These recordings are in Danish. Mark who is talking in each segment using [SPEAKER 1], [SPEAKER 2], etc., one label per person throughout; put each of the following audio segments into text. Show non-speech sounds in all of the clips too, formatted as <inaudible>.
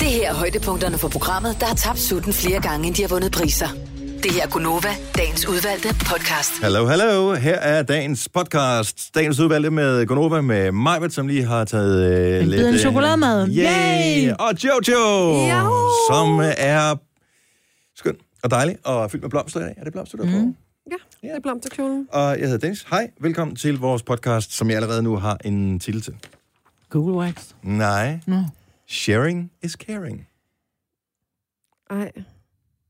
[SPEAKER 1] Det her er højdepunkterne for programmet, der har tabt sutten flere gange, end de har vundet priser. Det her er Gunova, dagens udvalgte podcast.
[SPEAKER 2] Hallo, hallo. Her er dagens podcast. Dagens udvalgte med Gonova med Majbert, som lige har taget øh, lidt...
[SPEAKER 3] bid af en
[SPEAKER 2] øh,
[SPEAKER 3] chokolademad.
[SPEAKER 2] Yay!
[SPEAKER 3] Yay!
[SPEAKER 2] Og Jojo,
[SPEAKER 3] Jo!
[SPEAKER 2] som øh, er skøn og dejlig og fyldt med blomster i dag. Er det blomster, du har
[SPEAKER 3] Mhm.
[SPEAKER 2] mm.
[SPEAKER 4] Ja, det er blomsterkjolen.
[SPEAKER 2] Og jeg hedder Dennis. Hej, velkommen til vores podcast, som jeg allerede nu har en titel til.
[SPEAKER 3] Google Wax.
[SPEAKER 2] Nej,
[SPEAKER 3] Nå.
[SPEAKER 2] sharing is caring.
[SPEAKER 4] Ej,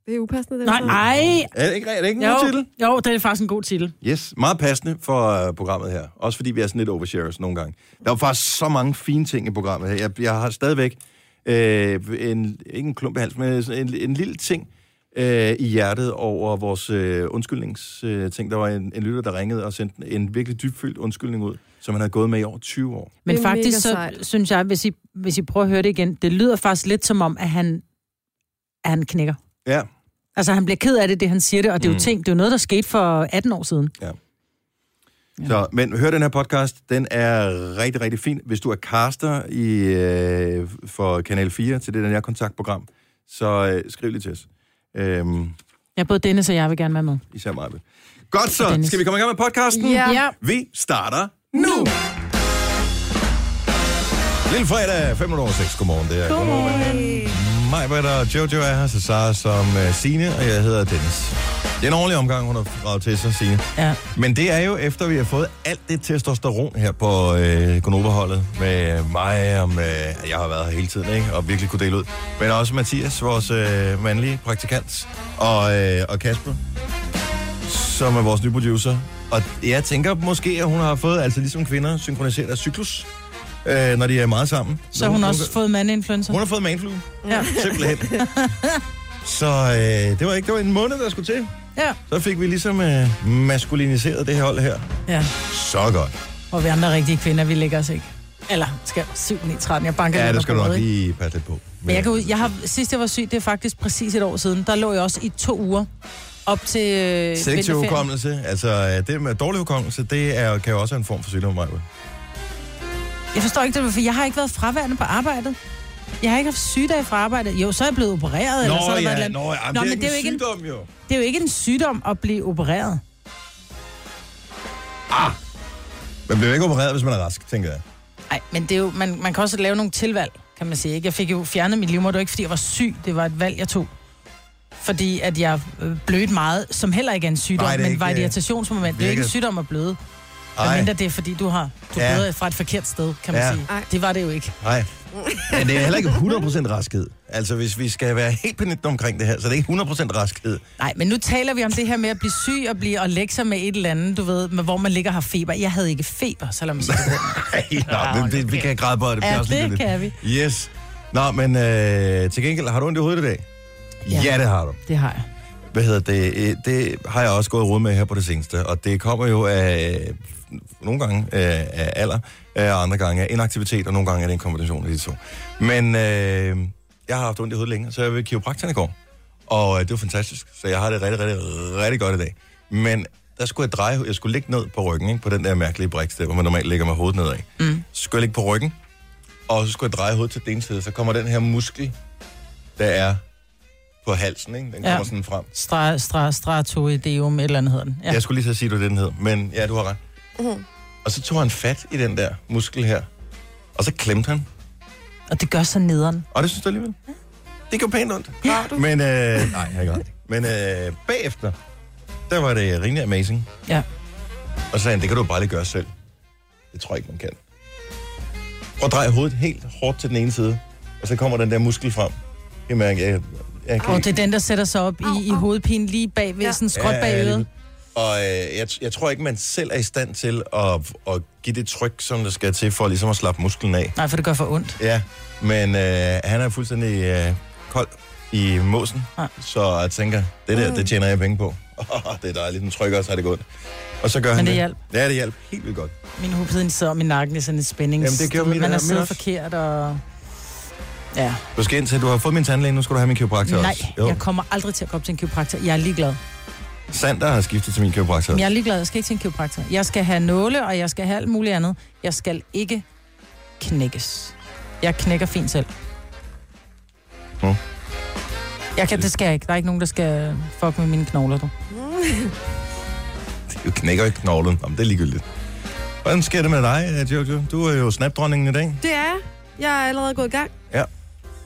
[SPEAKER 4] det er upassende, den
[SPEAKER 3] Nej,
[SPEAKER 4] sang.
[SPEAKER 3] nej.
[SPEAKER 2] Er det ikke, er det ikke en
[SPEAKER 3] Jo,
[SPEAKER 2] god titel?
[SPEAKER 3] jo, det er faktisk en god titel.
[SPEAKER 2] Yes, meget passende for uh, programmet her. Også fordi vi er sådan lidt oversharers nogle gange. Der var faktisk så mange fine ting i programmet her. Jeg, jeg har stadigvæk øh, en, ikke en klump i halsen, men sådan en, en lille ting øh, i hjertet over vores øh, undskyldningsting. Øh, ting. der var en, en lytter, der ringede og sendte en virkelig dybfyldt undskyldning ud, som han havde gået med i over 20 år.
[SPEAKER 3] Men
[SPEAKER 4] Det er
[SPEAKER 3] faktisk
[SPEAKER 4] mega
[SPEAKER 3] så
[SPEAKER 4] sejt.
[SPEAKER 3] synes jeg, hvis I, hvis I prøver at høre det igen, det lyder faktisk lidt som om, at han, at han knækker.
[SPEAKER 2] Ja,
[SPEAKER 3] Altså, han bliver ked af det, det han siger det, og det er jo
[SPEAKER 2] Mm.
[SPEAKER 3] ting, det er jo noget, der skete for 18 år siden.
[SPEAKER 2] Så, men hør den her podcast, den er rigtig, rigtig fin. Hvis du er caster i, øh, for Kanal 4 til det der nærkontaktprogram, så øh, skriv lige til os. Øhm,
[SPEAKER 3] Ja, både Dennis og jeg vil gerne være med.
[SPEAKER 2] især mig. Godt så,
[SPEAKER 3] Og Dennis.
[SPEAKER 2] skal vi komme i gang med podcasten?
[SPEAKER 4] Ja. Ja.
[SPEAKER 2] Vi starter nu! Lille fredag, 5 over 6. Godmorgen, det er Godmorgen. Mig, Britt og Jojo er her, så Sara som uh, Sine og jeg hedder Dennis. Det er en ordentlig omgang, hun har draget til sig, Signe.
[SPEAKER 3] Ja.
[SPEAKER 2] Men det er jo efter, vi har fået alt det testosteron her på øh, Gonova-holdet med mig, og med, jeg har været her hele tiden, ikke? og virkelig kunne dele ud. Men også Mathias, vores øh, mandlige praktikant, og, øh, og Kasper, som er vores nye producer. Og jeg tænker måske, at hun har fået, altså ligesom kvinder, synkroniseret deres cyklus, øh, når de er meget sammen.
[SPEAKER 3] Så har hun også fået mandinfluencer.
[SPEAKER 2] Hun har fået manflue,
[SPEAKER 3] Ja.
[SPEAKER 2] simpelthen.
[SPEAKER 3] <laughs>
[SPEAKER 2] Så øh, det var ikke, det var en måned, der skulle til.
[SPEAKER 3] ja.
[SPEAKER 2] Så fik vi ligesom øh, maskuliniseret det her hold her.
[SPEAKER 3] ja.
[SPEAKER 2] Så godt.
[SPEAKER 3] Og vi andre rigtige kvinder, vi lægger os ikke. Eller, skal 7, 9, 13, jeg banker
[SPEAKER 2] Ja,
[SPEAKER 3] lidt
[SPEAKER 2] det
[SPEAKER 3] under
[SPEAKER 2] skal du nok
[SPEAKER 3] bordet, ikke?
[SPEAKER 2] lige passe lidt på.
[SPEAKER 3] Men jeg, kan ud, jeg har, sidst jeg var syg, det er faktisk præcis et år siden, der lå jeg også i to uger op til øh,
[SPEAKER 2] Selektiv
[SPEAKER 3] vinterferien.
[SPEAKER 2] hukommelse, altså øh, det med dårlig hukommelse, det er, kan jo også være en form for sygdom, Maja.
[SPEAKER 3] Jeg forstår ikke det, for jeg har ikke været fraværende på arbejdet. Jeg har ikke haft sygdag fra arbejdet. Jo, så er jeg blevet opereret, eller så har der været et eller andet.
[SPEAKER 2] nå, ja,
[SPEAKER 3] Nå, men det er jo ikke en-
[SPEAKER 2] sygdom, jo.
[SPEAKER 3] Det er jo ikke en sygdom at blive opereret.
[SPEAKER 2] Man bliver jo ikke opereret, hvis man er rask, tænker jeg.
[SPEAKER 3] Nej, men det er jo, man, man kan også lave nogle tilvalg, kan man sige. Ikke? Jeg fik jo fjernet mit livmoder, det var ikke fordi jeg var syg, det var et valg, jeg tog. Fordi at jeg øh, blødte meget, som heller ikke er en sygdom,
[SPEAKER 2] Nej,
[SPEAKER 3] Nej,
[SPEAKER 2] det er
[SPEAKER 3] men
[SPEAKER 2] ikke,
[SPEAKER 3] var et
[SPEAKER 2] øh,
[SPEAKER 3] irritationsmoment. Det er jo ikke en
[SPEAKER 2] virker-
[SPEAKER 3] sygdom at bløde. Men mindre
[SPEAKER 2] Nej,
[SPEAKER 3] det er, fordi du har du
[SPEAKER 2] Ja.
[SPEAKER 3] ja. bløder fra et forkert sted, kan man
[SPEAKER 2] Ja.
[SPEAKER 3] ja. sige.
[SPEAKER 4] Ej.
[SPEAKER 3] Det var det jo ikke.
[SPEAKER 2] nej. Men det er heller ikke 100% raskhed. Altså, hvis vi skal være helt penitent omkring det her, så det er ikke 100% raskhed.
[SPEAKER 3] Nej, men nu taler vi om det her med at blive syg og blive og lægge sig med et eller andet, du ved, med, hvor man ligger og har feber. Jeg havde ikke feber, selvom jeg sagde det.
[SPEAKER 2] Nej, men det, vi kan græde på, og det bliver
[SPEAKER 3] Ja,
[SPEAKER 2] også
[SPEAKER 3] det
[SPEAKER 2] lidt.
[SPEAKER 3] kan vi.
[SPEAKER 2] Yes. Nå, men øh, til gengæld, har du ondt i hovedet i dag? Ja.
[SPEAKER 3] Ja.
[SPEAKER 2] ja, det har du.
[SPEAKER 3] <laughs> Det har jeg.
[SPEAKER 2] hvad hedder det, øh, det har jeg også gået råd med her på det seneste, og det kommer jo af øh, nogle gange øh, af alder, øh, og andre gange af inaktivitet, og nogle gange er det en kombination af de to. Men øh, jeg har haft ondt i hovedet længe, så jeg var ved kiropraktoren i går, og øh, det var fantastisk, så jeg har det rigtig, rigtig, rigtig godt i dag. Men der skulle jeg dreje, jeg skulle ligge ned på ryggen, ikke? på den der mærkelige briks, der, hvor man normalt ligger med hovedet nedad. Mm. Så skulle jeg ligge på ryggen, og så skulle jeg dreje hovedet til den ene side, så kommer den her muskel, der er på halsen, ikke? den kommer
[SPEAKER 3] Ja.
[SPEAKER 2] ja. sådan frem.
[SPEAKER 3] Stra, stra, stratoideum, et eller andet hedder den. Ja.
[SPEAKER 2] Ja. Jeg skulle lige så sige, du den hed, men ja, du har ret.
[SPEAKER 4] Mhm.
[SPEAKER 2] Og så tog han fat i den der muskel her, og så klemte han.
[SPEAKER 3] Og det gør så nederen.
[SPEAKER 2] Og det synes du alligevel? Det gjorde pænt ondt.
[SPEAKER 4] Har du?
[SPEAKER 2] Men, øh, nej, jeg gør ikke. Men øh, bagefter, der var det rimelig amazing.
[SPEAKER 3] Ja.
[SPEAKER 2] Og så sagde han, det kan du bare lige gøre selv. Det tror jeg ikke, man kan. Og drej hovedet helt hårdt til den ene side, og så kommer den der muskel frem. Jeg mærker, jeg, jeg kan
[SPEAKER 3] Og
[SPEAKER 2] ikke-
[SPEAKER 3] det er den, der sætter sig op i, i hovedpinen lige bag ved ja.
[SPEAKER 4] Ja.
[SPEAKER 3] sådan skråt bag øret.
[SPEAKER 2] Og øh, jeg, jeg tror ikke, man selv er i stand til at, at give det tryk, som der skal til, for ligesom at slappe musklen af.
[SPEAKER 3] Nej, for det gør for ondt.
[SPEAKER 2] Ja, men øh, han er fuldstændig øh, kold i måsen,
[SPEAKER 3] Ja. Mm.
[SPEAKER 2] så jeg tænker, det der, det tjener jeg penge på. <laughs> Oh, det er dejligt, den trykker, og så er det godt. Og så gør han
[SPEAKER 3] det
[SPEAKER 2] det.
[SPEAKER 3] hjalp.
[SPEAKER 2] Ja, det hjalp helt vildt godt.
[SPEAKER 3] Min hovedpine sidder om i nakken i sådan et spændings...
[SPEAKER 2] Jamen, det gjorde
[SPEAKER 3] du ved,
[SPEAKER 2] min-
[SPEAKER 3] Man har
[SPEAKER 2] min
[SPEAKER 3] siddet
[SPEAKER 2] også.
[SPEAKER 3] forkert og... Ja.
[SPEAKER 2] Du skal ind til, du har fået min tandlæge, nu skal du have min kiropraktor
[SPEAKER 3] Nej,
[SPEAKER 2] også.
[SPEAKER 3] jeg kommer aldrig til at komme til en kiropraktor. Jeg er ligeglad.
[SPEAKER 2] Sander har skiftet til min kiropraktor
[SPEAKER 3] Men
[SPEAKER 2] også.
[SPEAKER 3] jeg er ligeglad, jeg skal ikke til en kiropraktor. Jeg skal have nåle, og jeg skal have alt muligt andet. Jeg skal ikke knækkes. Jeg knækker fint selv.
[SPEAKER 2] Nå.
[SPEAKER 3] Jeg kan, det skal jeg ikke. Der er ikke nogen, der skal fuck med mine knogler, du.
[SPEAKER 2] Du knækker ikke knoglen. Jamen, det er ligegyldigt. Hvordan sker det med dig, øh, Jojo? Du er jo snapdronningen i dag.
[SPEAKER 4] Det er jeg. Jeg er allerede gået i gang.
[SPEAKER 2] Ja.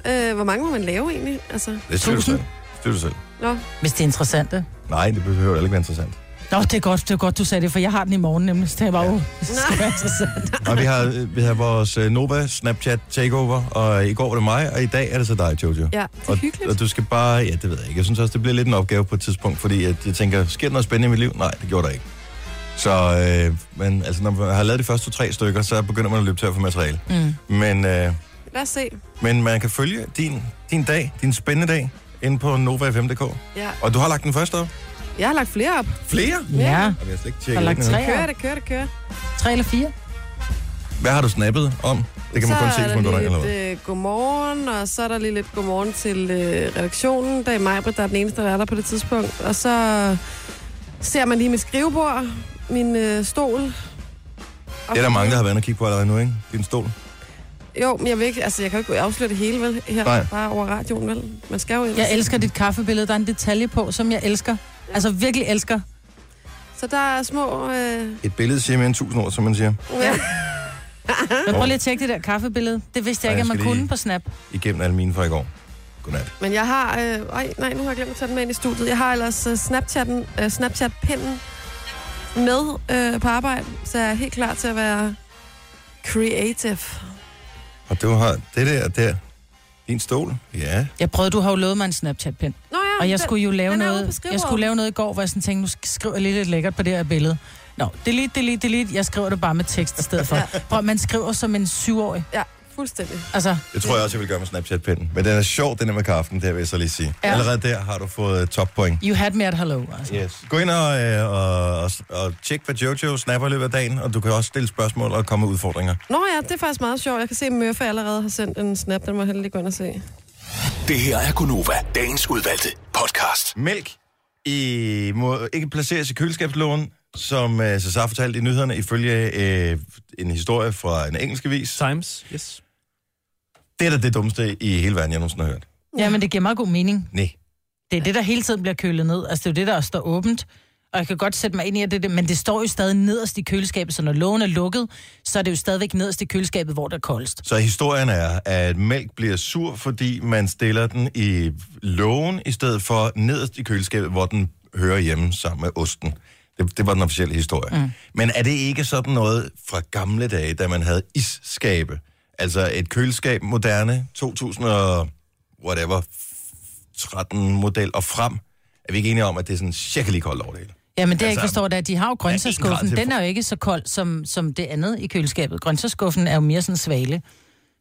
[SPEAKER 4] Øh, hvor mange må man lave egentlig? Altså,
[SPEAKER 2] Det styrer du
[SPEAKER 3] Tusind.
[SPEAKER 2] selv. Styrer du selv.
[SPEAKER 4] nå.
[SPEAKER 3] Hvis det er interessant, det.
[SPEAKER 2] Nej, det behøver heller ikke være interessant.
[SPEAKER 3] Nå, det er godt, det er godt du sagde det, for jeg har den i morgen nemlig. Så det er bare,
[SPEAKER 2] Ja.
[SPEAKER 3] ja. det skal være interessant.
[SPEAKER 2] Og vi har, øh, vi har vores øh, Nova Snapchat Takeover, og i går var det mig, og i dag er det så dig, Jojo.
[SPEAKER 4] Ja, det er
[SPEAKER 2] Og,
[SPEAKER 4] hyggeligt.
[SPEAKER 2] og du skal bare, ja, det ved jeg ikke. Jeg synes også, det bliver lidt en opgave på et tidspunkt, fordi at jeg tænker, sker der noget spændende i mit liv? Nej, det gjorde der ikke. Så, øh, men altså, når man har lavet de første tre stykker, så begynder man at løbe tør for materiale.
[SPEAKER 3] Mm.
[SPEAKER 2] Men, øh,
[SPEAKER 4] Lad os se.
[SPEAKER 2] men man kan følge din, din dag, din spændende dag, inde på NovaFM.dk.
[SPEAKER 4] Ja.
[SPEAKER 2] Og du har lagt den første op?
[SPEAKER 4] Jeg har lagt flere op.
[SPEAKER 2] Flere?
[SPEAKER 3] Ja,
[SPEAKER 2] Og vi har slet ikke
[SPEAKER 3] jeg har
[SPEAKER 2] tjekket
[SPEAKER 3] lagt
[SPEAKER 2] den endnu.
[SPEAKER 3] tre,
[SPEAKER 4] Kører
[SPEAKER 3] op.
[SPEAKER 4] det, kører det, kører.
[SPEAKER 3] tre eller fire.
[SPEAKER 2] Hvad har du snappet om? Det kan man
[SPEAKER 4] så
[SPEAKER 2] kun se,
[SPEAKER 4] er
[SPEAKER 2] hvis
[SPEAKER 4] der
[SPEAKER 2] man går derind,
[SPEAKER 4] lige
[SPEAKER 2] eller hvad?
[SPEAKER 4] lidt øh, godmorgen, og så er der lige lidt godmorgen til øh, redaktionen. Der er Majbrit, der er den eneste, der er der på det tidspunkt. Og så ser man lige mit skrivebord, min øh, stol. Og
[SPEAKER 2] Det er der mange, der har været inde og kigge på allerede nu, ikke? Din stol.
[SPEAKER 4] Jo, men jeg, vil ikke, altså, jeg kan jo ikke afsløre det hele, vel? Her,
[SPEAKER 2] Nej.
[SPEAKER 4] bare over radioen, vel? Man skal jo ellers.
[SPEAKER 3] Jeg elsker dit kaffebillede. Der er en detalje på, som jeg elsker. Altså virkelig elsker.
[SPEAKER 4] Så der er små... Øh,
[SPEAKER 2] Et billede siger mere end tusind ord, som man siger,
[SPEAKER 4] ja.
[SPEAKER 3] Men prøv lige at tjekke det der kaffebillede. Det vidste jeg
[SPEAKER 2] Ej,
[SPEAKER 3] ikke,
[SPEAKER 2] jeg
[SPEAKER 3] at man
[SPEAKER 2] skal
[SPEAKER 3] kunne
[SPEAKER 2] lige-
[SPEAKER 3] på Snap.
[SPEAKER 2] igennem alle mine fra i går. Godnat.
[SPEAKER 4] Men jeg har... Øh, øj, nej, nu har jeg glemt at tage den med ind i studiet. Jeg har ellers øh, Snapchatten, øh, Snapchat-pinden med øh, på arbejde, så jeg er helt klar til at være creative.
[SPEAKER 2] Og du har det der, der. Din stol? Ja.
[SPEAKER 3] Jeg prøvede, du har jo lovet mig en Snapchat-pind.
[SPEAKER 4] Nå ja,
[SPEAKER 3] Og jeg
[SPEAKER 4] den-
[SPEAKER 3] skulle jo lave
[SPEAKER 4] den er ude på
[SPEAKER 3] noget,
[SPEAKER 4] skrivebordet.
[SPEAKER 3] jeg skulle lave noget i går, hvor jeg sådan tænkte, nu sk- skriver jeg lige lidt lækkert på det her billede. Nå, delete, delete, delete. Jeg skriver det bare med tekst i stedet for.
[SPEAKER 4] Ja.
[SPEAKER 3] Prøv, man skriver som en syvårig.
[SPEAKER 4] Ja, fuldstændig.
[SPEAKER 3] Altså,
[SPEAKER 2] Det tror jeg også, jeg vil gøre med Snapchat-pinden. Men den er sjov, den er med kaffen, der vil jeg så lige sige. Ja.
[SPEAKER 3] Ja.
[SPEAKER 2] Allerede der har du fået øh, toppoint.
[SPEAKER 3] you had me at hello. Altså.
[SPEAKER 2] Yes. Gå ind og, øh, og, og, og tjek, hvad Jojo snapper i løbet af dagen, og du kan også stille spørgsmål og komme med udfordringer.
[SPEAKER 4] Nå ja, det er faktisk meget sjovt. Jeg kan se, at Mørfe allerede har sendt en snap. Den må jeg lige gå ind og se.
[SPEAKER 5] Det her er Gunova, dagens udvalgte podcast.
[SPEAKER 2] Mælk i, må ikke placeres i køleskabslån, som øh, Cesar fortalte i nyhederne, ifølge øh, en historie fra en engelsk avis.
[SPEAKER 6] Times, yes.
[SPEAKER 2] Det er da det dummeste i hele verden, jeg nogensinde har hørt.
[SPEAKER 3] Ja, men det giver meget god mening.
[SPEAKER 2] Nej.
[SPEAKER 3] Det er det, der hele tiden bliver kølet ned. Altså, det er jo det, der står åbent. Og jeg kan godt sætte mig ind i at det, er det, men det står jo stadig nederst i køleskabet, så når lågen er lukket, så er det jo stadigvæk nederst i køleskabet, hvor der er koldest.
[SPEAKER 2] Så historien er, at mælk bliver sur, fordi man stiller den i lågen, i stedet for nederst i køleskabet, hvor den hører hjemme sammen med osten. Det, det var den officielle historie. Mm. Men er det ikke sådan noget fra gamle dage, da man havde isskabe? Altså et køleskab moderne, 2000 og whatever, 13 model og frem. Er vi ikke enige om, at det er sådan cirka lige koldt over det hele?
[SPEAKER 3] Ja, men det jeg
[SPEAKER 2] Altså,
[SPEAKER 3] ikke forstår, det er, at de har jo
[SPEAKER 2] en grad
[SPEAKER 3] grøntsagsskuffen.
[SPEAKER 2] til-
[SPEAKER 3] Den er jo ikke så kold som, som det andet i køleskabet. Grøntsagsskuffen er jo mere sådan svale.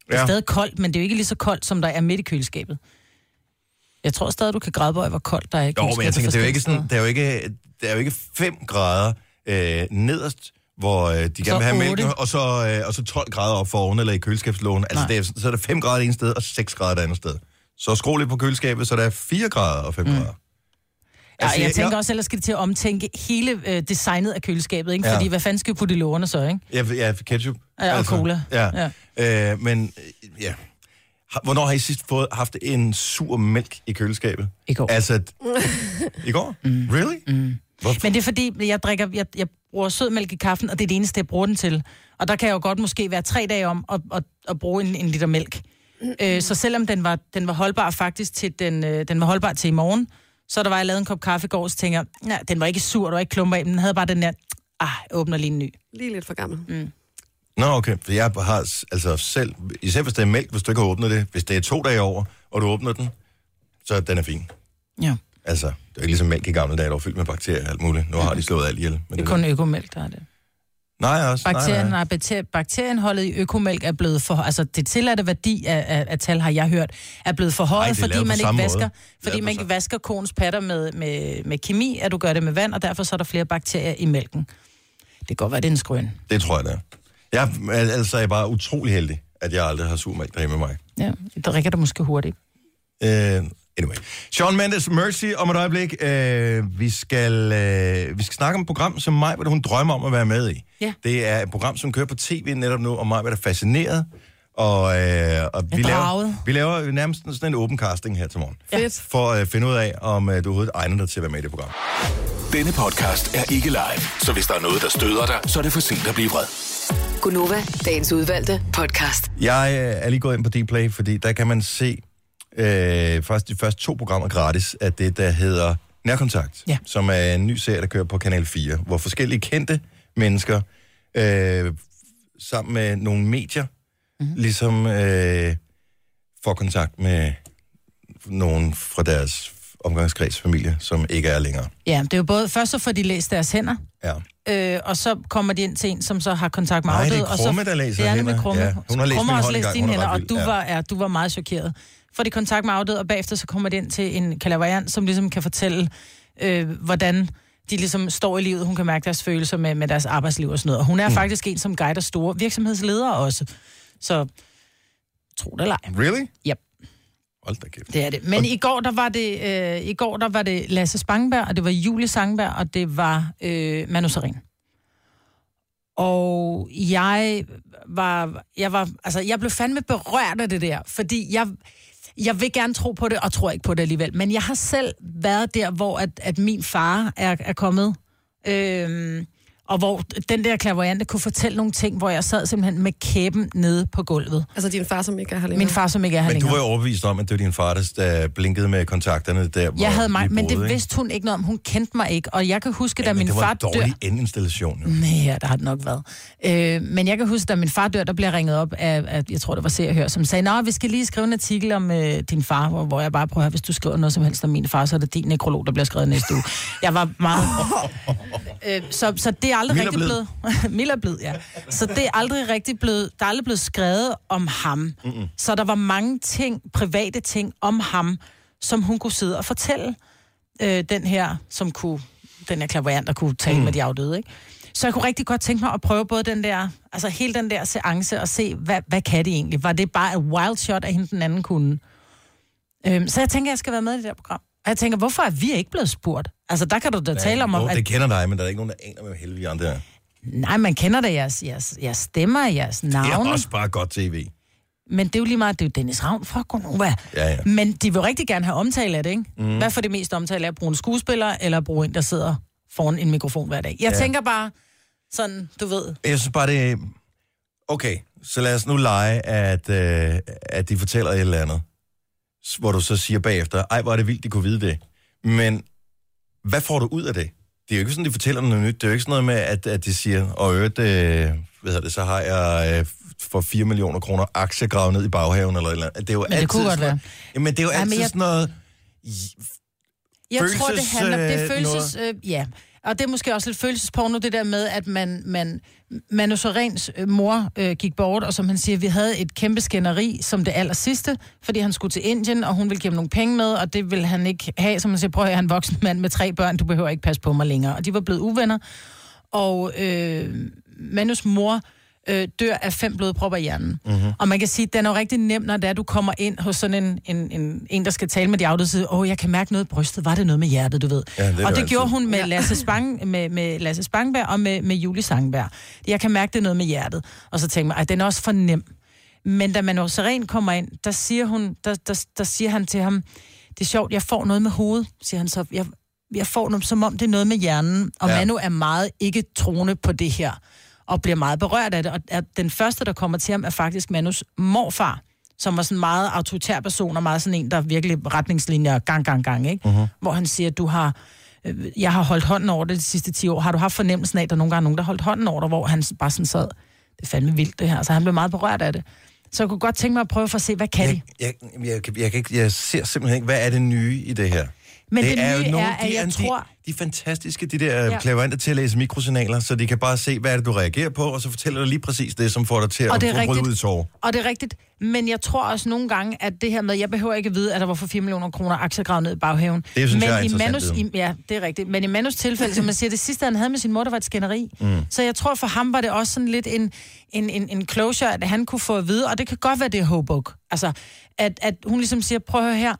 [SPEAKER 3] Det er
[SPEAKER 2] Ja.
[SPEAKER 3] stadig koldt, men det er jo ikke lige så koldt, som der er midt i køleskabet. Jeg tror stadig, du kan græde på, hvor koldt der er i
[SPEAKER 2] Jo,
[SPEAKER 3] køleskabet.
[SPEAKER 2] men jeg tænker, det er jo ikke sådan,
[SPEAKER 3] forskellige
[SPEAKER 2] det er jo ikke, det er jo ikke 5 grader øh, nederst, hvor øh, de gerne
[SPEAKER 3] Så
[SPEAKER 2] vil have mælken,
[SPEAKER 3] otte.
[SPEAKER 2] og så, øh, og så 12 grader op foran eller i køleskabslågen. Altså,
[SPEAKER 3] Nej.
[SPEAKER 2] det er, så er der 5 grader det ene sted, og 6 grader det andet sted. Så skru lidt på køleskabet, så der er 4 grader og 5 mm. grader.
[SPEAKER 3] steder.
[SPEAKER 2] Altså,
[SPEAKER 3] Ja,
[SPEAKER 2] jeg-
[SPEAKER 3] jeg tænker også, ellers skal det til at omtænke hele øh, designet af køleskabet, ikke?
[SPEAKER 2] Ja.
[SPEAKER 3] Fordi hvad fanden skal vi putte i lårene så, ikke?
[SPEAKER 2] Ja, ja ketchup. Altså,
[SPEAKER 3] Ja, og cola.
[SPEAKER 2] Ja. ja. Øh, men, øh, ja. Har- Hvornår har I sidst fået, haft en sur mælk i køleskabet?
[SPEAKER 3] I går.
[SPEAKER 2] Altså, i går? Mm. Really? Mm. Hvorfor?
[SPEAKER 3] Men det er fordi, jeg, drikker, jeg, jeg bruger sødmælk i kaffen, og det er det eneste, jeg bruger den til. Og der kan jeg jo godt måske være tre dage om at, at, at bruge en, en liter mælk. Øh, så selvom den var, den var holdbar faktisk til, den, øh, den var holdbar til i morgen, så der var jeg lavet en kop kaffe i går, så tænker jeg, nej, den var ikke sur, der var ikke klumper i, men den havde bare den der, ah, jeg åbner lige en ny.
[SPEAKER 4] Lige lidt for gammel. Mm.
[SPEAKER 2] Nå, okay. For jeg har s- altså selv, især hvis det er mælk, hvis du ikke har åbnet det, hvis det er to dage over, og du åbner den, så den er fin.
[SPEAKER 3] Ja.
[SPEAKER 2] Altså, det er jo ikke ligesom mælk i gamle dage, der var fyldt med bakterier og alt muligt. Nu har de slået alt ihjel. Men
[SPEAKER 3] Det er kun økomælk, der er det.
[SPEAKER 2] Nej, også.
[SPEAKER 3] Bakterien,
[SPEAKER 2] nej, nej.
[SPEAKER 3] nej, bakter, bakterienholdet i økomælk er blevet for... Altså, det tilladte værdi af, af, af tal, har jeg hørt, er blevet
[SPEAKER 2] Ej,
[SPEAKER 3] forhøjet,
[SPEAKER 2] det er
[SPEAKER 3] fordi
[SPEAKER 2] lavet på
[SPEAKER 3] man ikke
[SPEAKER 2] samme
[SPEAKER 3] vasker,
[SPEAKER 2] måde.
[SPEAKER 3] fordi
[SPEAKER 2] Lavet på
[SPEAKER 3] man ikke
[SPEAKER 2] samme-
[SPEAKER 3] vasker koens patter med, med, med kemi, at du gør det med vand, og derfor så er der flere bakterier i mælken. Det kan godt være, det er en skrøn.
[SPEAKER 2] Det tror jeg, det er. Jeg er al- altså jeg er bare utrolig heldig, at jeg aldrig har sur mælk derhjemme med mig.
[SPEAKER 3] Ja, der drikker det måske hurtigt.
[SPEAKER 2] Uh, anyway. Sean Mendes, Mercy om et øjeblik. Uh, vi, skal, uh, vi skal snakke om et program, som Maj, hun drømmer om at være med i.
[SPEAKER 3] Ja.
[SPEAKER 2] Det er et program, som kører på tv netop nu, og Maj er fascineret Og, øh, og vi, laver,
[SPEAKER 3] draget.
[SPEAKER 2] vi laver nærmest sådan en åben casting her til morgen.
[SPEAKER 4] Fedt.
[SPEAKER 2] For at finde ud af, om øh, du overhovedet egner dig til at være med i det program.
[SPEAKER 5] Denne podcast er ikke live, så hvis der er noget, der støder dig, så er det for sent at blive vred.
[SPEAKER 1] Gunova, dagens udvalgte podcast.
[SPEAKER 2] Jeg øh, er lige gået ind på Dplay, fordi der kan man se øh, faktisk de første to programmer gratis af det, der hedder Nærkontakt,
[SPEAKER 3] Ja.
[SPEAKER 2] som er en ny serie, der kører på Kanal 4, hvor forskellige kendte mennesker øh, sammen med nogle medier
[SPEAKER 3] Mhm.
[SPEAKER 2] mm-hmm. ligesom øh, får kontakt med nogen fra deres omgangskreds familie, som ikke er længere.
[SPEAKER 3] Ja, det er jo både, først så får de læst deres hænder,
[SPEAKER 2] Ja.
[SPEAKER 3] øh, og så kommer de ind til en, som så har kontakt med
[SPEAKER 2] Nej, det er
[SPEAKER 3] afdøde. og så-
[SPEAKER 2] Krumme, der læser
[SPEAKER 3] det er
[SPEAKER 2] hænder.
[SPEAKER 3] nemlig Krumme.
[SPEAKER 2] Ja, hun har læst
[SPEAKER 3] Krumme
[SPEAKER 2] min
[SPEAKER 3] har
[SPEAKER 2] hånd
[SPEAKER 3] også
[SPEAKER 2] engang,
[SPEAKER 3] læst dine
[SPEAKER 2] hun er
[SPEAKER 3] hænder,
[SPEAKER 2] ret
[SPEAKER 3] og
[SPEAKER 2] vild,
[SPEAKER 3] du,
[SPEAKER 2] ja.
[SPEAKER 3] var, ja, du var meget chokeret. Får de kontakt med afdøde, og bagefter så kommer de ind til en kalavarian, som ligesom kan fortælle, øh, hvordan de ligesom står i livet. Hun kan mærke deres følelser med, med deres arbejdsliv og sådan noget. Og hun er mm. faktisk en, som guider store virksomhedsledere også. Så tro det eller ej.
[SPEAKER 2] Really?
[SPEAKER 3] Yep.
[SPEAKER 2] Hold da kæft.
[SPEAKER 3] Det er det. Men i går, der var det, øh, i går, der var det Lasse Spangberg, og det var Julie Sangberg, og det var øh, Manu Sarin. Og jeg var, jeg var, altså jeg blev fandme berørt af det der, fordi jeg, jeg vil gerne tro på det, og tror ikke på det alligevel. Men jeg har selv været der, hvor at, at min far er, er kommet, øhm, og hvor den der klaverante kunne fortælle nogle ting, hvor jeg sad simpelthen med kæben nede på gulvet.
[SPEAKER 4] Altså din far, som ikke er her længere.
[SPEAKER 3] Min far, som ikke er her
[SPEAKER 2] Men du
[SPEAKER 3] længere.
[SPEAKER 2] var jo overbevist om, at det var din far, der der blinkede med kontakterne der, hvor
[SPEAKER 3] Jeg havde mig,
[SPEAKER 2] vi
[SPEAKER 3] men
[SPEAKER 2] boede,
[SPEAKER 3] det
[SPEAKER 2] ikke?
[SPEAKER 3] vidste hun ikke noget om. Hun kendte mig ikke, og jeg kan huske, da
[SPEAKER 2] men
[SPEAKER 3] min
[SPEAKER 2] det var
[SPEAKER 3] far
[SPEAKER 2] en
[SPEAKER 3] dør... Mm.
[SPEAKER 2] dårlig endinstallation, jo.
[SPEAKER 3] Nej, ja, der har det nok været. Øh, men jeg kan huske, da min far dør, der blev jeg ringet op af, af jeg tror, det var Se og Hør, som sagde, nej, vi skal lige skrive en artikel om øh, din far, hvor, hvor jeg bare prøver, hvis du skriver noget som helst om min far, så er det din nekrolog, der bliver skrevet næste uge. Jeg var
[SPEAKER 2] <laughs>
[SPEAKER 3] meget... øh, så, så det er aldrig
[SPEAKER 2] Mild og
[SPEAKER 3] rigtig
[SPEAKER 2] blid.
[SPEAKER 3] blevet... <laughs> Mild og blid, ja. Så det er aldrig rigtig blevet... Der er aldrig blevet skrevet om ham. Mm-mm. Så der var mange ting, private ting om ham, som hun kunne sidde og fortælle øh, den her, som kunne, den her klaverant, der kunne tale mm. med de afdøde, ikke? Så jeg kunne rigtig godt tænke mig at prøve både den der, altså hele den der seance og se, hvad, hvad kan det egentlig? Var det bare et wild shot af hende, den anden kunne? Øhm, så jeg tænker, jeg skal være med i det der program. Og jeg tænker, hvorfor er vi ikke blevet spurgt? Altså, der kan du da tale om,
[SPEAKER 2] jo,
[SPEAKER 3] at
[SPEAKER 2] det kender dig, men der er ikke nogen, der aner, hvem helvede vi andre er.
[SPEAKER 3] nej, man kender da jeres, jeres, jeres stemmer, jeres
[SPEAKER 2] Det
[SPEAKER 3] navne.
[SPEAKER 2] er også bare godt tv.
[SPEAKER 3] Men det er jo lige meget, det er jo Dennis Ravn fra Gonova.
[SPEAKER 2] Ja, Mhm. ja.
[SPEAKER 3] Men de vil jo rigtig gerne have omtale af det, ikke? Mm. Hvad for det mest omtale af? At bruge en skuespiller, eller at bruge en, der sidder foran en mikrofon hver dag? Jeg ja. tænker bare sådan, du ved.
[SPEAKER 2] Jeg synes bare, det er... Okay, så lad os nu lege, at, øh, at de fortæller et eller andet, s- hvor du så siger bagefter, ej, hvor er det vildt, de kunne vide det. Men hvad får du ud af det? Det er jo ikke sådan, de fortæller noget nyt. Det er jo ikke sådan noget med, at, at de siger, og i øvrigt, øh, hvad hedder det, så har jeg øh, for 4 millioner kroner aktier gravet ned i baghaven, eller et eller andet. Det er jo
[SPEAKER 3] det
[SPEAKER 2] altid
[SPEAKER 3] kunne godt
[SPEAKER 2] sådan noget- Jamen, det er jo
[SPEAKER 3] Ja, men
[SPEAKER 2] altid
[SPEAKER 3] jeg-
[SPEAKER 2] sådan noget...
[SPEAKER 3] Jeg
[SPEAKER 2] Følelses,
[SPEAKER 3] tror, det handler om det
[SPEAKER 2] øh,
[SPEAKER 3] er følelses... Øh, ja, og det er måske også lidt følelsesporno, det der med, at man, man Manu Sorens øh, mor øh, gik bort, og som han siger, vi havde et kæmpe skænderi som det aller sidste, fordi han skulle til Indien, og hun ville give ham nogle penge med, og det ville han ikke have, som man siger, prøv at høre, han er en voksen mand med tre børn, du behøver ikke passe på mig længere. Og de var blevet uvenner, og øh, Manus mor øh, dør af fem blodpropper i hjernen.
[SPEAKER 2] Mhm.
[SPEAKER 3] Mm-hmm. Og man kan sige, at den er jo rigtig nem, når det er, du kommer ind hos sådan en, en, en, en der skal tale med de afdøde, siger, åh, jeg kan mærke noget i brystet, var det noget med hjertet, du ved.
[SPEAKER 2] Ja, det er det
[SPEAKER 3] og
[SPEAKER 2] jo
[SPEAKER 3] det
[SPEAKER 2] altid.
[SPEAKER 3] gjorde hun med <laughs> Lasse, Spang, med, med Lasse Spangberg og med, med Julie Sangberg. Jeg kan mærke, det er noget med hjertet. Og så tænkte jeg, at den er også for nem. Men da Manu Seren kommer ind, der siger, hun, der, der, der siger han til ham, det er sjovt, jeg får noget med hovedet, siger han så. Jeg, jeg får noget, som om det er noget med hjernen. Og
[SPEAKER 2] Ja.
[SPEAKER 3] ja. Manu er meget ikke troende på det her, og bliver meget berørt af det. Og at den første, der kommer til ham, er faktisk Manus morfar, som var sådan en meget autoritær person, og meget sådan en, der virkelig retningslinjer gang, gang, gang, ikke? Uh-huh. Hvor han siger, du har øh, jeg har holdt hånden over det de sidste 10 år. Har du haft fornemmelsen af, at der nogle gange er nogen, der har holdt hånden over dig, hvor han bare sådan sad, det er fandme vildt det her. Så han blev meget berørt af det. Så jeg kunne godt tænke mig at prøve for at se, hvad kan de?
[SPEAKER 2] Jeg, jeg, jeg, kan- jeg, kan ikke, jeg ser simpelthen ikke, hvad er det nye i det her?
[SPEAKER 3] Men det nye
[SPEAKER 2] jo
[SPEAKER 3] er, at
[SPEAKER 2] de
[SPEAKER 3] jeg
[SPEAKER 2] de,
[SPEAKER 3] tror-
[SPEAKER 2] De er fantastiske, de der ja.
[SPEAKER 3] Ja.
[SPEAKER 2] klaverante til at læse mikrosignaler, så de kan bare se, hvad er det, du reagerer på, og så fortæller du lige præcis det, som får dig til
[SPEAKER 3] Og
[SPEAKER 2] at
[SPEAKER 3] det er
[SPEAKER 2] få rød
[SPEAKER 3] rigtigt.
[SPEAKER 2] ud i tårer.
[SPEAKER 3] Og det er rigtigt, men jeg tror også nogle gange, at det her med, jeg behøver ikke at vide, at der var for 4 millioner kroner aktier gravet ned i baghaven.
[SPEAKER 2] Det synes
[SPEAKER 3] men
[SPEAKER 2] jeg er
[SPEAKER 3] i
[SPEAKER 2] interessant
[SPEAKER 3] Manus, i,
[SPEAKER 2] viden.
[SPEAKER 3] ja, det er rigtigt. Men i Manus tilfælde, som man siger, det sidste, han havde med sin mor, der var et skænderi. Mm. Så jeg tror, for ham var det også sådan lidt en, en, en, en closure, at han kunne få at vide, og det kan godt være, det er Hobok. Altså, at, at hun ligesom siger, prøv at høre her,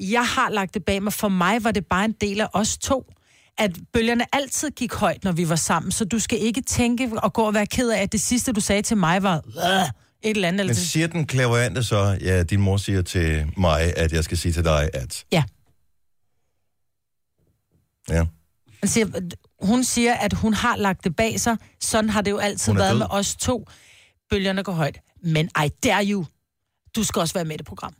[SPEAKER 3] jeg har lagt det bag mig. For mig var det bare en del af os to at bølgerne altid gik højt, når vi var sammen, så du skal ikke tænke og gå og være ked af, at det sidste, du sagde til mig, var, "Åh," Et eller andet. Eller
[SPEAKER 2] Men
[SPEAKER 3] til-
[SPEAKER 2] siger den klaverante så, ja, din mor siger til mig, at jeg skal sige til dig, at...
[SPEAKER 3] Ja.
[SPEAKER 2] Ja.
[SPEAKER 3] Han siger, hun siger, at hun har lagt det bag sig. Sådan har det jo altid
[SPEAKER 2] Hun er
[SPEAKER 3] været
[SPEAKER 2] død.
[SPEAKER 3] med os to. Bølgerne går højt. Men I dare you. Du skal også være med i det program.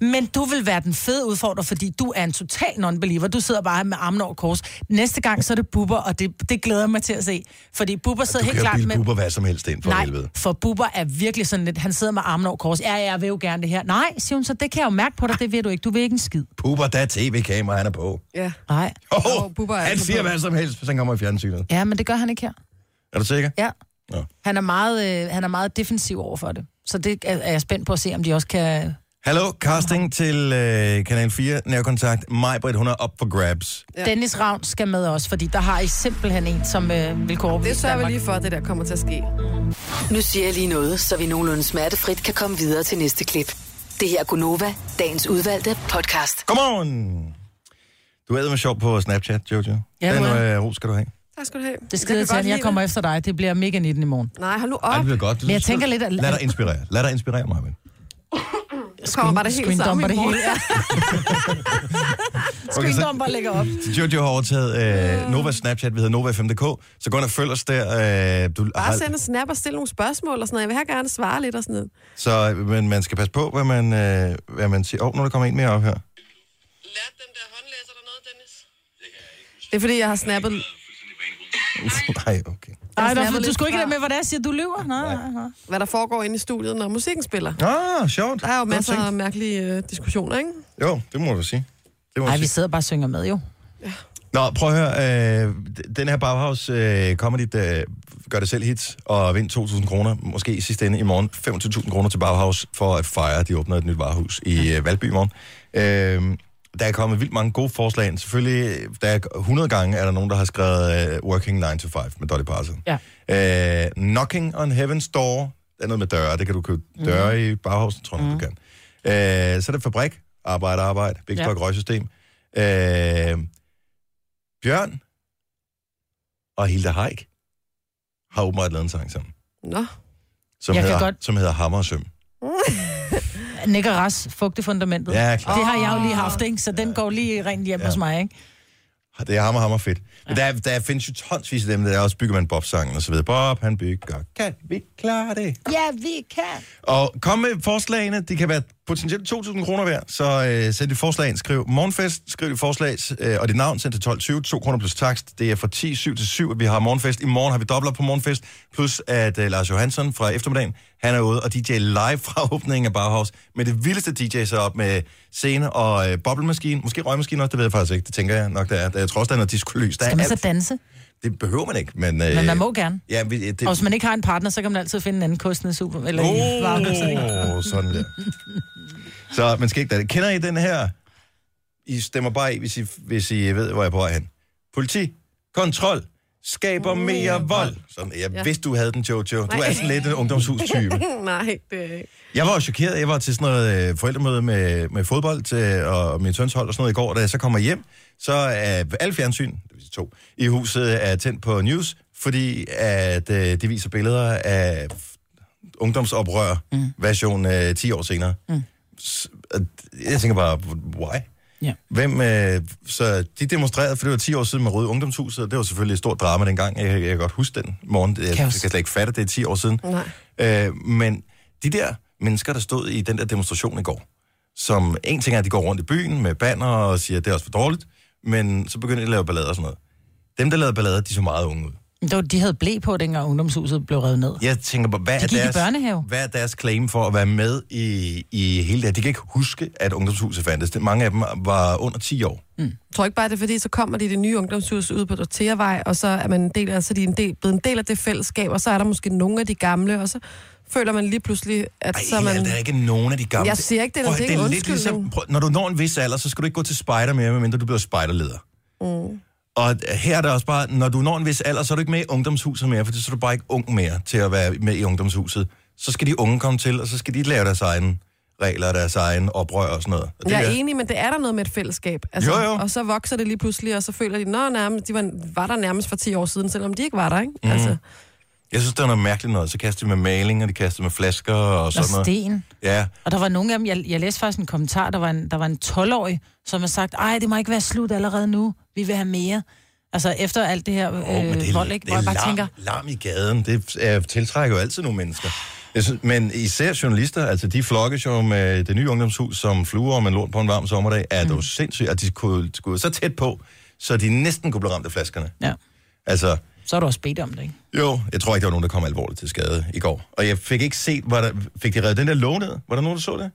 [SPEAKER 3] Men du vil være den fede udfordrer, fordi du er en total non-believer. Du sidder bare med armen over kors. Næste gang, så er det Bubber, og det, det glæder jeg mig til at se. Fordi Bubber sidder
[SPEAKER 2] Du
[SPEAKER 3] helt
[SPEAKER 2] kan
[SPEAKER 3] klart
[SPEAKER 2] jo
[SPEAKER 3] med...
[SPEAKER 2] bilde Bubber hvad som helst ind for
[SPEAKER 3] Nej,
[SPEAKER 2] helvede.
[SPEAKER 3] for Bubber er virkelig sådan lidt... Han sidder med armen over kors. Ja, ja, jeg vil jo gerne det her. Nej, siger hun så, det kan jeg jo mærke på dig. Det ved du ikke. Du vil ikke en skid.
[SPEAKER 2] Bubber, der er tv-kamera, han er på.
[SPEAKER 4] Ja.
[SPEAKER 3] Nej.
[SPEAKER 2] Oh,
[SPEAKER 4] Åh, Bubber er
[SPEAKER 2] han
[SPEAKER 4] altså
[SPEAKER 2] siger
[SPEAKER 4] på.
[SPEAKER 2] hvad som helst, hvis han kommer i fjernsynet.
[SPEAKER 3] Ja, men det gør han ikke her.
[SPEAKER 2] Er du sikker?
[SPEAKER 3] Ja.
[SPEAKER 2] Nå.
[SPEAKER 3] Han er meget, øh, han er meget defensiv over for det. Så det er, er jeg spændt på at se, om de også kan...
[SPEAKER 2] Hallo, casting til øh, Kanal 4, Nærkontakt. Majbrit, hun er up for grabs.
[SPEAKER 4] Ja.
[SPEAKER 3] Ja. Dennis Ravn skal med os, fordi der har I simpelthen en, som øh, vil gå over
[SPEAKER 4] Det sørger vi lige for, at det der kommer til at ske.
[SPEAKER 1] Nu siger jeg lige noget, så vi nogenlunde smertefrit kan komme videre til næste klip. Det her er Gunova, dagens udvalgte podcast.
[SPEAKER 2] Godmorgen! Du er med sjov på Snapchat, Jojo.
[SPEAKER 3] Ja,
[SPEAKER 2] Den
[SPEAKER 3] du er.
[SPEAKER 2] øh, ros skal du have.
[SPEAKER 4] Tak skal du have.
[SPEAKER 3] Det
[SPEAKER 4] Jeg
[SPEAKER 3] skider
[SPEAKER 4] kan
[SPEAKER 3] til,
[SPEAKER 4] godt
[SPEAKER 3] at jeg
[SPEAKER 4] lide
[SPEAKER 3] kommer efter dig. Det bliver mega 19 i morgen.
[SPEAKER 4] det. Nej, hold nu
[SPEAKER 2] Ej,
[SPEAKER 4] op.
[SPEAKER 2] det bliver godt.
[SPEAKER 3] Men jeg tænker lidt, at-
[SPEAKER 2] Lad dig inspirere. Lad dig inspirere, Majbrit.
[SPEAKER 4] Det kommer bare det helt sammen i
[SPEAKER 3] det
[SPEAKER 4] morgen.
[SPEAKER 3] hele. Ja.
[SPEAKER 2] Okay, så-
[SPEAKER 3] Screendumper lægger op.
[SPEAKER 2] Jojo har overtaget øh, Novas Snapchat, vi hedder Nova5.dk, så gå ind og følg os der. Øh, du har,
[SPEAKER 4] Bare send en snap og stil nogle spørgsmål og sådan noget. Jeg vil her gerne svare lidt og sådan noget.
[SPEAKER 2] så men man skal passe på, hvad man, øh, hvad man siger. Åh, oh, nu er der kommer en mere op her.
[SPEAKER 6] lærte den der håndlæser der noget, Dennis?
[SPEAKER 4] Det er fordi, jeg har snappet...
[SPEAKER 2] <laughs> Nej, okay.
[SPEAKER 3] Nej,
[SPEAKER 4] snapper
[SPEAKER 3] du, du
[SPEAKER 4] lidt
[SPEAKER 3] skulle ikke
[SPEAKER 4] fra-
[SPEAKER 3] det med, hvordan jeg siger, du lyver. Nej, nej, nej.
[SPEAKER 4] hvad der foregår inde i studiet, når musikken spiller.
[SPEAKER 2] Ah, sjovt.
[SPEAKER 4] Der er jo
[SPEAKER 2] Godt
[SPEAKER 4] masser af
[SPEAKER 2] tænkt.
[SPEAKER 4] mærkelige øh, diskussioner, ikke?
[SPEAKER 2] Jo, det må du sige. Det må
[SPEAKER 3] Ej,
[SPEAKER 2] du
[SPEAKER 3] vi
[SPEAKER 2] sige.
[SPEAKER 3] sidder bare og synger med, jo.
[SPEAKER 2] Nå, prøv at høre. Øh, d- den her Bauhaus øh, Comedy øh, gør det selv hit og vind 2.000 kroner, måske i sidste ende i morgen. 25.000 kroner til Bauhaus for at fejre, at de åbner et nyt varehus i øh, Valby i morgen. Øh, der er kommet vildt mange gode forslag. ind. Selvfølgelig, øh, der er 100 gange er der nogen, der har skrevet øh, Working 9 to 5 med Dolly Parton.
[SPEAKER 3] Ja.
[SPEAKER 2] Øh, knocking on Heaven's Door. Der er noget med døre. Det kan du købe
[SPEAKER 3] Mhm.
[SPEAKER 2] døre i Bauhausen, tror jeg, mm. du kan. Øh, så er det fabrik. Arbejde, arbejde. Big
[SPEAKER 3] Ja.
[SPEAKER 2] Stock Røgsystem. Øh, Bjørn og Hilda Haik har åbenbart lavet en sang sammen,
[SPEAKER 4] Nå.
[SPEAKER 2] som,
[SPEAKER 3] Jeg kan
[SPEAKER 2] hedder,
[SPEAKER 3] godt-
[SPEAKER 2] som hedder Hammer og Søm.
[SPEAKER 3] Nick og Ras, fugtefundamentet.
[SPEAKER 2] Ja, klart.
[SPEAKER 3] Det har jeg jo lige haft, ikke? Så den går lige rent hjem
[SPEAKER 2] Ja.
[SPEAKER 3] hos mig, ikke?
[SPEAKER 2] Det er hammer, hammer fedt. Men der, der findes jo tonsvis af dem, der er også bygger man Bob-sangen og så videre. Bob, han bygger. Kan vi klare det?
[SPEAKER 3] Ja, vi kan.
[SPEAKER 2] Og kom med forslagene. De kan være potentielt 2.000 kroner hver. Så øh, send dit forslag ind. Skriv morgenfest, skriv dit forslag øh, og dit navn. Send til 12.20. 2 kroner plus takst. Det er fra 10, 7 til 7, at vi har morgenfest. I morgen har vi dobbler på morgenfest. Plus at øh, Lars Johansson fra eftermiddagen, han er ude og DJ live <laughs> fra åbningen af Bauhaus. Med det vildeste DJ så op med scene og øh, boblemaskine. Måske røgmaskine også, det ved jeg faktisk ikke. Det tænker jeg nok, der er. Jeg tror også, der er noget diskolys. Der
[SPEAKER 3] Skal
[SPEAKER 2] er
[SPEAKER 3] man så
[SPEAKER 2] alt.
[SPEAKER 3] danse?
[SPEAKER 2] Det behøver man ikke, men... Øh,
[SPEAKER 3] Men man må gerne.
[SPEAKER 2] Ja, vi- det,
[SPEAKER 3] Og hvis man ikke har en partner, så kan man altid finde en anden kostende super, eller oh. i varmehuset, ikke?
[SPEAKER 2] Åh, oh, sådan der. Så man skal ikke lade det. Kender I den her? I stemmer bare i, hvis I, hvis I ved, hvor jeg er på vej hen. Politi, kontrol, skaber mere vold. Sådan, jeg ja. vidste, du havde den, Jojo. Du er sådan lidt en
[SPEAKER 4] <laughs>
[SPEAKER 2] ungdomshus-type.
[SPEAKER 4] Nej, det er ikke.
[SPEAKER 2] Jeg var jo chokeret. Jeg var til sådan noget øh, forældremøde med, med fodbold til, og min søns hold og sådan noget i går. Da jeg så kommer hjem, så er alle fjernsyn, det vil sige to, i huset er tændt på news, fordi at øh, det viser billeder af ungdomsoprør mm. version øh, 10 år senere. Mm. S- og jeg tænker bare, why?
[SPEAKER 3] Ja.
[SPEAKER 2] Hvem, øh, så de demonstrerede, for det var 10 år siden med Røde Ungdomshuset, og det var selvfølgelig et stort drama dengang. Jeg, jeg kan godt huske den morgen. Jeg, jeg kan
[SPEAKER 3] Kaos.
[SPEAKER 2] slet ikke fatte, at det er 10 år siden. Øh, men de der mennesker, der stod i den der demonstration i går, som en ting er, at de går rundt i byen med banner og siger, at det er også for dårligt, men så begynder de at lave ballader og sådan noget. Dem, der lavede ballader, de så meget unge ud.
[SPEAKER 3] Men det var- De havde blæ på, dengang ungdomshuset blev revet ned.
[SPEAKER 2] Jeg tænker på, hvad,
[SPEAKER 3] De gik i
[SPEAKER 2] er, deres,
[SPEAKER 3] børnehave.
[SPEAKER 2] hvad er deres claim for at være med i, i hele det her? De kan ikke huske, at ungdomshuset fandtes. Det- Mange af dem var under 10 år.
[SPEAKER 4] Jeg tror ikke bare, det er fordi, så kommer de i det nye ungdomshus ude på Dorteavej, og så er man en del af, så er de en del, blevet en del af det fællesskab, og så er der måske nogle af de gamle, og så føler man lige pludselig, at
[SPEAKER 2] Ej,
[SPEAKER 4] så er man...
[SPEAKER 2] man... der er ikke nogen af de gamle.
[SPEAKER 4] Jeg siger ikke, det er-
[SPEAKER 2] Prøv at
[SPEAKER 4] det er
[SPEAKER 2] høre,
[SPEAKER 4] ikke
[SPEAKER 2] lidt ligesom-
[SPEAKER 4] undskyldning.
[SPEAKER 2] prøv, når du når en vis alder, så skal du ikke gå til spejder mere, medmindre du bliver spejderleder. Mm. Og øh, her er det også bare, når du når en vis alder, så er du ikke med i ungdomshuset mere, for så er du bare ikke ung mere til at være med i ungdomshuset. Så skal de unge komme til, og så skal de lave deres egne regler, deres egen oprør og sådan noget. Og det
[SPEAKER 4] Jeg er
[SPEAKER 2] bliver-
[SPEAKER 4] enig, men det er der noget med et fællesskab. Altså,
[SPEAKER 2] Jo, jo.
[SPEAKER 4] Og så vokser det lige pludselig, og så føler de, at de var, var der nærmest for 10 år siden, selvom de ikke var der. Ikke? Mm. Altså,
[SPEAKER 2] Jeg synes, det var noget mærkeligt noget. Så kastede de med maling, og de kastede med flasker og
[SPEAKER 3] Og
[SPEAKER 2] sådan noget.
[SPEAKER 3] sten.
[SPEAKER 2] Ja,
[SPEAKER 3] Og der var nogle af dem, jeg, jeg læste faktisk en kommentar, der var en, der var en 12-årig, som har sagt, ej, det må ikke være slut allerede nu, vi vil have mere. Altså efter alt det her
[SPEAKER 2] Åh,
[SPEAKER 3] øh,
[SPEAKER 2] men det, er-
[SPEAKER 3] vold, ikke?
[SPEAKER 2] det
[SPEAKER 3] Hvor
[SPEAKER 2] er
[SPEAKER 3] jeg bare
[SPEAKER 2] larm,
[SPEAKER 3] tænker,
[SPEAKER 2] larm i gaden. Det øh, tiltrækker jo altid nogle mennesker. Jeg synes, men især journalister, altså de flokkes jo med det nye ungdomshus, som fluer om en lort på en varm sommerdag, er mm. dog sindssygt, at de skulle, skulle så tæt på, så de næsten kunne blive ramt af flaskerne.
[SPEAKER 3] ja,
[SPEAKER 2] Altså,
[SPEAKER 3] så er du også bedt om det, ikke?
[SPEAKER 2] jo, jeg tror ikke, der var nogen, der kom alvorligt til skade i går. Og jeg fik ikke set, var der, fik de reddet den der låge ned? Var der nogen, der så det?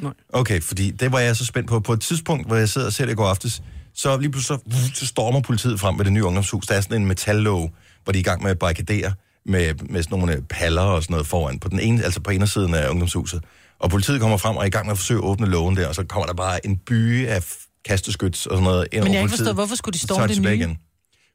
[SPEAKER 4] Nej.
[SPEAKER 2] Okay, fordi det var jeg så spændt på. På et tidspunkt, hvor jeg sidder og ser det i går aftes, så lige pludselig så, så stormer politiet frem ved det nye ungdomshus. Der er sådan en metallåge, hvor de er i gang med at barrikadere med, med sådan nogle øh, paller og sådan noget foran, på den ene, altså på indersiden af ungdomshuset. Og politiet kommer frem og er i gang med at forsøge at åbne lågen der, og så kommer der bare en byge af f- kasteskyts og sådan noget ind
[SPEAKER 3] Men
[SPEAKER 2] over
[SPEAKER 3] jeg har ikke
[SPEAKER 2] politiet.
[SPEAKER 3] forstået, hvorfor skulle de
[SPEAKER 2] Så tager
[SPEAKER 3] storme det
[SPEAKER 2] tilbage
[SPEAKER 3] nye?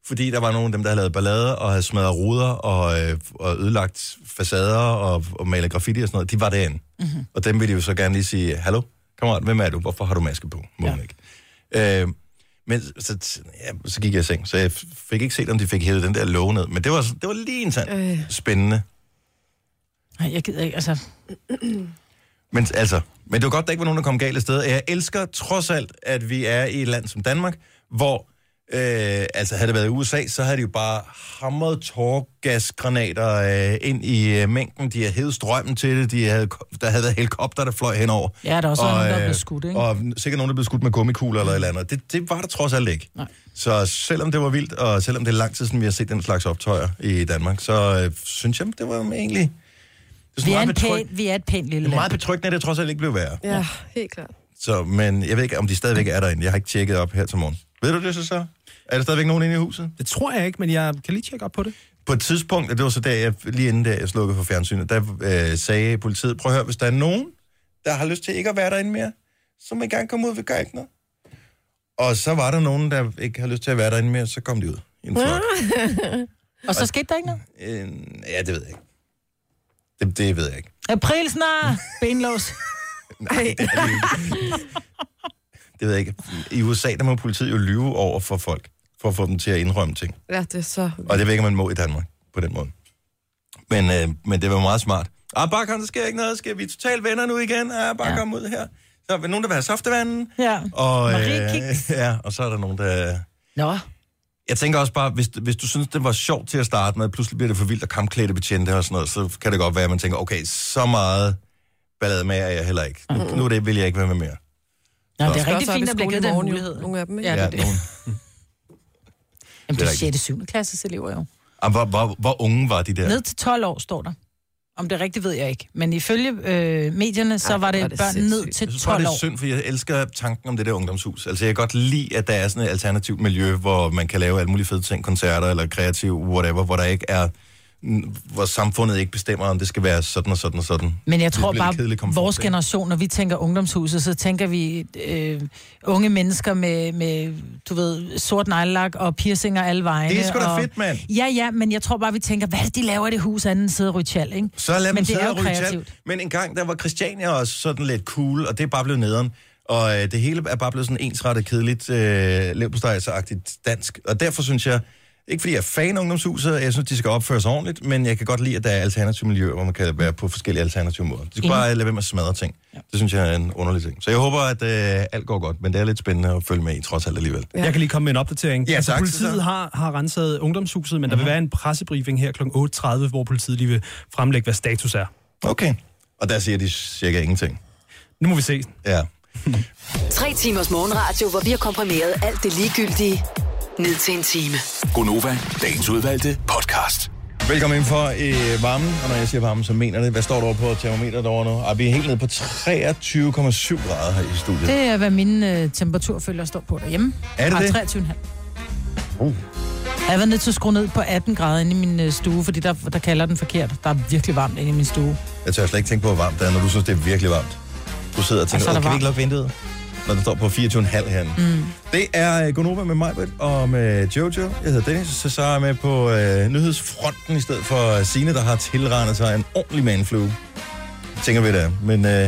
[SPEAKER 2] Fordi der var nogle af dem, der havde lavet ballade og havde smadret ruder og, øh, og ødelagt facader og, og malet graffiti og sådan noget. De var derinde. Mm-hmm. Og dem ville de jo så gerne lige sige, hallo, kammerat, hvem er du? Hvorfor har du maske på? Må ja. ikke. Øh, men så, ja, så gik jeg i seng, så jeg f- fik ikke set, om de fik hævet den der låge ned. Men det var, det var lige en sådan øh.
[SPEAKER 4] Øh.
[SPEAKER 2] spændende.
[SPEAKER 3] Nej, jeg gider ikke, altså...
[SPEAKER 2] Men, altså, men det var godt, der ikke var nogen, der kom galt af sted. Jeg elsker trods alt, at vi er i et land som Danmark, hvor, øh, altså havde det været i USA, så havde de jo bare hamret tårgasgranater øh, ind i øh, mængden. De havde hævet strømmen til det. De havde, der havde været helikopter, der fløj henover.
[SPEAKER 3] Ja, der er også nogen, der er
[SPEAKER 2] øh,
[SPEAKER 3] blevet skudt, ikke?
[SPEAKER 2] Og sikkert nogen, der blev skudt med gummikugler eller et eller andet. Det, det var der trods alt ikke.
[SPEAKER 3] Nej.
[SPEAKER 2] Så selvom det var vildt, og selvom det er lang tid siden, vi har set den slags optøjer i Danmark, så øh, synes jeg, det var egentlig... Det sådan
[SPEAKER 3] Vi er,
[SPEAKER 2] meget
[SPEAKER 3] en
[SPEAKER 2] betryg-
[SPEAKER 3] pæn, vi er et pænt lille
[SPEAKER 2] det er meget
[SPEAKER 3] land.
[SPEAKER 2] betryggende, at det trods alt ikke blev værre.
[SPEAKER 4] Ja, helt klart.
[SPEAKER 2] Så, men jeg ved ikke, om de stadigvæk er derinde. Jeg har ikke tjekket op her til morgen. Ved du det så så? Er der stadigvæk nogen inde i huset?
[SPEAKER 7] Det tror jeg ikke, men jeg kan lige tjekke op på det.
[SPEAKER 2] På et tidspunkt, og det var så der, jeg, lige inden der, jeg slukkede for fjernsynet, der øh, sagde politiet, prøv at høre, hvis der er nogen, der har lyst til ikke at være derinde mere, så må I gerne komme ud, vi gør ikke noget. Og så var der nogen, der ikke har lyst til at være derinde mere, så kom de ud. i En flok.
[SPEAKER 3] Og så skete der ikke noget.
[SPEAKER 2] Øh, ja, det ved jeg ikke. Det, det ved jeg ikke.
[SPEAKER 3] April
[SPEAKER 2] <laughs>
[SPEAKER 3] snart! Benlås.
[SPEAKER 2] Nej, <laughs> det er det ikke. Det ved jeg ikke. I USA, der må politiet jo lyve over for folk, for at få dem til at indrømme ting.
[SPEAKER 4] Ja, det er så...
[SPEAKER 2] Og det ved jeg ikke, om man må i Danmark på den måde. Men, øh, men det var meget smart. Ah, bare kom, der sker ikke noget. Skal vi totalt venner nu igen? Ah, bare ja.
[SPEAKER 3] Ja.
[SPEAKER 2] kom ud her. Så er der nogen, der vil have saftevanden.
[SPEAKER 3] Ja.
[SPEAKER 2] Og, øh,
[SPEAKER 3] Marie Kiks.
[SPEAKER 2] ja, og så er der nogen, der...
[SPEAKER 3] Nå,
[SPEAKER 2] Jeg tænker også bare, hvis, hvis du synes, det var sjovt til at starte med, pludselig bliver det for vildt at kampklæde betjente og sådan noget, så kan det godt være, at man tænker, okay, så meget ballade med er jeg heller ikke. Nu, nu er det, vil jeg ikke være med mere.
[SPEAKER 3] Nå det
[SPEAKER 4] Skal
[SPEAKER 3] er rigtig
[SPEAKER 4] også op i
[SPEAKER 3] fint, at
[SPEAKER 4] skole
[SPEAKER 3] bliver givet
[SPEAKER 4] i
[SPEAKER 3] den
[SPEAKER 4] morgen, jo,
[SPEAKER 3] mulighed.
[SPEAKER 4] Nogle af dem, ikke?
[SPEAKER 3] Ja,
[SPEAKER 4] Ja.
[SPEAKER 3] det er det.
[SPEAKER 2] nogen.
[SPEAKER 3] Jamen,
[SPEAKER 2] Det
[SPEAKER 3] det
[SPEAKER 2] er
[SPEAKER 3] er
[SPEAKER 2] rigtigt.
[SPEAKER 3] 6. 7. klasses elever jo.
[SPEAKER 2] Ah, hvor, hvor, hvor unge var de der?
[SPEAKER 3] Ned til 12 år står der. Om det er rigtigt, ved jeg ikke. Men ifølge øh, medierne, så
[SPEAKER 4] Ej,
[SPEAKER 3] var
[SPEAKER 4] hvor er
[SPEAKER 3] det
[SPEAKER 4] det
[SPEAKER 3] børn ned
[SPEAKER 4] sindssygt.
[SPEAKER 3] til
[SPEAKER 2] Jeg tror,
[SPEAKER 3] 12
[SPEAKER 2] det
[SPEAKER 3] år.
[SPEAKER 2] er synd, for jeg elsker tanken om det der ungdomshus. Altså, jeg kan godt lide, at der er sådan et alternativt miljø, hvor man kan lave alle mulige fede ting, koncerter eller kreativ, whatever, hvor der ikke er mm, hvor samfundet ikke bestemmer, om det skal være sådan og sådan og sådan.
[SPEAKER 3] Men jeg tror
[SPEAKER 2] bliver en kedelig
[SPEAKER 3] bare,
[SPEAKER 2] komfort,
[SPEAKER 3] vores
[SPEAKER 2] ikke?
[SPEAKER 3] generation, når vi tænker ungdomshuset, så tænker vi øh, unge mennesker med, med, du ved, sort neglelak og piercinger alle vejen.
[SPEAKER 2] Det er sgu da
[SPEAKER 3] og...
[SPEAKER 2] fedt, mand.
[SPEAKER 3] Ja, ja, men jeg tror bare, vi tænker, hvad er det, de laver i det hus anden side af Rytjal, ikke?
[SPEAKER 2] Så lad
[SPEAKER 3] Men
[SPEAKER 2] dem
[SPEAKER 3] det er
[SPEAKER 2] sidde
[SPEAKER 3] jo
[SPEAKER 2] og ryge tjal.
[SPEAKER 3] kreativt.
[SPEAKER 2] Men en gang, der var Christiania også sådan lidt cool, og det er bare blevet nederen. Og øh, det hele er bare blevet sådan ensrettet, kedeligt, øh, levpostejsagtigt dansk. Og derfor synes jeg, ikke fordi jeg er fan af ungdomshuset, jeg synes, de skal opføre sig ordentligt, men jeg kan godt lide, at der er alternative miljøer, hvor man kan være på forskellige alternative måder. De skal bare lade være med at smadre ting. Ja. Det synes jeg er en underlig ting. Så jeg håber, at øh, alt går godt, men det er lidt spændende at følge med i, trods alt alligevel.
[SPEAKER 7] Ja. Jeg kan lige komme med en opdatering. Altså,
[SPEAKER 2] Ja, tak, Cesar.
[SPEAKER 7] politiet har, har renset ungdomshuset, men der
[SPEAKER 4] Mhm.
[SPEAKER 7] vil være en pressebriefing her kl. 8.30, hvor politiet lige vil fremlægge, hvad status er.
[SPEAKER 2] Okay. Og der siger de cirka ingenting.
[SPEAKER 7] Nu må vi se.
[SPEAKER 2] Ja.
[SPEAKER 1] Tre timers morgenradio, hvor vi har komprimeret alt det ligegyldige ned til en time.
[SPEAKER 5] Gonova, dagens udvalgte podcast.
[SPEAKER 2] Velkommen ind for øh, varmen, og når jeg siger varmen, så mener det. Hvad står der over på termometeret derovre nu? Ej, vi er helt nede på 23,7 grader her i studiet.
[SPEAKER 3] Det er, hvad mine øh, temperaturfølger står på derhjemme.
[SPEAKER 2] Er det
[SPEAKER 3] Ej,
[SPEAKER 2] det?
[SPEAKER 3] 23,5. Uh. Jeg var nødt til at skrue ned på 18 grader inde i min øh, stue, fordi der, der kalder den forkert. Der er virkelig varmt inde i min stue.
[SPEAKER 2] Jeg tør slet ikke tænke på, hvor varmt det er, når du synes, det er virkelig varmt. Du sidder og tænker,
[SPEAKER 3] så er
[SPEAKER 2] "Åh,
[SPEAKER 3] der
[SPEAKER 2] kan vi
[SPEAKER 3] varmt."
[SPEAKER 2] ikke lukke vinduet? Når det står på 24,5 herinde. Mm. Det er øh, Gonova med mig, og med Jojo. Jeg hedder Dennis, så så er jeg med på øh, nyhedsfronten i stedet for Sine, der har tilregnet sig en ordentlig manflue. Tænker vi da. Men øh, ja,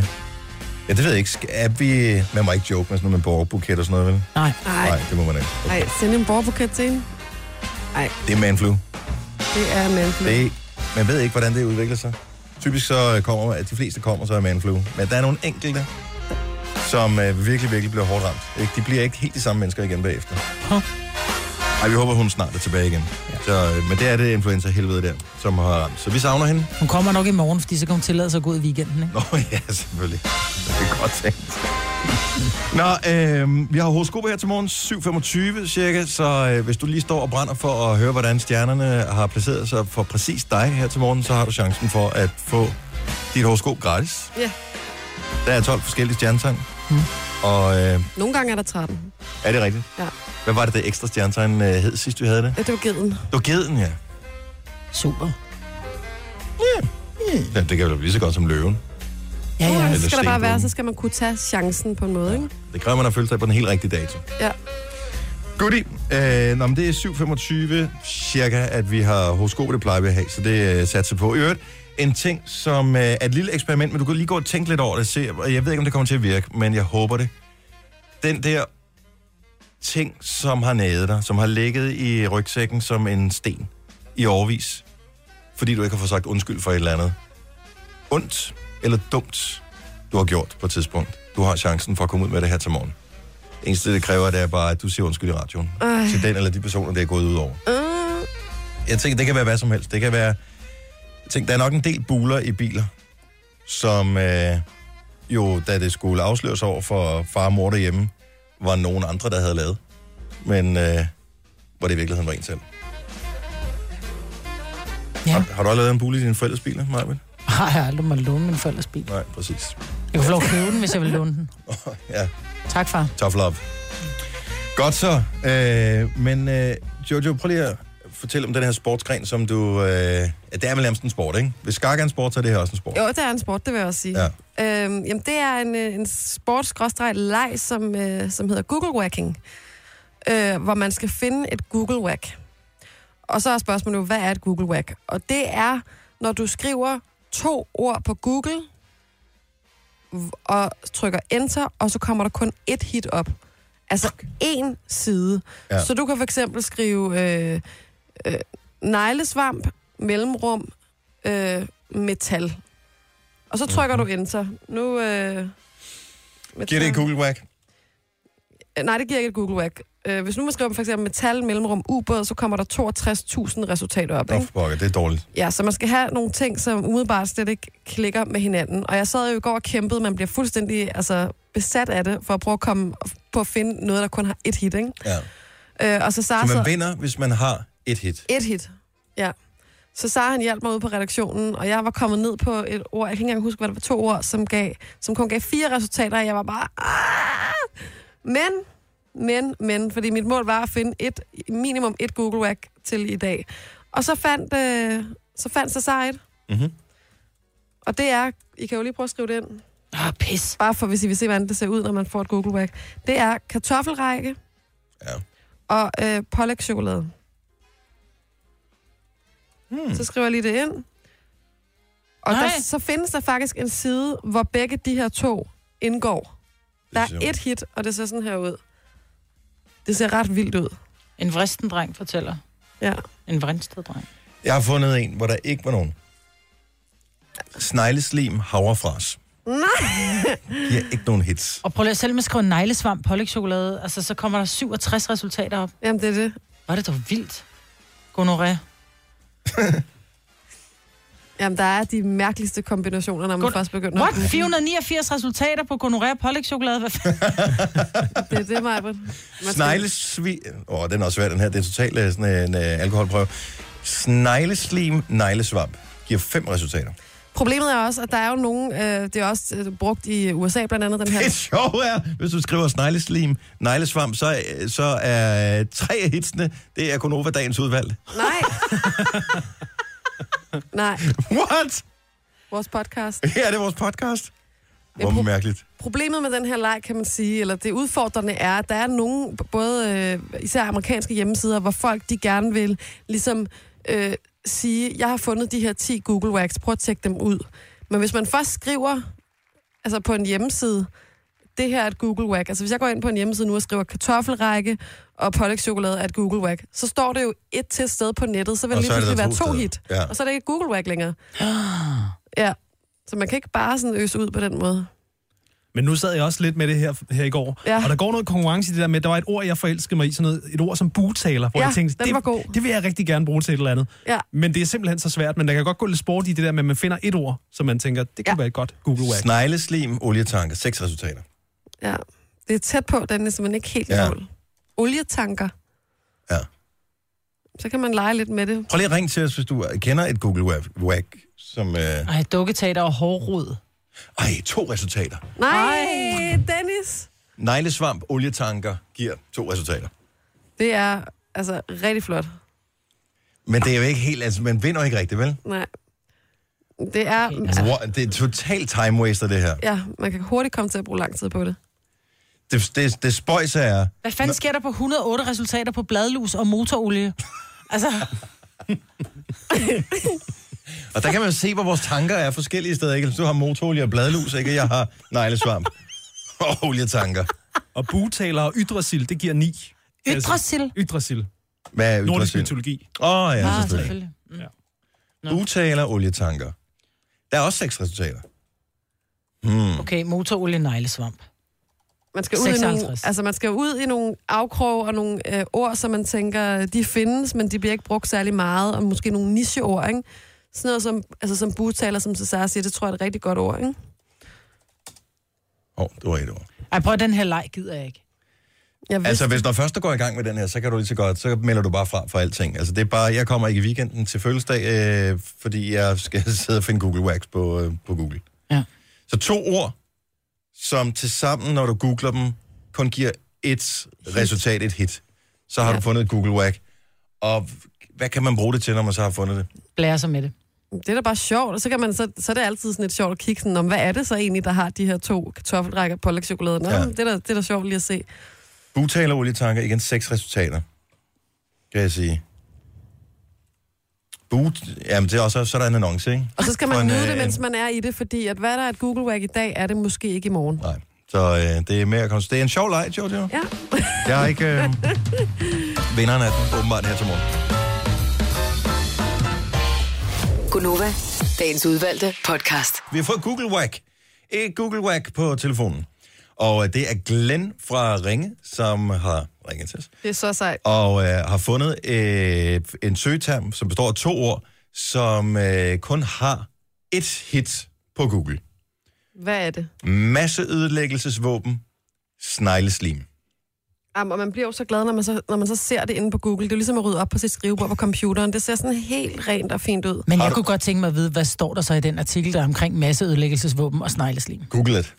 [SPEAKER 2] det ved jeg ikke. Skal- Er vi... Man må ikke joke med sådan noget med borgerbuket og sådan noget, vel?
[SPEAKER 3] Nej.
[SPEAKER 4] Ej,
[SPEAKER 2] Nej, det må man ikke.
[SPEAKER 4] ej, send en borgerbuket til hende.
[SPEAKER 2] Det er manflu.
[SPEAKER 4] Det er mandflue.
[SPEAKER 2] Det Man ved ikke, hvordan det udvikler sig. Typisk så øh, kommer, at de fleste kommer, så er manflu. Men der er nogle enkelte, som øh, virkelig, virkelig bliver hårdt ramt. Ikke? De bliver ikke helt de samme mennesker igen bagefter.
[SPEAKER 3] Huh.
[SPEAKER 2] Ej, vi håber, hun snart er tilbage igen. Ja. Så, øh, men det er det influenza-helvede der, som har ramt. Så vi savner hende.
[SPEAKER 3] Hun kommer nok i morgen, fordi så kan hun tillade sig at gå ud i weekenden, ikke?
[SPEAKER 2] Nå ja, selvfølgelig. Det er godt tænkt. Nå, øh, vi har horoskoper her til morgen, 7.25 cirka, så øh, hvis du lige står og brænder for at høre, hvordan stjernerne har placeret sig for præcis dig her til morgen, så har du chancen for at få dit horoskop gratis.
[SPEAKER 4] Ja.
[SPEAKER 2] Der er 12 forskellige stjernetegn, mm. og øh,
[SPEAKER 4] Nogle gange er der 13.
[SPEAKER 2] er det rigtigt?
[SPEAKER 4] Ja.
[SPEAKER 2] Hvad var det, det ekstra stjernetegn øh, hed sidst, vi havde det?
[SPEAKER 4] Ja, det var geden.
[SPEAKER 2] Du geden, ja.
[SPEAKER 3] Super.
[SPEAKER 2] ja. Det kan jo lige så godt som løven.
[SPEAKER 3] Ja, ja.
[SPEAKER 4] Så skal der bare
[SPEAKER 2] stenbukken.
[SPEAKER 4] være, så skal man kunne tage chancen på en måde, ikke?
[SPEAKER 2] Det kræver, at man har følt sig på den helt rigtige dato.
[SPEAKER 4] Ja.
[SPEAKER 2] Goodie. Øh, nå, men det er 7.25 cirka, at vi har horoskop, det plejer vi at have, så det øh, satser på. I øvrigt, en ting, som øh, er et lille eksperiment, men du kan lige gå og tænke lidt over det, se, og jeg ved ikke, om det kommer til at virke, men jeg håber det. Den der ting, som har nædet dig, som har ligget i rygsækken som en sten i overvis, fordi du ikke har fået sagt undskyld for et eller andet. Ondt eller dumt, du har gjort på et tidspunkt. Du har chancen for at komme ud med det her til morgen. Det eneste, det kræver, det er bare, at du siger undskyld i radioen.
[SPEAKER 4] Ej.
[SPEAKER 2] Til den eller de personer, det er gået ud over.
[SPEAKER 4] Uh,
[SPEAKER 2] Jeg tænker, det kan være hvad som helst. Det kan være... Jeg tænker, der er nok en del buler i biler, som øh, jo, da det skulle afsløres over for far og mor derhjemme, var nogen andre, der havde lavet. Men øh, hvor det i virkeligheden var en selv.
[SPEAKER 3] Ja.
[SPEAKER 2] Har, har du aldrig lavet en bule i dine forældres biler, Marvind?
[SPEAKER 3] Har jeg aldrig måtte låne min forældres bil.
[SPEAKER 2] Nej, præcis.
[SPEAKER 3] Jeg kunne få lov at købe den, hvis jeg ville låne den.
[SPEAKER 2] Ja,
[SPEAKER 3] Tak, far.
[SPEAKER 2] tough love. Godt så. Øh, men øh, Jojo, prøv lige at fortælle om den her sportsgren, som du... Øh, ja, det er vel nærmest en sport, ikke? Hvis skak er en sport, så er det her også en sport.
[SPEAKER 4] jo, det er en sport, det vil jeg også sige.
[SPEAKER 2] Ja.
[SPEAKER 4] Øhm, jamen, det er en, øh, en sportsgråstreg-leg, som, øh, som hedder Google Whacking, øh, hvor man skal finde et Google Whack. Og så er spørgsmålet jo, hvad er et Google Whack? Og det er, når du skriver to ord på Google, v- og trykker Enter, og så kommer der kun et hit op. Altså én side.
[SPEAKER 2] Ja.
[SPEAKER 4] Ja. Så du kan for eksempel skrive øh, øh, neglesvamp, mellemrum, øh, metal. Og så trykker du enter. Nu... Øh, metal.
[SPEAKER 2] Mhm. Giver det et Google whack?
[SPEAKER 4] Nej, det giver ikke et Google Whack. Øh, hvis nu man skriver for eksempel metal, mellemrum, ubåd, så kommer der 62.000 resultater op.
[SPEAKER 2] Nå,
[SPEAKER 4] Ikke?
[SPEAKER 2] for pokker, det er dårligt.
[SPEAKER 4] Ja, så man skal have nogle ting, som umiddelbart slet ikke klikker med hinanden. Og jeg sad jo i går og kæmpede, man bliver fuldstændig altså, besat af det, for at prøve at komme på at finde noget, der kun har et hit, ikke?
[SPEAKER 2] Ja. Altså-
[SPEAKER 4] Øh, og så Sara
[SPEAKER 2] Så man
[SPEAKER 4] sad...
[SPEAKER 2] vinder, hvis man har et hit.
[SPEAKER 4] Et hit, ja. Så Sara han hjalp mig ud på redaktionen, og jeg var kommet ned på et ord, jeg kan ikke engang huske, hvad det var, to ord, som, gav, som kun gav fire resultater, og jeg var bare... "Ah!" Men, men, men, fordi mit mål var at finde et, minimum et Google Whack til i dag. Og så fandt, øh, så fandt så Sara et.
[SPEAKER 2] Mhm.
[SPEAKER 4] Og det er, I kan jo lige prøve at skrive det ind,
[SPEAKER 3] Ah, pis.
[SPEAKER 4] bare for hvis I vil se, hvordan det ser ud, når man får et Google Whack. Det er kartoffelrække
[SPEAKER 2] Ja.
[SPEAKER 4] og øh, pålægtschokolade.
[SPEAKER 2] Hmm.
[SPEAKER 4] Så skriver jeg lige det ind. Og
[SPEAKER 3] Nej.
[SPEAKER 4] der, så findes der faktisk en side, hvor begge de her to indgår. Der er
[SPEAKER 2] sjovt.
[SPEAKER 4] et hit, og det ser sådan her ud. Det ser ret vildt ud.
[SPEAKER 3] En vristen dreng fortæller.
[SPEAKER 4] Ja.
[SPEAKER 3] En vristet dreng.
[SPEAKER 2] Jeg har fundet en, hvor der ikke var nogen. Snegleslim havrefras. Nej! Giver ikke nogen hits.
[SPEAKER 3] Og prøv lige at selv med at skrive neglesvamp, pålægtschokolade. Altså, så kommer der 67 resultater op.
[SPEAKER 4] Jamen, det er det.
[SPEAKER 3] Var det dog vildt? Gonoré.
[SPEAKER 4] Jamen, der er de mærkeligste kombinationer, når man
[SPEAKER 3] Godt.
[SPEAKER 4] først begynder.
[SPEAKER 3] What? 489 resultater på gonoré og pålægtschokolade? Hvad fanden?
[SPEAKER 4] Det er det, Majbrit.
[SPEAKER 2] Sneglesvi... Åh, oh, den er også svær, den her. Det er totalt øh, sådan en øh, alkoholprøve. Snegleslim neglesvamp giver fem resultater.
[SPEAKER 4] Problemet er også, at der er jo nogen, øh, det er også øh, brugt i USA blandt andet, den her.
[SPEAKER 2] Det sjove er, hvis du skriver snegleslim, neglesvamp, så, øh, så er øh, tre af hitsene, det er Konova dagens udvalg. <laughs>
[SPEAKER 4] Nej. Nej,
[SPEAKER 2] What?
[SPEAKER 4] vores podcast.
[SPEAKER 2] Her er det vores podcast.
[SPEAKER 4] Men
[SPEAKER 2] Hvor
[SPEAKER 4] pro-
[SPEAKER 2] mærkeligt.
[SPEAKER 4] Problemet med den her leg, kan man sige, eller det udfordrende er, at der er nogle, både øh, især amerikanske hjemmesider, hvor folk de gerne vil ligesom øh, sige, jeg har fundet de her 10 Google Works, prøv at tjekke dem ud. Men hvis man først skriver altså på en hjemmeside, det her er et Google Whack. Altså hvis jeg går ind på en hjemmeside nu og skriver kartoffelrække og pålægtschokolade er et Google Whack, så står det jo et til sted på nettet, så vil
[SPEAKER 2] Og
[SPEAKER 4] det lige
[SPEAKER 2] så er det
[SPEAKER 4] pludselig
[SPEAKER 2] der
[SPEAKER 4] være
[SPEAKER 2] to
[SPEAKER 4] to
[SPEAKER 2] steder.
[SPEAKER 4] hit.
[SPEAKER 2] Ja.
[SPEAKER 4] Og så er det ikke et Google
[SPEAKER 2] <gasps>
[SPEAKER 4] Whack længere. Ja. Så man kan ikke bare sådan øse ud på den måde.
[SPEAKER 7] Men nu sad jeg også lidt med det her, her i går,
[SPEAKER 4] Ja.
[SPEAKER 7] ja. og der går noget konkurrence i det der med, der var et ord, jeg forelskede mig i, sådan noget, et ord som butaler, hvor
[SPEAKER 4] Ja,
[SPEAKER 7] jeg tænkte,
[SPEAKER 4] den
[SPEAKER 7] det,
[SPEAKER 4] var god.
[SPEAKER 7] det vil jeg rigtig gerne bruge til et eller andet.
[SPEAKER 4] Ja.
[SPEAKER 7] Men det er simpelthen så svært, men der kan godt gå lidt sport i det der med, at man finder et ord, som man tænker, det kunne
[SPEAKER 4] Ja.
[SPEAKER 7] være et godt Google Wag.
[SPEAKER 2] Snegleslim, olietanker, seks resultater.
[SPEAKER 4] Ja. Det er tæt på, Dennis, men ikke helt
[SPEAKER 2] Ja.
[SPEAKER 4] ja. mål. Olietanker.
[SPEAKER 2] Ja.
[SPEAKER 4] Så kan man lege lidt med det.
[SPEAKER 2] Prøv lige at ringe til os, hvis du kender et Google Wha- Whack, som... Øh...
[SPEAKER 3] Ej, dukketater og hårrod.
[SPEAKER 2] Ej, to resultater.
[SPEAKER 4] Nej, Ej. Dennis!
[SPEAKER 2] Neglesvamp, olietanker giver to resultater.
[SPEAKER 4] Det er altså rigtig flot.
[SPEAKER 2] Men det er jo ikke helt... Altså, man vinder ikke rigtigt, vel?
[SPEAKER 4] Nej. Det er...
[SPEAKER 2] Wow, det er totalt time waster, det her.
[SPEAKER 4] Ja, man kan hurtigt komme til at bruge lang tid på det.
[SPEAKER 2] Det, det, det spøjs er...
[SPEAKER 3] Hvad fanden sker der på 108 resultater på bladlus og motorolie?
[SPEAKER 2] <laughs>
[SPEAKER 3] Altså,
[SPEAKER 2] Og der kan man se, hvor vores tanker er forskellige steder. Ikke? Hvis Du har motorolie og bladlus, ikke? Jeg har neglesvamp og olietanker.
[SPEAKER 7] Og butaler og ydrasil, det giver ni.
[SPEAKER 3] Yggdrasil?
[SPEAKER 7] Altså, ydrasil.
[SPEAKER 2] Hvad er
[SPEAKER 7] Nordisk
[SPEAKER 2] yggdrasil?
[SPEAKER 7] mytologi.
[SPEAKER 2] Åh, oh, ja,
[SPEAKER 3] ah,
[SPEAKER 2] selvfølgelig.
[SPEAKER 3] selvfølgelig.
[SPEAKER 2] Butaler, olietanker. Der er også seks resultater. Mm.
[SPEAKER 3] Okay, motorolie, neglesvamp.
[SPEAKER 4] Man skal ud, i nogle,
[SPEAKER 3] 56.
[SPEAKER 4] altså man skal ud i nogle afkrog og nogle øh, ord, som man tænker, de findes, men de bliver ikke brugt særlig meget, og måske nogle nicheord, ikke? Sådan noget som, altså som butaler, som Cesar siger, det tror jeg er et rigtig godt ord, ikke?
[SPEAKER 2] Åh, oh, det var et ord.
[SPEAKER 3] Ej, prøv at den her leg gider jeg ikke.
[SPEAKER 4] Jeg vidste,
[SPEAKER 2] Altså, hvis når først du går i gang med den her, så kan du lige så godt, så melder du bare fra for alting. Altså, det er bare, jeg kommer ikke i weekenden til fødselsdag, øh, fordi jeg skal <laughs> sidde og finde Google Wax på, øh, på Google.
[SPEAKER 3] Ja.
[SPEAKER 2] Så to ord, som til sammen, når du googler dem, kun giver et resultat, et hit. Så har ja.
[SPEAKER 4] Ja.
[SPEAKER 2] du fundet et Google Wax. Og hvad kan man bruge det til, når man så har fundet det?
[SPEAKER 3] Blære sig med det.
[SPEAKER 4] det er da bare sjovt, og så, kan man, så, så er det altid sådan lidt sjovt at kigge sådan, om, hvad er det så egentlig, der har de her to kartoffelrækker på chokolade? Nå,
[SPEAKER 2] Ja.
[SPEAKER 4] ja. det, er da, det er da sjovt lige at se.
[SPEAKER 2] Butaler og olietanker, igen seks resultater, kan jeg sige. But, jamen det er også, så er der en annonce, ikke?
[SPEAKER 4] Og så skal man
[SPEAKER 2] For en,
[SPEAKER 4] nyde
[SPEAKER 2] øh,
[SPEAKER 4] det, mens
[SPEAKER 2] en-
[SPEAKER 4] man er i det, fordi at hvad der er et Google Wag i dag, er det måske ikke i morgen.
[SPEAKER 2] Nej. Så øh, det er med at komme. Det er en sjov leg, Jojo. Ja.
[SPEAKER 4] Ja,
[SPEAKER 2] Jeg har ikke... Øh... Vinderen af den åbenbart her til morgen.
[SPEAKER 1] Gunova, dagens udvalgte podcast.
[SPEAKER 2] Vi har fået Google Whack. Et Google Whack på telefonen. Og øh, det er Glenn fra Ringe, som har ringet til os.
[SPEAKER 4] det er så sejt.
[SPEAKER 2] og øh, har fundet øh, en søgeterm, som består af to ord, som øh, kun har et hit på Google.
[SPEAKER 4] Hvad er det?
[SPEAKER 2] Masseødelæggelsesvåben, snegleslim.
[SPEAKER 4] Jamen, og man bliver jo så glad, når man så, når man så ser det inde på Google. Det er jo ligesom at rydde op på sit skrivebord på computeren. Det ser sådan helt rent og fint ud.
[SPEAKER 3] Men jeg kunne godt tænke mig at vide, hvad står der så i den artikel, der er omkring masseødelæggelsesvåben og snegleslim?
[SPEAKER 2] Google det.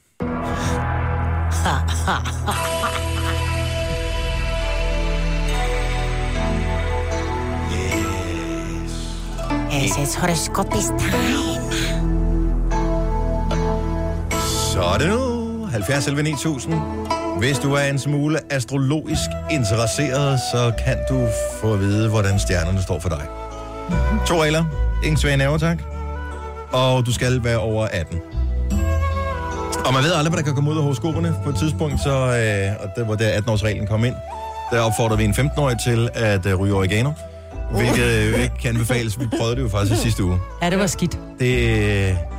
[SPEAKER 8] SS horoskop is time.
[SPEAKER 2] Så er det nu. 70 11 9000. Hvis du er en smule astrologisk interesseret, så kan du få at vide, hvordan stjernerne står for dig. To regler. Ingen svage nerver, tak. Og du skal være over 18. Og man ved aldrig, hvad der kan komme ud af horoskoperne på et tidspunkt, så, øh, og det var der 18-årsreglen kom ind. Der opfordrede vi en 15-årig til at øh, ryge oregano, hvilket øh, ikke kan anbefales. Vi prøvede det jo faktisk i sidste uge.
[SPEAKER 3] Ja, det var skidt.
[SPEAKER 2] Det,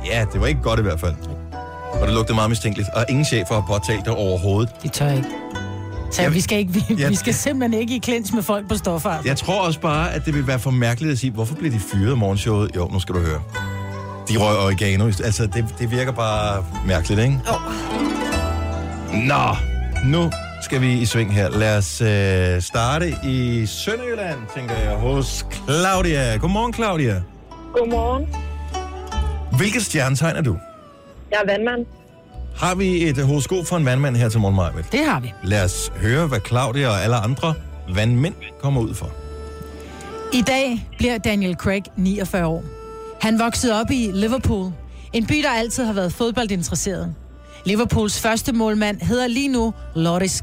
[SPEAKER 2] ja, det var ikke godt i hvert fald. Og det lugtede meget mistænkeligt, og ingen chefer har påtalt det overhovedet.
[SPEAKER 3] Det tør jeg ikke. Så
[SPEAKER 2] Jeg-
[SPEAKER 3] vi skal, ikke, vi,
[SPEAKER 2] jeg-
[SPEAKER 3] vi skal simpelthen ikke i clinch med folk på stoffer. altså.
[SPEAKER 2] Jeg tror også bare, at det vil være for mærkeligt at sige, hvorfor blev de fyret i morgenshowet? Jo, nu skal du høre. De røg oregano. i st- Altså, det, det virker bare mærkeligt, ikke? Nå, nu skal vi i sving her. Lad os øh, starte i Sønderjylland, tænker jeg, hos Claudia. Godmorgen, Claudia.
[SPEAKER 6] Godmorgen.
[SPEAKER 2] Hvilket stjernetegn er du?
[SPEAKER 6] Jeg er vandmand.
[SPEAKER 2] Har vi et øh, horoskop for en vandmand her til morgen, Majbet?
[SPEAKER 3] Det har vi.
[SPEAKER 2] Lad os høre, hvad Claudia og alle andre vandmænd kommer ud for.
[SPEAKER 3] I dag bliver Daniel Craig 49 år. Han voksede op i Liverpool, en by, der altid har været fodboldinteresseret. Liverpools første målmand hedder lige nu Loris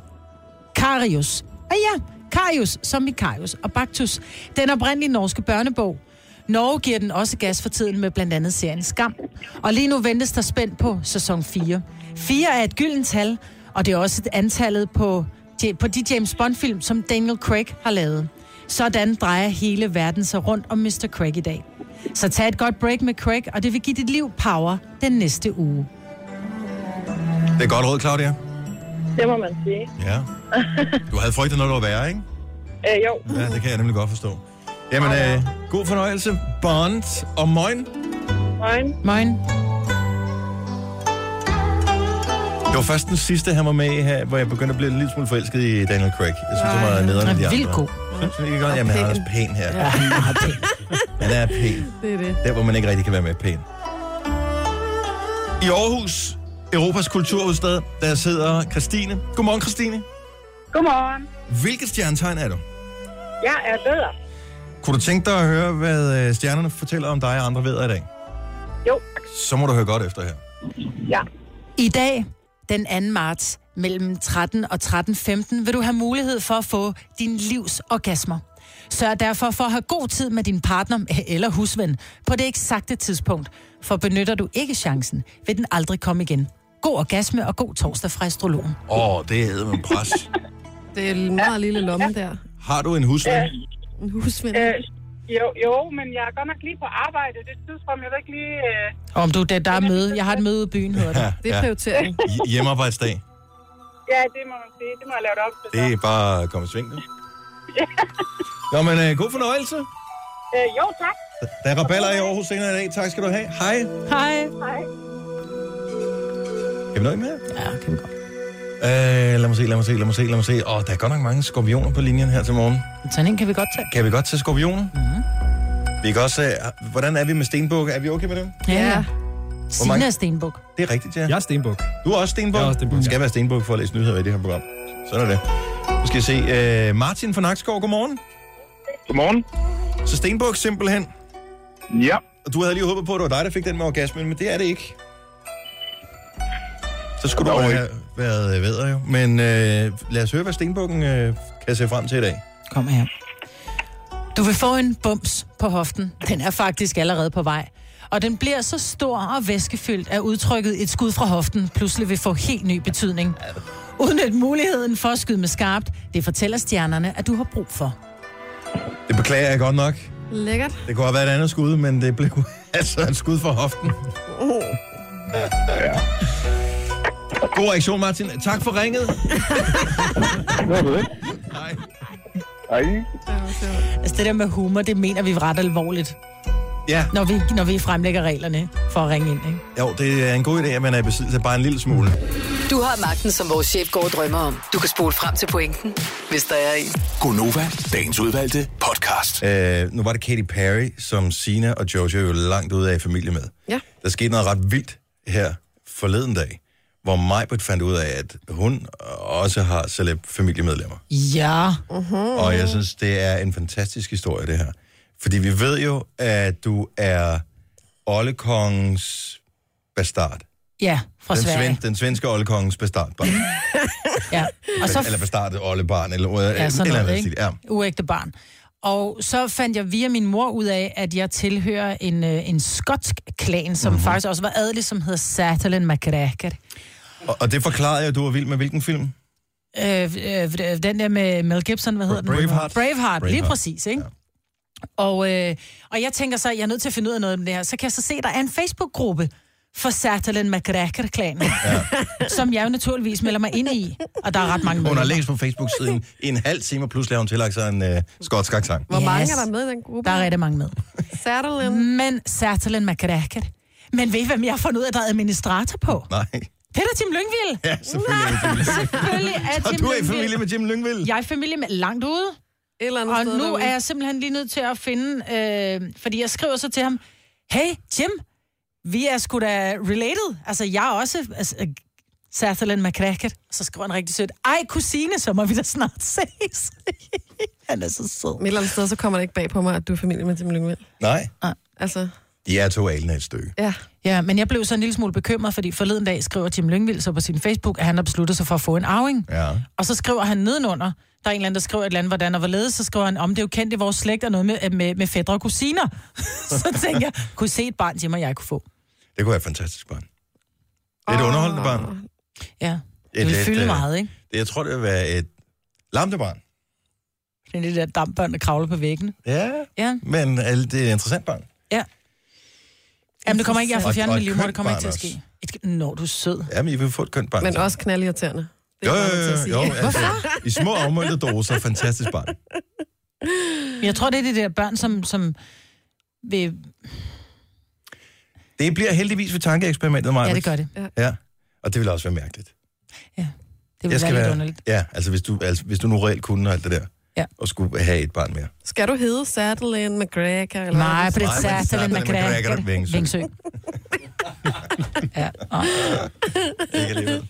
[SPEAKER 3] Karius. Og ja, Karius som i Karius og Baktus. Den oprindelige norske børnebog. Norge giver den også gas for tiden med blandt andet serien Skam. Og lige nu ventes der spændt på sæson 4. 4 er et gyldent tal, Og det er også antallet på, på de James Bond-film, som Daniel Craig har lavet. Sådan drejer hele verden sig rundt om Mr. Craig i dag. Så tag et godt break med Craig, og det vil give dit liv power den næste uge.
[SPEAKER 2] Det er godt råd, Claudia.
[SPEAKER 6] Det må man sige.
[SPEAKER 2] Ja. Du havde frygtet, når du var værre, ikke?
[SPEAKER 6] Øh, jo.
[SPEAKER 2] Ja, det kan jeg nemlig godt forstå. Jamen, øh, god fornøjelse, Bond og morgen.
[SPEAKER 6] Morgen.
[SPEAKER 3] Moin.
[SPEAKER 2] Det var først den sidste, han var med i her, hvor jeg begyndte at blive en lille smule forelsket i Daniel Craig. Jeg synes, han var nederen end
[SPEAKER 3] Han
[SPEAKER 2] de
[SPEAKER 3] er
[SPEAKER 2] andre.
[SPEAKER 3] vildt god.
[SPEAKER 2] Jeg synes ikke godt, jamen, han er også pæn her. Ja. <laughs> Han er pæn.
[SPEAKER 4] Det er det.
[SPEAKER 2] Der, hvor man ikke rigtig kan være med pæn. I Aarhus, Europas kulturhovedstad, der sidder Christine. Godmorgen, Christine.
[SPEAKER 6] Godmorgen.
[SPEAKER 2] Hvilket stjernetegn er du?
[SPEAKER 6] Jeg er bedre.
[SPEAKER 2] Kunne du tænke dig at høre, hvad øh, stjernerne fortæller om dig og andre ved i dag?
[SPEAKER 6] Jo.
[SPEAKER 2] Så må du høre godt efter her.
[SPEAKER 6] Ja.
[SPEAKER 3] I dag, den 2. marts, mellem 13 og 13.15, vil du have mulighed for at få din livs orgasmer. Sørg derfor for at have god tid med din partner <laughs> eller husven på det eksakte tidspunkt, for benytter du ikke chancen, vil den aldrig komme igen. God orgasme og god torsdag fra astrologen.
[SPEAKER 2] Åh, oh, det er med pres.
[SPEAKER 4] Det er en meget lille lomme der.
[SPEAKER 2] Har du en husven?
[SPEAKER 4] En husven.
[SPEAKER 6] Øh, jo, jo, men jeg er godt nok lige på arbejde. Det synes jeg, jeg ved ikke lige... Øh,
[SPEAKER 3] Og om du det er der er møde, jeg har et møde i byen, hedder det.
[SPEAKER 4] Det er prioritering.
[SPEAKER 2] Hj- Hjemmearbejdsdag.
[SPEAKER 6] ja, det må man sige. Det må jeg lave det op til.
[SPEAKER 2] Det er bare at komme i sving, du. Nå, men øh, god fornøjelse.
[SPEAKER 6] Øh, jo, tak.
[SPEAKER 2] Der er raballer i Aarhus senere i dag. Tak skal du have. Hej.
[SPEAKER 3] Hej.
[SPEAKER 6] Hej.
[SPEAKER 2] Kan vi nå en mere?
[SPEAKER 3] Ja, kan vi godt.
[SPEAKER 2] Øh, lad mig se, lad mig se, lad mig se, lad mig se. Åh, der er godt nok mange skorpioner på linjen her til morgen.
[SPEAKER 3] Sådan en kan vi godt tage.
[SPEAKER 2] Kan vi godt tage skorpioner? Mm-hmm. Vi kan også... Øh, hvordan er vi med stenbukke? Er vi okay med det?
[SPEAKER 3] Ja.
[SPEAKER 2] mange-
[SPEAKER 3] Sina Stenbuk.
[SPEAKER 2] Det er rigtigt, ja.
[SPEAKER 7] Jeg er Stenbuk.
[SPEAKER 2] Du er også stenbog?
[SPEAKER 7] Jeg er også stenbog,
[SPEAKER 2] Du
[SPEAKER 7] ja.
[SPEAKER 2] skal være stenbog for at læse nyheder i det her program. Sådan er det. Nu skal jeg se. Øh, Martin fra Nakskov, godmorgen.
[SPEAKER 9] Godmorgen.
[SPEAKER 2] Så stenbog simpelthen.
[SPEAKER 9] Ja.
[SPEAKER 2] Og du havde lige håbet på, at det var dig, der fik den med orgasmen, men det er det ikke. Så skulle du
[SPEAKER 9] Nå,
[SPEAKER 2] jo
[SPEAKER 9] ikke.
[SPEAKER 2] have været øh, vædder jo. Men øh, lad os høre, hvad stenbukken øh, kan se frem til i dag.
[SPEAKER 3] Kom her. Du vil få en bums på hoften. Den er faktisk allerede på vej. Og den bliver så stor og væskefyldt, at udtrykket et skud fra hoften pludselig vil få helt ny betydning. Udnyt muligheden for at skyde med skarpt. Det fortæller stjernerne, at du har brug for.
[SPEAKER 2] Det beklager jeg godt nok.
[SPEAKER 4] Lækkert.
[SPEAKER 2] Det kunne have været et andet skud, men det blev <laughs> altså et skud fra hoften. God reaktion, Martin. Tak for ringet.
[SPEAKER 9] Det var det.
[SPEAKER 2] Hej.
[SPEAKER 9] Hej.
[SPEAKER 4] Det var sjovt.
[SPEAKER 3] Altså det der med humor, det mener vi ret alvorligt,
[SPEAKER 2] Ja.
[SPEAKER 3] når vi, når vi fremlægger reglerne for at ringe ind. Ikke?
[SPEAKER 2] Jo, det er en god idé, at man er i besiddelse af bare en lille smule.
[SPEAKER 1] Du har magten, som vores chef går og drømmer om. Du kan spole frem til pointen, hvis der er en.
[SPEAKER 5] Gonova, dagens udvalgte podcast.
[SPEAKER 2] Øh, nu var det Katy Perry, som Sina og Jojo jo langt ud af i familie med.
[SPEAKER 4] Ja.
[SPEAKER 2] Der skete noget ret vildt her forleden dag, hvor Majbert fandt ud af, at hun også har celeb familiemedlemmer.
[SPEAKER 3] Ja,
[SPEAKER 2] Mm. Og jeg synes, det er en fantastisk historie, det her. Fordi vi ved jo, at du er Ollekongens bastard.
[SPEAKER 3] ja, fra
[SPEAKER 2] Den,
[SPEAKER 3] Sverige. Mm.
[SPEAKER 2] sven, den svenske Ollekongens bastardbarn.
[SPEAKER 3] Ja. Og så
[SPEAKER 2] eller bastardet Ollebarn, eller,
[SPEAKER 3] Ja,
[SPEAKER 2] eller,
[SPEAKER 3] sådan
[SPEAKER 2] eller
[SPEAKER 3] noget,
[SPEAKER 2] andet
[SPEAKER 3] ikke?
[SPEAKER 2] stil. Ja.
[SPEAKER 3] uægte barn. Og så fandt jeg via min mor ud af, at jeg tilhører en, øh, en skotsk klan,
[SPEAKER 2] Mhm.
[SPEAKER 3] som mm-hmm. faktisk også var adelig, som hedder Sutherland MacGregor.
[SPEAKER 2] Og, og det forklarede jeg, at du var vild med hvilken film?
[SPEAKER 3] Øh, øh, øh, den der med Mel Gibson, hvad hedder den?
[SPEAKER 2] Braveheart.
[SPEAKER 3] Braveheart, lige
[SPEAKER 2] Braveheart.
[SPEAKER 3] præcis, ikke? Og, øh, og jeg tænker så, at jeg er nødt til at finde ud af noget om det her. Så kan jeg så se, at der er en Facebook-gruppe for Sutherland MacGregor-klanen, ja. <laughs> som jeg jo naturligvis melder mig ind i. Og der er ret mange
[SPEAKER 2] Hun har
[SPEAKER 3] medlemmer.
[SPEAKER 2] læst på Facebook-siden
[SPEAKER 3] <laughs>
[SPEAKER 2] i en halv time, og pludselig har hun tillagt sig en øh, skotsk accent.
[SPEAKER 4] Hvor
[SPEAKER 3] Yes.
[SPEAKER 4] mange er der med i den gruppe?
[SPEAKER 3] Der er rigtig mange med.
[SPEAKER 4] Sutherland.
[SPEAKER 3] Men Sutherland MacGregor. Men ved I, hvem jeg har fundet ud af, der er administrator på?
[SPEAKER 2] Nej,
[SPEAKER 3] Det er da Tim Lyngvild.
[SPEAKER 2] ja, selvfølgelig. er det Jim Lyngvild.
[SPEAKER 3] Selvfølgelig
[SPEAKER 2] <laughs>
[SPEAKER 3] er
[SPEAKER 2] Og
[SPEAKER 3] Tim
[SPEAKER 2] du er i
[SPEAKER 3] Lyngvild.
[SPEAKER 2] familie med Jim Lyngvild.
[SPEAKER 3] Jeg er i familie med langt ude,
[SPEAKER 4] Et eller andet
[SPEAKER 3] og
[SPEAKER 4] sted
[SPEAKER 3] nu
[SPEAKER 4] derude.
[SPEAKER 3] er jeg simpelthen lige nødt til at finde, øh, fordi jeg skriver så til ham, hey Jim, vi er sgu da related. Altså, jeg er også altså, øh, Sutherland McCracket. Så skriver han rigtig sødt, ej kusine, så må vi da snart ses. <laughs> han er så sød.
[SPEAKER 4] Et eller andet sted, så kommer det ikke bag på mig, at du er familie med Tim Lyngvild.
[SPEAKER 2] Nej,
[SPEAKER 4] Altså,
[SPEAKER 2] de er to alene et stykke.
[SPEAKER 4] ja.
[SPEAKER 3] Ja, men jeg blev så en lille smule bekymret, fordi forleden dag skriver Tim Lyngvild så på sin Facebook, at han har besluttet sig for at få en arving.
[SPEAKER 2] Ja.
[SPEAKER 3] Og så skriver han nedenunder, der er en eller anden, der skriver et eller andet, hvordan og hvorledes, så skriver han, om det er jo kendt i vores slægt og noget med, med, med fædre og kusiner. <laughs> så tænker jeg, kunne se et barn, Jim og jeg kunne få. Ah.
[SPEAKER 2] Det kunne være et fantastisk barn. Det er et underholdende barn.
[SPEAKER 3] Ja. Det vil
[SPEAKER 2] lidt,
[SPEAKER 3] fylde
[SPEAKER 2] øh,
[SPEAKER 3] meget, ikke?
[SPEAKER 2] Det, jeg tror, det vil være et lamtebarn.
[SPEAKER 3] Det er det der dampbørn, der kravler på væggene.
[SPEAKER 2] Ja,
[SPEAKER 3] Ja.
[SPEAKER 2] men øh, det er et interessant barn.
[SPEAKER 3] Jamen, det kommer ikke, jeg får
[SPEAKER 2] Og-
[SPEAKER 3] fjernet
[SPEAKER 2] og
[SPEAKER 3] min
[SPEAKER 2] et
[SPEAKER 3] livmor, det kommer ikke til
[SPEAKER 2] kønt
[SPEAKER 3] at ske. Et, Nå, du er sød.
[SPEAKER 2] Jamen, I vil få et kønt barn.
[SPEAKER 4] Men
[SPEAKER 2] så.
[SPEAKER 4] også knaldirriterende. Det
[SPEAKER 2] Altså- Jo,
[SPEAKER 4] er jeg nødt til at
[SPEAKER 2] jo,
[SPEAKER 4] sige.
[SPEAKER 2] jo, jo altså, I små afmålte doser, fantastisk barn.
[SPEAKER 3] Men Jeg tror, det er de der børn, som, som vil...
[SPEAKER 2] Det bliver heldigvis ved tankeeksperimentet, Maja.
[SPEAKER 3] Ja, det gør det.
[SPEAKER 2] Ja, og det vil også være mærkeligt.
[SPEAKER 3] Det vil være lidt underligt.
[SPEAKER 2] Ja, altså hvis, du, altså hvis du nu reelt kunne og alt det der,
[SPEAKER 3] Ja.
[SPEAKER 2] og skulle have et barn mere.
[SPEAKER 4] Skal du hedde Saddleland McGregor? Eller
[SPEAKER 3] Nej, på det
[SPEAKER 2] Nej, men
[SPEAKER 3] særste,
[SPEAKER 2] Satan,
[SPEAKER 3] den man kan
[SPEAKER 2] man kan
[SPEAKER 3] have.
[SPEAKER 2] ikke Vingsø.
[SPEAKER 3] Vingsø. ja, og,
[SPEAKER 2] Ikke alligevel.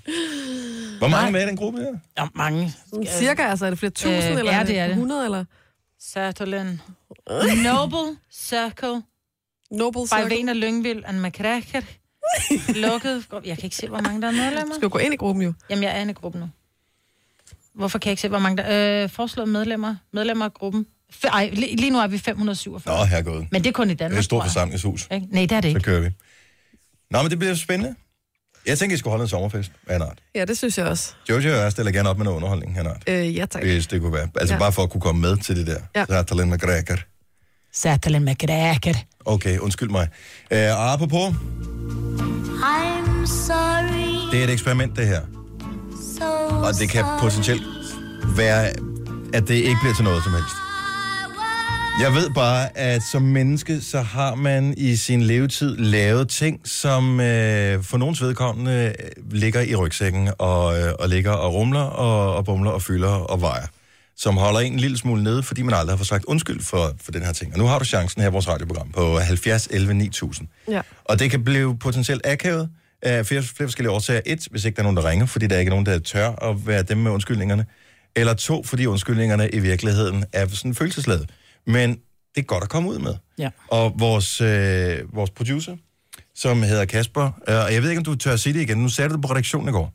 [SPEAKER 2] Hvor mange er med i den gruppe her?
[SPEAKER 3] <laughs> og mange.
[SPEAKER 4] Sådan Cirka, altså er det flere tusind,
[SPEAKER 3] Øh,
[SPEAKER 4] eller
[SPEAKER 3] ja,
[SPEAKER 4] er
[SPEAKER 3] det er det.
[SPEAKER 4] 100, eller?
[SPEAKER 3] Særtolin.
[SPEAKER 2] Øh.
[SPEAKER 3] Noble Circle.
[SPEAKER 4] Noble
[SPEAKER 3] By
[SPEAKER 4] Circle.
[SPEAKER 3] Vener Lyngvild and McCracker. Lukket. Jeg kan ikke se, hvor mange der er medlemmer.
[SPEAKER 4] Skal jo gå ind i gruppen jo.
[SPEAKER 3] Jamen, jeg er inde i gruppen nu. Hvorfor kan jeg ikke se, hvor mange der... Øh, foreslået medlemmer. Medlemmer af gruppen. F- ej, li- lige nu er vi 547.
[SPEAKER 2] Nå, herregud.
[SPEAKER 3] Men det er kun i
[SPEAKER 2] Det er
[SPEAKER 3] Danmark,
[SPEAKER 2] et stort
[SPEAKER 3] tror jeg.
[SPEAKER 2] forsamlingshus.
[SPEAKER 3] Ikke? Nej, det er det
[SPEAKER 2] Så
[SPEAKER 3] ikke.
[SPEAKER 2] kører vi. Nå, men det bliver spændende. Jeg tænker, I skulle holde en sommerfest af en art.
[SPEAKER 4] Ja, det synes jeg også.
[SPEAKER 2] Jojo og jeg stiller gerne op med noget underholdning af en art.
[SPEAKER 4] Øh, ja, tak.
[SPEAKER 2] Hvis det kunne være. Altså
[SPEAKER 4] Ja.
[SPEAKER 2] bare for at kunne komme med til det der.
[SPEAKER 4] Ja.
[SPEAKER 2] Så er Talent McGregor.
[SPEAKER 3] Særtalen McCracker.
[SPEAKER 2] Okay, undskyld mig. Øh, og apropos,
[SPEAKER 8] I'm sorry,
[SPEAKER 2] det er et eksperiment, det her.
[SPEAKER 8] so
[SPEAKER 2] Og det kan potentielt være, at det ikke bliver til noget som helst. Jeg ved bare, at som menneske, så har man i sin levetid lavet ting, som øh, for nogens vedkommende øh, ligger i rygsækken og, øh, og ligger og rumler og, og bumler og fylder og vejer. Som holder en en lille smule nede, fordi man aldrig har fået sagt undskyld for, for den her ting. Og nu har du chancen her i vores radioprogram på 70 11 9000.
[SPEAKER 4] Ja.
[SPEAKER 2] Og det kan blive potentielt akavet af flere, flere forskellige årsager. Et, hvis ikke der er nogen, der ringer, fordi der ikke er nogen, der tør at være dem med undskyldningerne. Eller to, fordi undskyldningerne i virkeligheden er sådan følelsesladet. Men det er godt at komme ud med.
[SPEAKER 3] Ja.
[SPEAKER 2] Og vores, øh, vores producer, som hedder Kasper, øh, og jeg ved ikke, om du tør at sige det igen, nu sagde du det på redaktionen i går.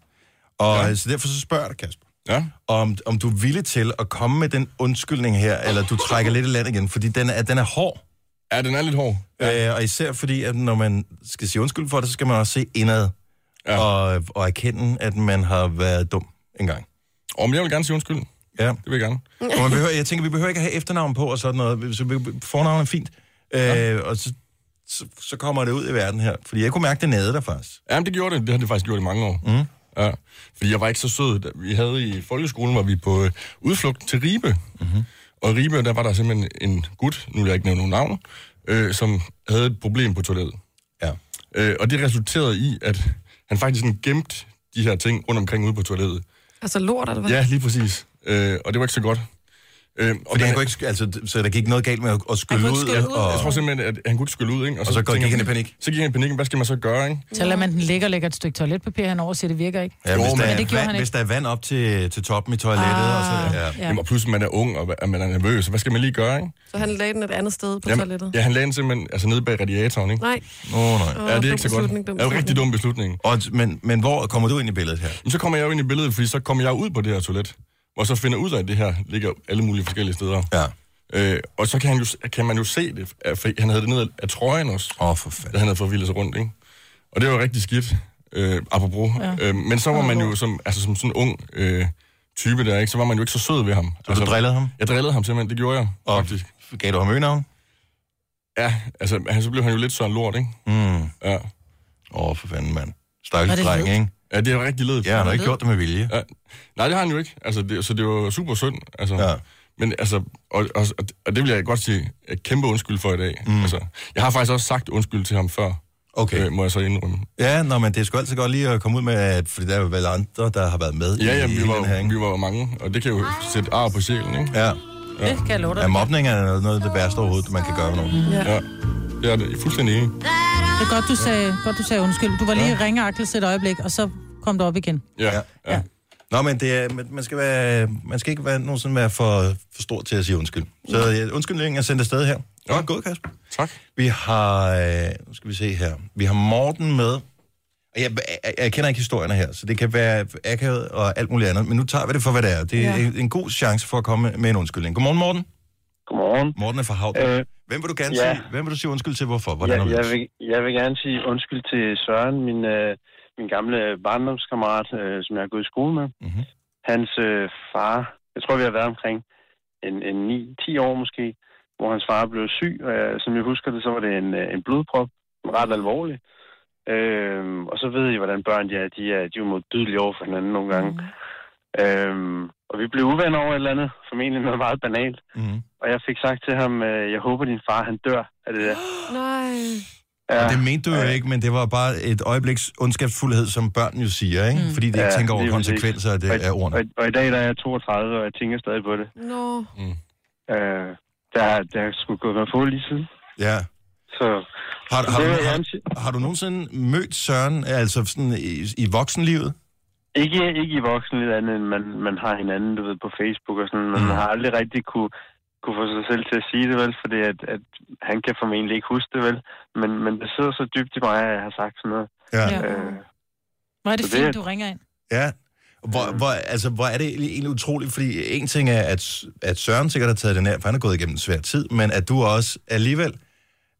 [SPEAKER 2] Og ja. så derfor så spørger jeg dig, Kasper,
[SPEAKER 10] Ja.
[SPEAKER 2] om, om du er villig til at komme med den undskyldning her, eller du trækker lidt i land igen, fordi den er, den er hård.
[SPEAKER 10] Ja, den er lidt hård.
[SPEAKER 2] Ja. Øh, og især fordi, at når man skal sige undskyld for det, så skal man også se indad ja.
[SPEAKER 10] Ja.
[SPEAKER 2] og, og erkende, at man har været dum engang.
[SPEAKER 10] Og men jeg vil gerne sige undskyld. Det
[SPEAKER 2] Ja.
[SPEAKER 10] vil jeg
[SPEAKER 8] <laughs>
[SPEAKER 10] gerne.
[SPEAKER 2] Og man behøver, jeg tænker, vi behøver ikke at have efternavn på og sådan noget. Så vi- fornavn er fint. Øh, Og så, så, så kommer det ud i verden her. Fordi jeg kunne mærke, det nede der faktisk.
[SPEAKER 10] Jamen, det gjorde det. Det har det faktisk gjort i mange år. Mm. Ja, fordi jeg var ikke så sød. Da Vi havde i folkeskolen, var vi på øh, udflugt til Ribe. Mm-hmm. Og i Ribe, der var der simpelthen en gut, nu vil jeg ikke nævne nogen navn, øh, som havde et problem på toilettet.
[SPEAKER 2] Ja.
[SPEAKER 10] Øh, og det resulterede i, at han faktisk sådan gemte de her ting rundt omkring ude på toilettet.
[SPEAKER 4] Altså lort, eller hvad?
[SPEAKER 10] Ja, lige præcis. Øh, og det var ikke så godt. Øh, og
[SPEAKER 2] Fordi
[SPEAKER 10] da-
[SPEAKER 2] han kunne ikke, altså, så der gik noget galt med at, at skylle
[SPEAKER 3] kunne
[SPEAKER 2] ud.
[SPEAKER 3] ikke skylle ud.
[SPEAKER 2] Og,
[SPEAKER 10] Jeg tror simpelthen, at han kunne ikke skylle ud, ikke?
[SPEAKER 2] Og så går-
[SPEAKER 10] tænker
[SPEAKER 2] gik han i
[SPEAKER 10] jeg,
[SPEAKER 2] panik.
[SPEAKER 10] Så gik han i panik, hvad skal man så gøre, ikke?
[SPEAKER 3] Så lader man den ligge og lægger et stykke toiletpapir henover, så det virker ikke.
[SPEAKER 2] ja, hvis,
[SPEAKER 10] Jo,
[SPEAKER 2] der
[SPEAKER 10] men
[SPEAKER 2] er
[SPEAKER 3] det gjorde han
[SPEAKER 2] vand,
[SPEAKER 3] ikke.
[SPEAKER 2] hvis der er vand op til, til toppen i toilettet. Ah, og så, ja.
[SPEAKER 10] Ja. Jamen, og pludselig man er ung, og hva- man er nervøs, og hvad skal man lige gøre, ikke?
[SPEAKER 4] Så han lagde den et andet sted på toilettet?
[SPEAKER 10] Jamen, ja, han lagde den simpelthen altså, nede bag radiatoren, ikke?
[SPEAKER 4] Nej.
[SPEAKER 2] Oh, nej.
[SPEAKER 4] Åh,
[SPEAKER 10] ja, det er
[SPEAKER 4] dum
[SPEAKER 10] ikke så
[SPEAKER 4] beslutning,
[SPEAKER 10] godt.
[SPEAKER 4] dum
[SPEAKER 10] Det er jo rigtig
[SPEAKER 4] beslutning.
[SPEAKER 10] dum beslutning.
[SPEAKER 2] Og, men, men hvor kommer du ind i billedet her?
[SPEAKER 10] Men så kommer jeg jo ind i billedet, fordi så kommer jeg ud på det her toilet, og så finder ud af, at det her ligger alle mulige forskellige steder.
[SPEAKER 2] Ja.
[SPEAKER 10] Øh, og så kan, han jo, s- kan man jo se det, at- for han havde det ned af trøjen også,
[SPEAKER 2] Åh, oh, for
[SPEAKER 10] da
[SPEAKER 2] fanden.
[SPEAKER 10] han havde fået vildt sig rundt, ikke? Og det var jo rigtig skidt, øh, apropos. Ja. Øh, men så var man jo som, altså, som sådan en ung øh, type der, ikke? Så var man jo ikke så sød ved ham. Altså,
[SPEAKER 2] Så du drillede ham?
[SPEAKER 10] Jeg drillede ham simpelthen, det gjorde jeg,
[SPEAKER 2] Og-
[SPEAKER 10] faktisk.
[SPEAKER 2] Gav du ham øgenavn?
[SPEAKER 10] Ja, altså, han, så blev han jo lidt sådan lort, ikke?
[SPEAKER 2] Mm.
[SPEAKER 10] Ja.
[SPEAKER 2] Åh, oh, for fanden, mand.
[SPEAKER 3] Var
[SPEAKER 2] Stakkels
[SPEAKER 3] det
[SPEAKER 2] dreng,
[SPEAKER 3] ledt?
[SPEAKER 2] ikke?
[SPEAKER 10] Ja, det er jo rigtig ledet.
[SPEAKER 2] Ja, han har ikke gjort det med vilje.
[SPEAKER 10] ja. Nej, det har han jo ikke. Altså, det, så det var super synd. Altså.
[SPEAKER 2] Ja.
[SPEAKER 10] Men altså, og, og, og, det vil jeg godt sige, et kæmpe undskyld for i dag. Mm. Altså, jeg har faktisk også sagt undskyld til ham før,
[SPEAKER 2] Okay.
[SPEAKER 10] øh, må jeg så indrømme.
[SPEAKER 2] Ja, nå, men det er sgu altid godt lige at komme ud med, at, fordi der er jo vel andre, der har været med
[SPEAKER 10] Ja, ja,
[SPEAKER 2] i
[SPEAKER 10] vi
[SPEAKER 2] hele den her,
[SPEAKER 10] var,
[SPEAKER 2] ikke?
[SPEAKER 10] vi var mange, og det kan jo sætte ar på sjælen, ikke?
[SPEAKER 2] Ja.
[SPEAKER 3] Det kan jeg love dig.
[SPEAKER 2] ja, mobning er noget, noget af det værste overhovedet, man kan gøre med nogen.
[SPEAKER 10] Ja. Det er det. fuldstændig enig.
[SPEAKER 3] Det er godt, du sagde, godt, du sagde undskyld. Du var lige ja. ringeagtelse et øjeblik, og så kom du op igen.
[SPEAKER 10] Ja.
[SPEAKER 2] Ja.
[SPEAKER 10] ja.
[SPEAKER 3] Ja.
[SPEAKER 10] ja.
[SPEAKER 2] Nå, men det er, man man skal, være, man skal ikke være, nogensinde være for, for stor til at sige undskyld. Så ja, undskyldningen er sendt afsted her. Ja. Godt gået, Kasper.
[SPEAKER 10] Tak.
[SPEAKER 2] Vi har, øh, nu skal vi se her, vi har Morten med. Og Jeg, jeg, jeg kender ikke historierne her, så det kan være akavet og alt muligt andet, men nu tager vi det for, hvad det er. Det er ja.
[SPEAKER 4] Ja.
[SPEAKER 2] en god chance for at komme med en undskyldning. Godmorgen, Morten.
[SPEAKER 9] Godmorgen.
[SPEAKER 2] Morten er fra Havn.
[SPEAKER 9] Øh,
[SPEAKER 2] Hvem vil du gerne
[SPEAKER 9] ja.
[SPEAKER 2] sige, hvem vil du sige undskyld til, hvorfor? Hvordan
[SPEAKER 9] Jeg,
[SPEAKER 2] ja,
[SPEAKER 9] jeg,
[SPEAKER 2] vil...
[SPEAKER 9] vil, jeg vil gerne sige undskyld til Søren, min, øh,
[SPEAKER 10] min gamle barndomskammerat, øh, som jeg har gået i skole med.
[SPEAKER 2] Mm-hmm.
[SPEAKER 10] Hans øh, far, jeg tror, vi har været omkring en, en 9-10 år måske, hvor hans far blev syg, og jeg, som jeg husker det, så var det en, øh, en blodprop, en ret alvorlig. Øhm, og så ved I, hvordan børn de er. De er, de er jo modbydelige over for hinanden nogle gange.
[SPEAKER 2] Mhm.
[SPEAKER 10] Mm. Øhm, og vi blev uvenner over et eller andet, formentlig noget meget banalt.
[SPEAKER 2] Mm.
[SPEAKER 10] Og jeg fik sagt til ham, øh, jeg håber, din far han dør af det der.
[SPEAKER 4] Nej.
[SPEAKER 2] Ja. Og det mente du jo ikke, men det var bare et øjebliks ondskabsfuldhed, som børn jo siger, ikke? Mm. Fordi de ja, ikke tænker over
[SPEAKER 10] lige præcis.
[SPEAKER 2] konsekvenser af, det,
[SPEAKER 10] Og i-
[SPEAKER 2] af ordene.
[SPEAKER 10] Og, i- og i dag der er jeg 32, og jeg tænker stadig på det.
[SPEAKER 4] Nå.
[SPEAKER 10] Øh, der, der er sgu gået mig på lige siden.
[SPEAKER 2] Ja.
[SPEAKER 10] Så
[SPEAKER 2] Har, har,
[SPEAKER 10] Det vil
[SPEAKER 2] du,
[SPEAKER 10] jeg gerne
[SPEAKER 2] har, har du nogensinde mødt Søren, altså sådan i, i voksenlivet?
[SPEAKER 10] ikke, ikke i voksenlivet andet, end man, man har hinanden, du ved, på Facebook og sådan. Men man
[SPEAKER 2] Mm.
[SPEAKER 10] har aldrig rigtig kunne, kunne få sig selv til at sige det, vel? Fordi at, at han kan formentlig ikke huske det, vel? Men, men det sidder så dybt i mig, at jeg har sagt sådan noget.
[SPEAKER 2] Ja.
[SPEAKER 10] Øh,
[SPEAKER 3] Hvor er det
[SPEAKER 10] Så det-
[SPEAKER 3] fint, du ringer ind.
[SPEAKER 2] Ja. Hvor, hvor, altså, hvor er det egentlig egentlig utroligt, fordi en ting er, at, at Søren sikkert har taget det nær, for han har gået igennem en svær tid, men at du også alligevel,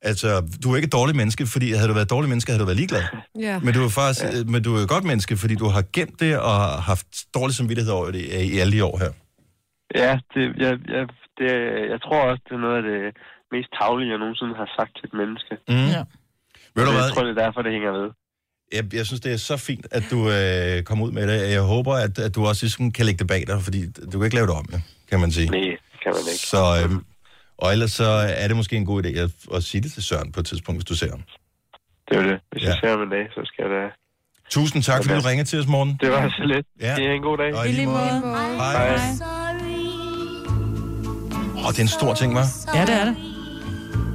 [SPEAKER 2] altså, du er ikke et dårligt menneske, fordi havde du været et dårligt menneske, havde du været ligeglad.
[SPEAKER 4] Ja.
[SPEAKER 2] Men du er faktisk, ja. men du er et godt menneske, fordi du har gemt det og har haft dårlig samvittighed over det øh, i alle de år her.
[SPEAKER 10] Ja, det, jeg, jeg, det, jeg tror også, det er noget af det mest tavlige, jeg nogensinde har sagt til et menneske.
[SPEAKER 2] Mm. Ja. Ved du
[SPEAKER 10] jeg
[SPEAKER 2] hvad?
[SPEAKER 10] tror, det er derfor, det hænger ved.
[SPEAKER 2] Jeg, jeg synes, det er så fint, at du øh, kom ud med det. Jeg håber, at, at du også ligesom kan lægge det bag dig, fordi du kan ikke lave det om, ja, kan man sige.
[SPEAKER 10] Nej, kan man ikke.
[SPEAKER 2] Så, øh, og ellers så er det måske en god idé at, at sige det til Søren på et tidspunkt, hvis du ser ham.
[SPEAKER 10] Det er jo det. Hvis
[SPEAKER 2] Ja.
[SPEAKER 10] ja. jeg ser ham i dag, så skal jeg da...
[SPEAKER 2] Tusind tak, fordi du ringede til os, morgen.
[SPEAKER 10] Det var så lidt.
[SPEAKER 2] Ja.
[SPEAKER 10] Det er en god dag.
[SPEAKER 2] Og i lige måde. Hej.
[SPEAKER 10] Hej.
[SPEAKER 2] Åh, oh, det er en stor ting, var.
[SPEAKER 4] Ja, det er det.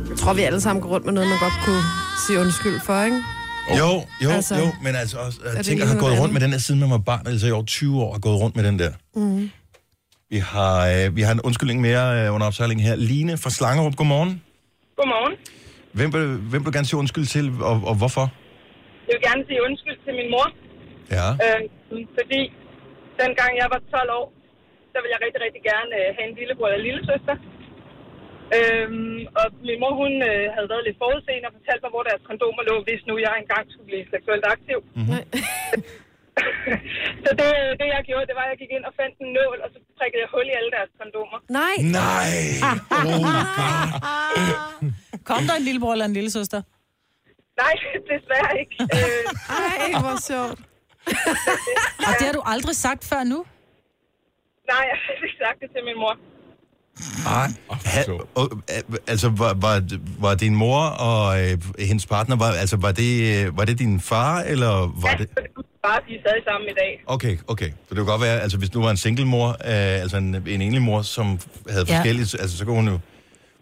[SPEAKER 4] Jeg tror, vi alle sammen går rundt med noget, man godt kunne sige undskyld for, ikke?
[SPEAKER 2] Jo, jo,
[SPEAKER 4] Altså,
[SPEAKER 2] altså, jo, men altså også,
[SPEAKER 4] det
[SPEAKER 2] jeg
[SPEAKER 4] lige
[SPEAKER 2] tænker, at have
[SPEAKER 4] noget
[SPEAKER 2] gået rundt
[SPEAKER 4] andet?
[SPEAKER 2] med den her siden man var barn, altså i over 20 år, og gået rundt med den der.
[SPEAKER 4] Mm.
[SPEAKER 2] Vi har, øh, vi har en undskyldning mere øh, under opsejling her. Line fra Slangerup, godmorgen.
[SPEAKER 6] Godmorgen.
[SPEAKER 2] Hvem, vil- hvem vil du gerne sige undskyld til, og, og hvorfor?
[SPEAKER 6] Jeg vil gerne sige undskyld til min mor,
[SPEAKER 2] Ja.
[SPEAKER 6] øh, fordi dengang jeg var 12 år, så ville jeg rigtig, rigtig gerne øh, have en lillebror eller lillesøster. Øhm, og min mor, hun øh, havde været lidt forudseende og fortalt mig, hvor deres kondomer lå, hvis nu jeg engang skulle blive seksuelt aktiv.
[SPEAKER 2] Mm-hmm.
[SPEAKER 6] <laughs> så det, det, jeg gjorde, det var, at jeg gik ind og fandt en nål, og så prikkede jeg hul i alle deres kondomer.
[SPEAKER 4] Nej. <laughs>
[SPEAKER 2] Nej.
[SPEAKER 3] Kom der en lillebror eller en lille søster?
[SPEAKER 6] Nej, <laughs> desværre ikke. Øh,
[SPEAKER 2] <laughs>
[SPEAKER 4] Ej, hvor sjovt.
[SPEAKER 3] Og det har du aldrig sagt før nu?
[SPEAKER 6] nej, jeg har ikke sagt det til min mor.
[SPEAKER 2] Ah, ha, og, øh, altså, var, var, var din mor og øh, hendes partner, var, altså, var det, øh, var det din far, eller var det...
[SPEAKER 6] Bare de er stadig sammen i dag.
[SPEAKER 2] Okay, okay. Så det kunne godt være, altså hvis nu var en singlemor, øh, altså en, en enlig mor, som havde
[SPEAKER 6] Ja.
[SPEAKER 2] forskellige, altså så kunne hun jo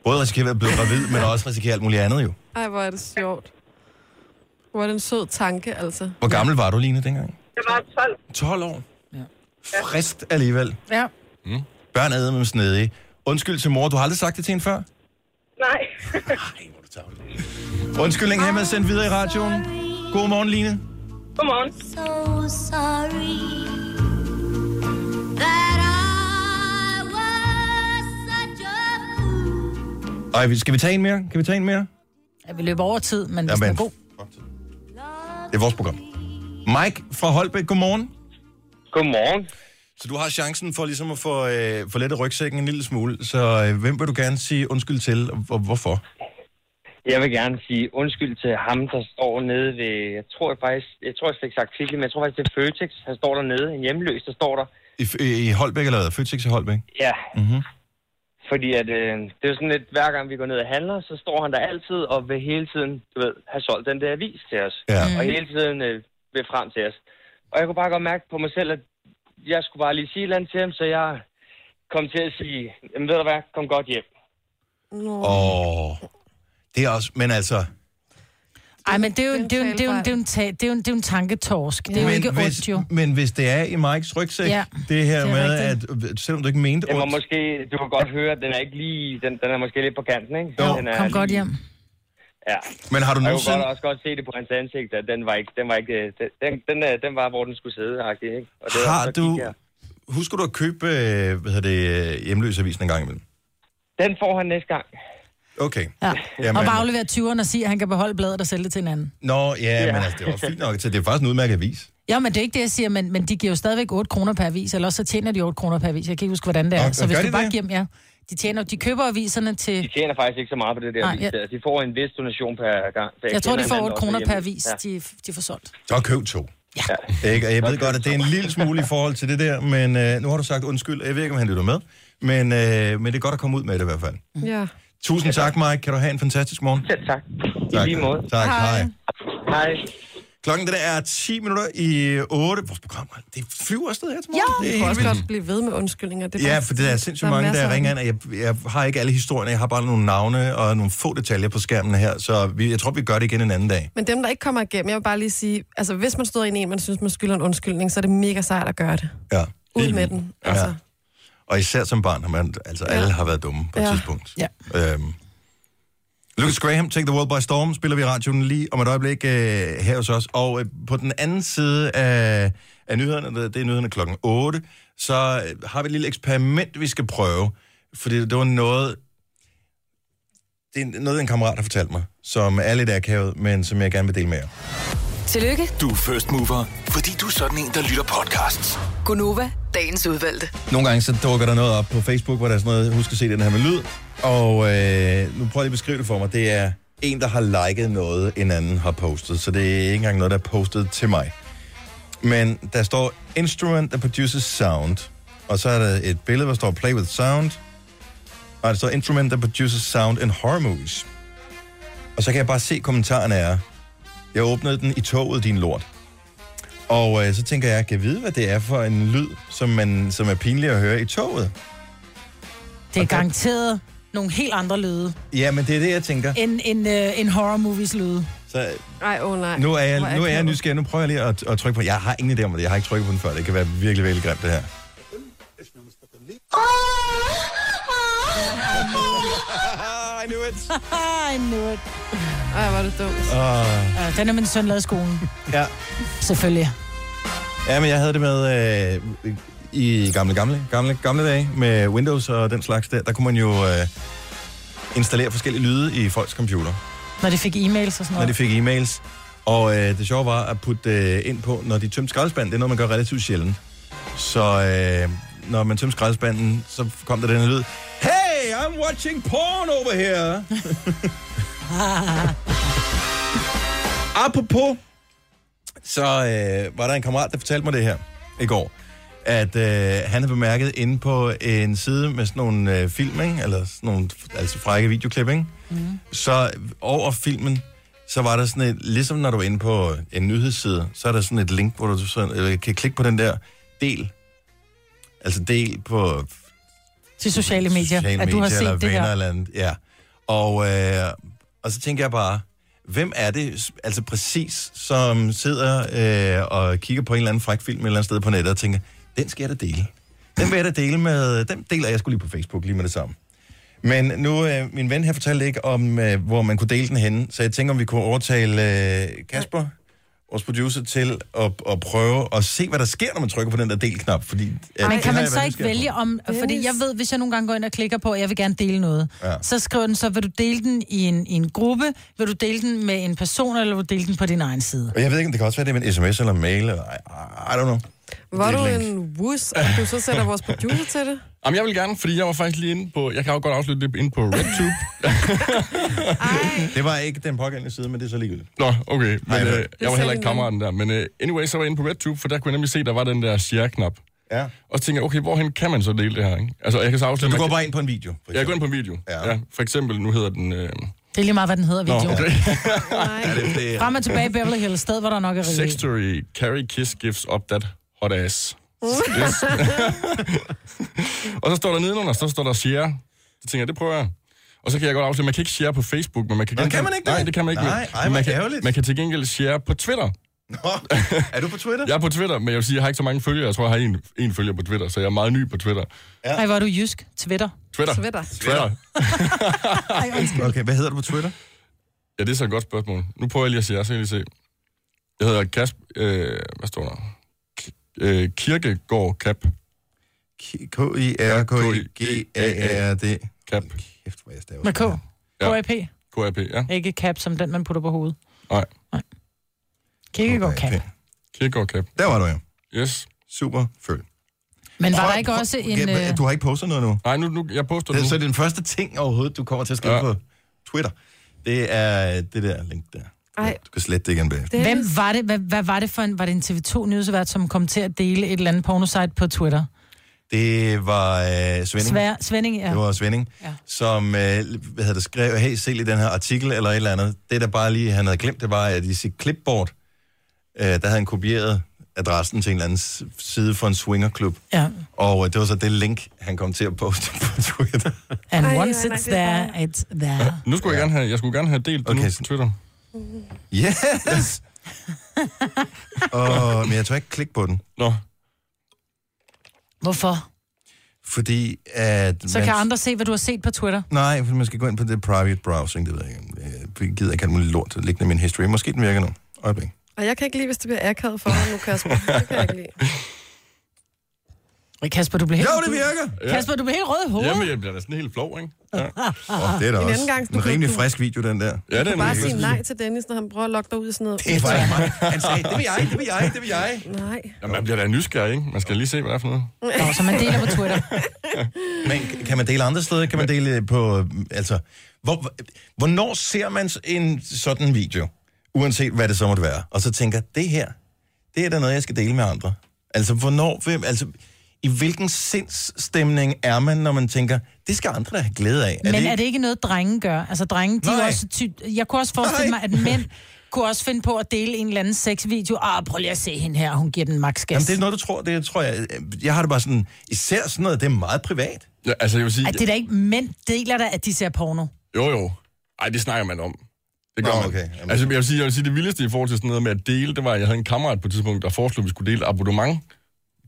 [SPEAKER 2] både risikere at blive gravid, men også risikere alt muligt andet jo.
[SPEAKER 4] Ej, hvor er det sjovt. Hvor er det en sød tanke, altså.
[SPEAKER 2] Hvor gammel var du, Line, dengang?
[SPEAKER 6] Jeg var 12.
[SPEAKER 2] 12 år. Ja. Frist alligevel.
[SPEAKER 3] Ja.
[SPEAKER 2] Mm. Børn ad med snedige. Undskyld til mor, du har aldrig sagt det til hende før?
[SPEAKER 6] Nej. <laughs>
[SPEAKER 2] Undskyldning her med sendt videre i radioen. Godmorgen, Line.
[SPEAKER 6] Godmorgen.
[SPEAKER 11] So sorry that I was such a
[SPEAKER 2] Ej, vi- skal vi tage en mere? Kan vi tage en mere?
[SPEAKER 3] Ja, vi løber over tid, men hvis
[SPEAKER 2] Jamen.
[SPEAKER 3] den er god.
[SPEAKER 2] Det er vores program. Mike fra Holbæk, godmorgen.
[SPEAKER 7] Godmorgen.
[SPEAKER 2] Så du har chancen for ligesom at få, øh, få lettet rygsækken en lille smule. Så øh, hvem vil du gerne sige undskyld til, og hvor- hvorfor?
[SPEAKER 7] Jeg vil gerne sige undskyld til ham, der står nede ved, jeg tror faktisk, jeg tror jeg fik sagt artikel, men jeg tror faktisk, det er Føtex, han står dernede, en hjemløs, der står der.
[SPEAKER 2] I, i Holbæk eller hvad? Føtex i Holbæk?
[SPEAKER 7] Ja,
[SPEAKER 2] Mm-hmm.
[SPEAKER 7] fordi at, øh, det er jo sådan lidt, hver gang vi går ned og handler, så står han der altid og vil hele tiden, du ved, have solgt den der avis til os.
[SPEAKER 2] Ja.
[SPEAKER 7] Og hele tiden øh, vil frem til os. Og jeg kunne bare godt mærke på mig selv, at jeg skulle bare lige sige et eller andet til ham, så jeg kom til at sige, jamen ved du hvad, kom godt hjem.
[SPEAKER 2] Åh, Mm. det er også... Men altså...
[SPEAKER 3] Ej, men det er jo, det er jo, det er jo, det er jo, en, ta- det er jo, det er jo en tanketorsk. Det er jo
[SPEAKER 2] men,
[SPEAKER 3] ikke
[SPEAKER 2] hvis,
[SPEAKER 3] ondt, jo.
[SPEAKER 2] men hvis det er i Mikes rygsæk,
[SPEAKER 3] Ja,
[SPEAKER 2] ja, det her
[SPEAKER 3] det er
[SPEAKER 2] det med, at øh, selvom du ikke mente
[SPEAKER 7] Den var
[SPEAKER 2] ondt...
[SPEAKER 7] måske, du kan godt høre, at den er ikke lige, den, den er måske lidt på kanten, ikke?
[SPEAKER 2] Jo.
[SPEAKER 7] den er
[SPEAKER 3] Kom godt hjem.
[SPEAKER 7] Ja.
[SPEAKER 2] Men har du
[SPEAKER 7] Og Jeg
[SPEAKER 2] nogensinde-
[SPEAKER 7] kunne godt også godt se det på hans ansigt, at den var ikke, den var ikke, øh, den, den, den, øh, den var, hvor den skulle sidde, agtig, ikke? Og det var-
[SPEAKER 2] Har
[SPEAKER 7] så gik
[SPEAKER 2] du...
[SPEAKER 7] jeg.
[SPEAKER 2] Husker du at købe øh, hvad hedder det, øh, hjemløsavisen en gang imellem?
[SPEAKER 7] Den får han næste gang.
[SPEAKER 2] Okay.
[SPEAKER 3] Ja.
[SPEAKER 2] Jamen.
[SPEAKER 3] Jamen. Og bare aflevere 20'eren og sige, at han kan beholde bladet og sælge det til en anden.
[SPEAKER 2] Nå, ja, men altså, det var fint nok. Så det er faktisk en udmærket avis.
[SPEAKER 3] Ja, men det er ikke det, jeg siger, men, men de giver jo stadigvæk 8 kroner per avis, eller også så tjener de 8 kroner per avis. Jeg kan ikke huske, hvordan det er.
[SPEAKER 12] Nå,
[SPEAKER 3] så hvis
[SPEAKER 12] gør
[SPEAKER 3] du
[SPEAKER 12] de
[SPEAKER 3] bare
[SPEAKER 12] det?
[SPEAKER 3] giver dem, ja. De, tjener, de køber aviserne til...
[SPEAKER 12] De tjener faktisk ikke så meget på det der
[SPEAKER 3] Nej,
[SPEAKER 12] Nej, avis.
[SPEAKER 3] ja.
[SPEAKER 12] Ja. De får en vis donation per gang. Per
[SPEAKER 3] Jeg tror, de
[SPEAKER 12] kender
[SPEAKER 3] får
[SPEAKER 12] hinanden
[SPEAKER 3] 8
[SPEAKER 12] også
[SPEAKER 3] kroner per
[SPEAKER 12] derhjemme.
[SPEAKER 3] avis,
[SPEAKER 12] Ja.
[SPEAKER 3] de, de får solgt.
[SPEAKER 2] Så køb to. Ja. Ikke? Og jeg ved godt, at det er en lille smule i forhold til det der, men øh, nu har du sagt undskyld. Jeg ved ikke, om han lytter med, men, øh, men det er godt at komme ud med det i hvert fald.
[SPEAKER 4] Ja.
[SPEAKER 2] Tusind tak, Mike. Kan du have en fantastisk morgen? Ja, tak. I tak. lige måde. Tak, hej. hej.
[SPEAKER 12] Hej.
[SPEAKER 2] Klokken den er 10 minutter i 8. Vores program, det flyver afsted her til
[SPEAKER 4] Ja,
[SPEAKER 2] morgen.
[SPEAKER 4] vi
[SPEAKER 2] det
[SPEAKER 4] kan
[SPEAKER 2] er
[SPEAKER 4] også
[SPEAKER 2] helt vildt.
[SPEAKER 4] godt blive ved med undskyldninger. Det
[SPEAKER 2] ja,
[SPEAKER 4] bare-
[SPEAKER 2] for der er sindssygt
[SPEAKER 4] der
[SPEAKER 2] mange,
[SPEAKER 4] masser
[SPEAKER 2] der
[SPEAKER 4] af
[SPEAKER 2] ringer
[SPEAKER 4] dem.
[SPEAKER 2] ind, og jeg, jeg har ikke alle historierne. Jeg har bare nogle navne og nogle få detaljer på skærmen her, så vi, jeg tror, vi gør det igen en anden dag.
[SPEAKER 4] Men dem, der ikke kommer igennem, jeg vil bare lige sige, altså hvis man støder ind i en, man synes, man skylder en undskyldning, så er det mega sejt at gøre det.
[SPEAKER 2] Ja.
[SPEAKER 4] Ud med den. Altså.
[SPEAKER 2] Ja. Og især som barn har man, altså alle har været dumme på et
[SPEAKER 4] Ja.
[SPEAKER 2] tidspunkt.
[SPEAKER 4] Ja.
[SPEAKER 2] Øhm. Lucas Graham, Take the World by Storm, spiller vi i radioen lige om et øjeblik øh, her hos os. Og øh, på den anden side af, af nyhederne, det det er nyhederne klokken 8, så øh, har vi et lille eksperiment, vi skal prøve. Fordi det var noget, det er noget, en kammerat har fortalt mig, som er lidt akavet, men som jeg gerne vil dele med jer.
[SPEAKER 1] Tillykke,
[SPEAKER 5] Du er first mover, fordi du er sådan en, der lytter podcasts.
[SPEAKER 1] Gunova, dagens udvalgte.
[SPEAKER 2] Nogle gange så dukker der noget op på Facebook, hvor der er sådan noget, husk at se den her med lyd. Og øh, nu prøv lige at beskrive det for mig. Det er en, der har liket noget, en anden har postet. Så det er ikke engang noget, der er postet til mig. Men der står instrument that produces sound. Og så er der et billede, hvor der står play with sound. Og der står instrument that produces sound in horror movies. Og så kan jeg bare se kommentarerne er, jeg åbnede den i toget, din lort. Og øh, så tænker jeg, kan jeg vide, hvad det er for en lyd, som, man, som er pinlig at høre i toget?
[SPEAKER 3] Det er garanteret nogle helt andre lyde,
[SPEAKER 2] Ja, men det er det, jeg tænker.
[SPEAKER 3] end, end, øh, end horror movies lyde.
[SPEAKER 2] Så øh,
[SPEAKER 4] Ej, åh oh, nej.
[SPEAKER 2] nu er
[SPEAKER 4] Hvor
[SPEAKER 2] jeg, nu er jeg
[SPEAKER 4] akavet.
[SPEAKER 2] nysgerrig. Nu prøver jeg lige at, at trykke på. Jeg har ingen idé om det. Jeg har ikke trykket på den før. Det kan være virkelig, virkelig grimt, det her. I knew it.
[SPEAKER 3] <laughs> I knew it.
[SPEAKER 4] Ej, hvor er det dumt.
[SPEAKER 2] Uh,
[SPEAKER 3] Ja, den er min søn lavet i skolen.
[SPEAKER 2] ja.
[SPEAKER 3] Selvfølgelig.
[SPEAKER 2] ja, men jeg havde det med øh, i gamle, gamle, gamle, gamle dage med Windows og den slags der. Der kunne man jo øh, installere forskellige lyde i folks computer.
[SPEAKER 3] Når de fik e-mails og sådan
[SPEAKER 2] når
[SPEAKER 3] noget.
[SPEAKER 2] de fik e-mails. Og øh, det sjove var at putte øh, ind på, når de tømte skraldespanden. Det er noget, man gør relativt sjældent. Så øh, når man tømte skraldespanden, så kom der den her lyd. Hey, I'm watching porn over
[SPEAKER 3] <laughs>
[SPEAKER 2] here. Apropos, så øh, var der en kammerat, der fortalte mig det her i går. At øh, han havde bemærket inde på en side med sådan nogle øh, film, ikke? eller sådan nogle altså frække videoklip, ikke?
[SPEAKER 13] Mm.
[SPEAKER 2] så over filmen, så var der sådan et, ligesom når du er inde på en nyhedsside, så er der sådan et link, hvor du sådan, eller kan klikke på den der del. Altså del på
[SPEAKER 3] Til sociale medier.
[SPEAKER 2] sociale
[SPEAKER 3] at du har
[SPEAKER 2] medier,
[SPEAKER 3] set
[SPEAKER 2] eller
[SPEAKER 3] det
[SPEAKER 2] venner
[SPEAKER 3] her.
[SPEAKER 2] eller andet. Ja. Og, øh, og så tænker jeg bare, hvem er det s- altså præcis, som sidder øh, og kigger på en eller anden fræk film et eller andet sted på nettet og tænker, den skal jeg da dele. Den vil jeg da dele med, den deler jeg skulle lige på Facebook lige med det samme. Men nu, øh, min ven her fortalte ikke om, øh, hvor man kunne dele den henne, så jeg tænker, om vi kunne overtale øh, Kasper, vores producer, til at, at prøve at se, hvad der sker, når man trykker på den der del-knap. Fordi, øh,
[SPEAKER 3] Men
[SPEAKER 2] det har
[SPEAKER 3] kan man
[SPEAKER 2] jeg
[SPEAKER 3] så
[SPEAKER 2] været
[SPEAKER 3] ikke
[SPEAKER 2] nysgerrig på.
[SPEAKER 3] vælge om... Fordi
[SPEAKER 14] Dennis.
[SPEAKER 3] jeg ved, hvis jeg nogle gange går ind og klikker på, at jeg vil gerne dele noget,
[SPEAKER 2] Ja.
[SPEAKER 3] ja. så skriver den så, vil du dele den i en, i en gruppe, vil du dele den med en person, eller vil du dele den på din egen side?
[SPEAKER 2] Og jeg ved ikke, om det kan også være det med en sms eller en mail. Eller, I, I don't know.
[SPEAKER 4] Var
[SPEAKER 2] Det
[SPEAKER 4] du
[SPEAKER 2] er et
[SPEAKER 4] en wus, at du så sætter vores producer til
[SPEAKER 2] <laughs>
[SPEAKER 4] det?
[SPEAKER 10] Jamen, jeg vil gerne, fordi jeg var faktisk lige inde på... Jeg kan jo godt afslutte det inde på RedTube.
[SPEAKER 2] det var ikke den pågældende side, men det er så ligegyldigt.
[SPEAKER 10] Nå, okay.
[SPEAKER 2] Ej,
[SPEAKER 10] Men,
[SPEAKER 2] men-
[SPEAKER 10] øh, jeg var heller ikke kammeraten der. Men øh, anyway, så var jeg inde på RedTube, for der kunne jeg nemlig se, der var den der share-knap.
[SPEAKER 2] Ja.
[SPEAKER 10] Og så tænkte jeg, okay, hvorhen kan man så dele det her, ikke? Altså, jeg kan så afsløre...
[SPEAKER 2] Så du går
[SPEAKER 10] man kan-
[SPEAKER 2] bare ind på en video?
[SPEAKER 10] Jeg går ind på en video. Ja. ja. For eksempel, nu hedder den... Øh...
[SPEAKER 3] Det er lige meget, hvad den hedder,
[SPEAKER 10] Nå,
[SPEAKER 3] videoen.
[SPEAKER 10] okay. ja, det,
[SPEAKER 2] det,
[SPEAKER 3] Frem og tilbage i Beverly Hills, sted, hvor der nok er
[SPEAKER 10] Sex
[SPEAKER 3] rigtigt.
[SPEAKER 10] story, carry kiss gives up that hot ass. Yes. og så står der nedenunder, så står der share. Så tænker jeg, det prøver jeg. Og så kan jeg godt afsløre, man kan ikke share på Facebook, men man kan...
[SPEAKER 2] Nå,
[SPEAKER 10] gengæld-
[SPEAKER 2] kan man ikke det?
[SPEAKER 10] Nej, det kan man ikke.
[SPEAKER 2] Nej,
[SPEAKER 10] men-
[SPEAKER 2] ej,
[SPEAKER 10] men
[SPEAKER 2] hvor
[SPEAKER 10] man, kan,
[SPEAKER 2] ærgerligt.
[SPEAKER 10] man kan til gengæld share på Twitter.
[SPEAKER 2] Nå, er du på Twitter?
[SPEAKER 10] Jeg er på Twitter, men jeg vil sige, jeg har ikke så mange følgere. Jeg tror, jeg har en, en følger på Twitter, så jeg er meget ny på Twitter.
[SPEAKER 3] Ja. Ej, hvor er du jysk. Twitter.
[SPEAKER 10] Twitter.
[SPEAKER 4] Twitter.
[SPEAKER 10] Twitter.
[SPEAKER 3] Ej, undskyld.
[SPEAKER 2] Okay, hvad hedder du på Twitter?
[SPEAKER 10] Ja, det er så et godt spørgsmål. Nu prøver jeg lige at se jer, så kan I lige se. Jeg hedder Kasp... Øh, hvad står der? K- øh, Kirkegård Kap.
[SPEAKER 2] K-I-R-K-I-G-A-R-D.
[SPEAKER 10] Kap.
[SPEAKER 2] Kæft, hvor jeg staver.
[SPEAKER 3] Med K. KAP?
[SPEAKER 10] KAP, ja.
[SPEAKER 3] Ikke cap som den, man putter på hovedet.
[SPEAKER 10] Nej.
[SPEAKER 3] Kirkegaard cap.
[SPEAKER 10] Kirkegaard Cap.
[SPEAKER 2] Der var du jo.
[SPEAKER 10] Yes.
[SPEAKER 2] Super føl.
[SPEAKER 3] Men var
[SPEAKER 2] Prøv-
[SPEAKER 3] der ikke også
[SPEAKER 2] prøv-
[SPEAKER 3] en...
[SPEAKER 2] Ja,
[SPEAKER 3] øh,
[SPEAKER 2] Du har ikke postet noget nu?
[SPEAKER 10] Nej, nu, nu jeg poster
[SPEAKER 2] det,
[SPEAKER 10] nu.
[SPEAKER 2] Så den første ting overhovedet, du kommer til at skrive ja. på Twitter, det er det der link der.
[SPEAKER 3] Ej.
[SPEAKER 2] Du kan slette det igen bagefter.
[SPEAKER 3] Hvem var det? Hvad, hvad var det for en... Var det en TV2-nyhedsvært, som kom til at dele et eller andet pornosite på Twitter?
[SPEAKER 2] Det var øh, Svending.
[SPEAKER 3] Svær, Svending, ja.
[SPEAKER 2] Det var Svending, ja. som øh, hvad havde det, skrev, hey, se lige den her artikel eller et eller andet. Det, der bare lige han havde glemt, det var, at i sit clipboard, øh, der havde han kopieret adressen til en eller anden s- side for en swingerklub.
[SPEAKER 3] Ja.
[SPEAKER 2] Og øh, det var så det link, han kom til at poste på <laughs> Twitter.
[SPEAKER 3] And
[SPEAKER 13] Ej,
[SPEAKER 3] once
[SPEAKER 13] nej, nej,
[SPEAKER 3] it's
[SPEAKER 13] det er
[SPEAKER 3] there, it's there.
[SPEAKER 10] Nu skulle jeg gerne have, jeg skulle gerne have delt okay. det nu på Twitter.
[SPEAKER 3] <laughs>
[SPEAKER 2] Yes! og, men jeg tør ikke klikke på den.
[SPEAKER 10] Nå.
[SPEAKER 3] Hvorfor?
[SPEAKER 2] Fordi at...
[SPEAKER 3] Så
[SPEAKER 2] man-
[SPEAKER 3] kan andre se, hvad du har set på Twitter.
[SPEAKER 2] Nej, for man skal gå ind på det private browsing, det ved jeg ikke. Jeg gider ikke have muligt lort liggende i min history. Måske den virker nu. Øjeblik.
[SPEAKER 4] Og jeg kan ikke lide, hvis det bliver akavet for mig nu, Kasper. Det kan jeg ikke lide.
[SPEAKER 2] <laughs>
[SPEAKER 3] Ej, Kasper, du bliver helt...
[SPEAKER 4] Jo, det virker!
[SPEAKER 3] Ja. Kasper, du bliver helt rød i hovedet.
[SPEAKER 10] Jamen, jeg bliver da sådan helt flov, ikke? Ja.
[SPEAKER 2] Oh, det er da
[SPEAKER 4] Ah, En
[SPEAKER 2] også
[SPEAKER 4] anden gang, så
[SPEAKER 2] en
[SPEAKER 4] kan
[SPEAKER 2] rimelig
[SPEAKER 4] du-
[SPEAKER 2] frisk video, den der.
[SPEAKER 10] Ja,
[SPEAKER 4] Du kan bare sige nej til Dennis, når han prøver at lokke dig ud i sådan noget.
[SPEAKER 2] Det var ikke <laughs> mig. Han sagde, det vil jeg, det vil jeg, det vil jeg.
[SPEAKER 4] Nej. Mm.
[SPEAKER 10] Jamen, man bliver da nysgerrig, ikke? Man skal lige se, hvad det er for noget.
[SPEAKER 3] Nå, så man deler på
[SPEAKER 2] <laughs>
[SPEAKER 3] Twitter.
[SPEAKER 2] Men kan man dele andre steder? Kan man dele på... Altså, hvor, hvornår ser man en sådan video? Uanset hvad det så måtte være. Og så tænker, det her, det er da noget, jeg skal dele med andre. Altså, hvornår... hvem- Altså, i hvilken sindsstemning er man, når man tænker, det skal andre da have glæde af?
[SPEAKER 3] Men er det ikke noget, drenge gør? Altså, drenge, de er
[SPEAKER 2] Nej.
[SPEAKER 3] også ty... Jeg kunne også forestille mig, at mænd kunne også finde på at dele en eller anden sexvideo. Ah, prøv lige at se hende her, hun giver den max gas.
[SPEAKER 2] Jamen, det er noget, du tror. Det tror jeg... øh, Jeg har det bare sådan... Især sådan noget, det er meget privat.
[SPEAKER 10] Ja, altså, jeg vil sige...
[SPEAKER 3] Ej, det er da ikke mænd deler da, at de ser porno.
[SPEAKER 10] Jo, jo. Ej, det snakker man om. Det gør
[SPEAKER 2] Nå,
[SPEAKER 10] man.
[SPEAKER 2] okay.
[SPEAKER 10] Okay.
[SPEAKER 2] Jamen.
[SPEAKER 10] Altså, jeg vil, sige, jeg vil sige, det vildeste i forhold til sådan noget med at dele, det var, at jeg havde en kammerat på et tidspunkt, der foreslog, at vi skulle dele abonnement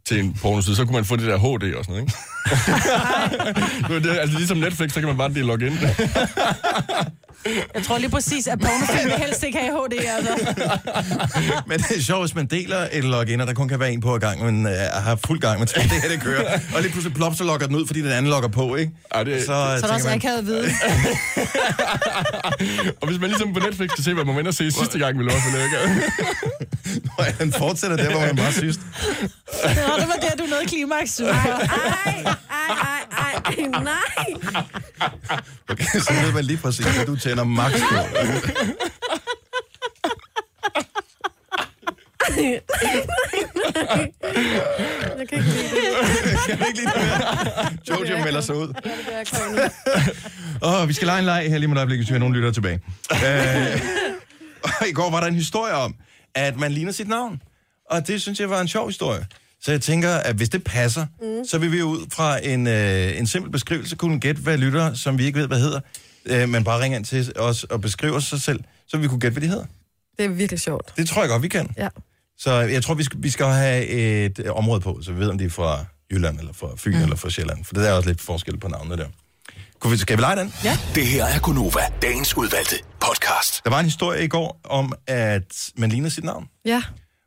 [SPEAKER 10] til en pornoside, så kunne man få det der HD og sådan
[SPEAKER 4] <laughs>
[SPEAKER 10] noget, ikke? Det var det, altså ligesom Netflix, så kan man bare dele login.
[SPEAKER 3] Jeg tror lige præcis, at pornofilm vil helst ikke have HD, altså.
[SPEAKER 2] Men det er sjovt, hvis man deler et login, og der kun kan være en på ad gangen, men øh, har fuld gang, man tænker, det her, det kører. Og lige pludselig plop, så logger den ud, fordi den anden logger på, ikke? øh,
[SPEAKER 10] Ja, det-
[SPEAKER 3] Så er altså der også akavet viden.
[SPEAKER 10] og hvis man ligesom på Netflix kan se, hvad man vender se sidste gang, vi lå for lækker.
[SPEAKER 2] Nej, han fortsætter der, hvor man var sidst.
[SPEAKER 3] <laughs> Nå, det var der, du nåede klimaks. Ej,
[SPEAKER 4] ej, ej, ej, nej.
[SPEAKER 2] Okay, så ved man lige præcis, at du tænder max på.
[SPEAKER 4] Nej, nej. Jeg kan ikke lide det.
[SPEAKER 2] Kan du ikke lide det mere? Jojo melder sig ud.
[SPEAKER 4] Ja, det er jeg kommet nu.
[SPEAKER 2] Åh, vi skal lege en leg her lige med et øjeblik, hvis vi har nogen lytter tilbage. Øh, <laughs> og I går var der en historie om, at man ligner sit navn. Og det synes jeg var en sjov historie. Så jeg tænker, at hvis det passer, mm. så vil vi ud fra en, øh, en simpel beskrivelse kunne gætte, hvad lytter, som vi ikke ved, hvad hedder, øh, men bare ringer ind til os og beskriver sig selv, så vi kunne gætte, hvad de hedder.
[SPEAKER 4] Det er virkelig sjovt.
[SPEAKER 2] Det tror jeg godt, vi kan.
[SPEAKER 4] Ja.
[SPEAKER 2] Så jeg tror, vi skal, vi skal have et øh, område på, så vi ved, om de er fra Jylland, eller fra Fyn, mm. eller fra Sjælland. For det der er også lidt forskel på navnene der. Kunne vi, skal vi lege den?
[SPEAKER 3] Ja.
[SPEAKER 5] Det her er Gunova, dagens udvalgte podcast.
[SPEAKER 2] Der var en historie i går om, at man ligner sit navn.
[SPEAKER 4] Ja,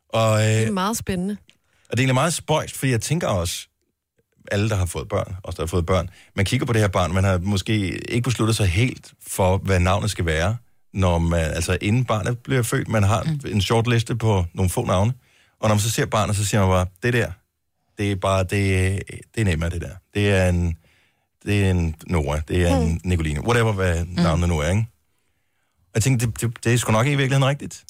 [SPEAKER 2] Og, øh,
[SPEAKER 4] det er meget spændende.
[SPEAKER 2] Og det er egentlig meget spøjst, fordi jeg tænker også, alle, der har fået børn, os, der har fået børn, man kigger på det her barn, man har måske ikke besluttet sig helt for, hvad navnet skal være, når man, altså inden barnet bliver født, man har en shortliste på nogle få navne, og når man så ser barnet, så siger man bare, det der, det er bare, det, det er nemmere, det der. Det er en, det er en Nora, det er en Nicoline, whatever, hvad navnet nu er, ikke? Og Jeg tænkte, det, det, det er sgu nok ikke i virkeligheden rigtigt.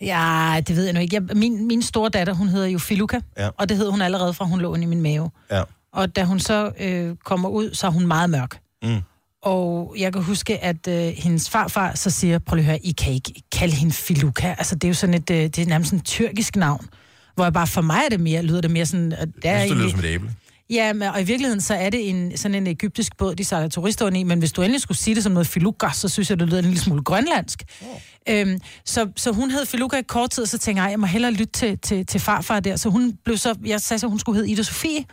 [SPEAKER 3] Ja, det ved jeg nu ikke. Jeg, min, min store datter, hun hedder jo Filuka,
[SPEAKER 2] Ja.
[SPEAKER 3] og det hed hun allerede fra hun lå inde i min mave.
[SPEAKER 2] Ja.
[SPEAKER 3] Og da hun så øh, kommer ud, så er hun meget mørk.
[SPEAKER 2] Mm.
[SPEAKER 3] Og jeg kan huske, at øh, hendes farfar så siger, prøv lige at høre, I kan ikke kalde hende Filuka. Altså, det er jo sådan et, øh, det er nærmest sådan et tyrkisk navn. Hvor jeg bare, for mig er det mere, lyder det mere sådan... At der
[SPEAKER 2] Jeg
[SPEAKER 3] er
[SPEAKER 2] synes, det lyder
[SPEAKER 3] egentlig-
[SPEAKER 2] som et æble.
[SPEAKER 3] Ja, men, og i virkeligheden så er det en, sådan en egyptisk båd, de sejler turisterne i, men hvis du endelig skulle sige det som noget filuka, så synes jeg, det lyder en lille smule grønlandsk. Oh. Øhm, så, så hun hed filuka i kort tid, og så tænkte jeg, "Ej, jeg må hellere lytte til, til, til farfar der. Så hun blev så, jeg sagde så, hun skulle hedde Ida Sofie,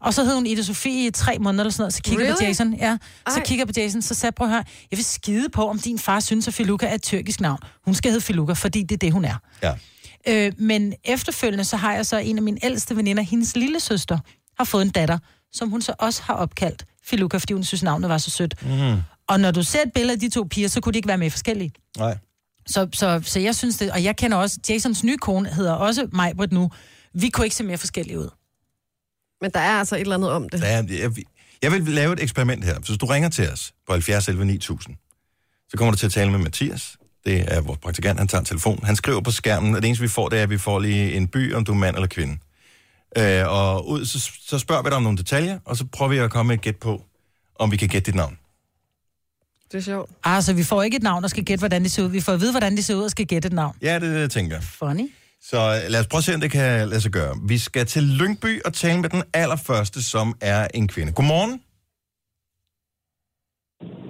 [SPEAKER 3] og så hed hun Ida Sofie i tre måneder eller sådan noget, så kigger jeg på
[SPEAKER 13] Really?
[SPEAKER 3] Jason, ja, så
[SPEAKER 13] Ej.
[SPEAKER 3] kigger jeg på Jason, så sagde, jeg, prøv at høre, jeg vil skide på, om din far synes, at filuka er et tyrkisk navn. Hun skal hedde filuka, fordi det er det, hun er.
[SPEAKER 2] Ja.
[SPEAKER 3] Øh, men efterfølgende, så har jeg så en af mine ældste veninder, hendes lille søster, har fået en datter, som hun så også har opkaldt Filuka, fordi hun synes, navnet var så sødt. Mm. Og når du ser et billede af de to piger, så kunne de ikke være med forskellige.
[SPEAKER 2] Nej.
[SPEAKER 3] Så, så, så jeg synes det, og jeg kender også, Jasons nye kone hedder også Majbert nu. Vi kunne ikke se mere forskellige ud.
[SPEAKER 4] Men der er altså et eller andet om det.
[SPEAKER 2] Der er, jeg, jeg vil lave et eksperiment her. Så hvis du ringer til os på 70 11 9000, så kommer du til at tale med Mathias. Det er vores praktikant, han tager telefonen. Han skriver på skærmen, og det eneste vi får, det er, at vi får lige en by, om du er mand eller kvinde. Øh, og ud, så, så spørger vi dig om nogle detaljer, og så prøver vi at komme med et gæt på, om vi kan gætte dit navn.
[SPEAKER 4] Det er sjovt.
[SPEAKER 3] Ah, så vi får ikke et navn, og skal gætte, hvordan de ser ud. Vi får at vide, hvordan de ser ud, og skal gætte et navn.
[SPEAKER 2] Ja, det er det, jeg tænker.
[SPEAKER 3] Funny.
[SPEAKER 2] Så øh, lad os prøve at se, om det kan lade sig gøre. Vi skal til Lyngby og tale med den allerførste, som er en kvinde. Godmorgen.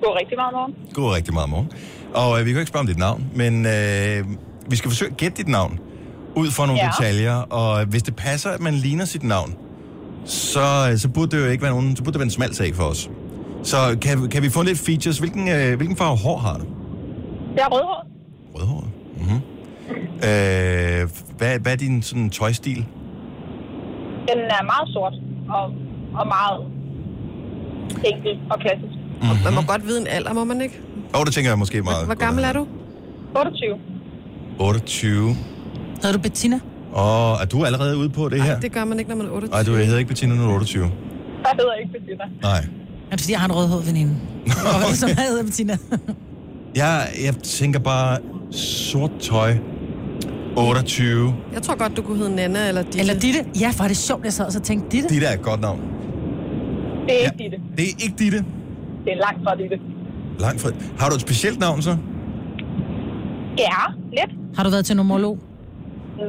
[SPEAKER 6] God rigtig meget morgen.
[SPEAKER 2] God rigtig meget morgen. Og øh, vi kan jo ikke spørge om dit navn, men øh, vi skal forsøge at gætte dit navn ud fra nogle
[SPEAKER 6] Ja.
[SPEAKER 2] ja. detaljer. Og øh, hvis det passer, at man ligner sit navn, så, øh, så burde det jo ikke være nogen, så burde det være en smal sag for os. Så kan, kan vi få lidt features? Hvilken, øh, hvilken farve hår har du?
[SPEAKER 6] Jeg er rødhåret.
[SPEAKER 2] Rødhåret. Mm-hmm. Øh, hvad, hvad er din sådan, tøjstil?
[SPEAKER 6] Den er meget sort og, og meget enkel og klassisk.
[SPEAKER 2] Mm-hmm.
[SPEAKER 4] Man må godt vide en alder, må man ikke?
[SPEAKER 2] Og det tænker jeg måske meget.
[SPEAKER 4] Hvor gammel er du?
[SPEAKER 6] 28.
[SPEAKER 2] 28.
[SPEAKER 3] Hedder du Bettina?
[SPEAKER 2] Og er du allerede ude på det her?
[SPEAKER 4] Det gør man ikke, når man er 28.
[SPEAKER 2] Nej, du hedder ikke Bettina, når du er 28.
[SPEAKER 6] Jeg hedder ikke Bettina.
[SPEAKER 2] Nej.
[SPEAKER 3] Er det fordi, jeg har en rødhåret veninde? Og <laughs> som hedder Bettina.
[SPEAKER 2] Jeg, jeg tænker bare sort tøj. 28.
[SPEAKER 4] Jeg tror godt, du kunne hedde Nana eller Ditte.
[SPEAKER 3] Eller Ditte. Ja, for er det sjovt, jeg sad og så tænkte Ditte.
[SPEAKER 2] Ditte er et godt navn.
[SPEAKER 6] Det er ikke Ditte.
[SPEAKER 2] Det er ikke Ditte.
[SPEAKER 6] Det er langt fra Ditte.
[SPEAKER 2] Langt fra. Har du et specielt navn så?
[SPEAKER 6] Ja, lidt.
[SPEAKER 3] Har du været til nomolog?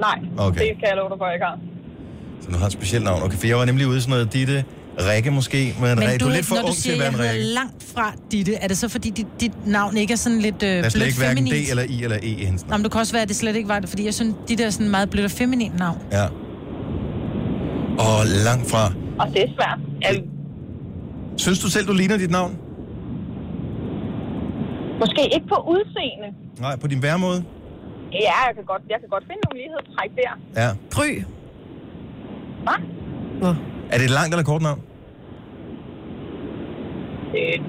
[SPEAKER 6] Nej,
[SPEAKER 2] Okay.
[SPEAKER 6] det kan jeg love dig for, jeg ikke har.
[SPEAKER 2] Så du har et specielt navn. Okay, for jeg var nemlig ude i sådan noget Ditte. Rikke måske, men, men Rikke, du, er lidt for
[SPEAKER 3] når
[SPEAKER 2] ung
[SPEAKER 3] du siger,
[SPEAKER 2] til at være en
[SPEAKER 3] jeg hedder
[SPEAKER 2] Rikke.
[SPEAKER 3] langt fra Ditte, er det så fordi dit, dit navn ikke er sådan lidt øh,
[SPEAKER 2] Der er slet
[SPEAKER 3] blødt
[SPEAKER 2] ikke hverken
[SPEAKER 3] feminint?
[SPEAKER 2] D eller I eller E i hendes
[SPEAKER 3] Nå, men det kan også være, at det slet ikke var det, fordi jeg synes, de der sådan meget blødt og feminine navn.
[SPEAKER 2] Ja. Og langt fra.
[SPEAKER 6] Og det er svært. Jeg,
[SPEAKER 2] Synes du selv, du ligner dit navn?
[SPEAKER 6] måske ikke på udseende.
[SPEAKER 2] Nej, på din væremåde?
[SPEAKER 6] Ja, jeg kan godt, jeg kan godt finde nogle lighedstræk der.
[SPEAKER 2] Ja.
[SPEAKER 4] Gry.
[SPEAKER 6] Hvad?
[SPEAKER 4] Nå.
[SPEAKER 2] Er det et langt eller kort navn?
[SPEAKER 6] Det er et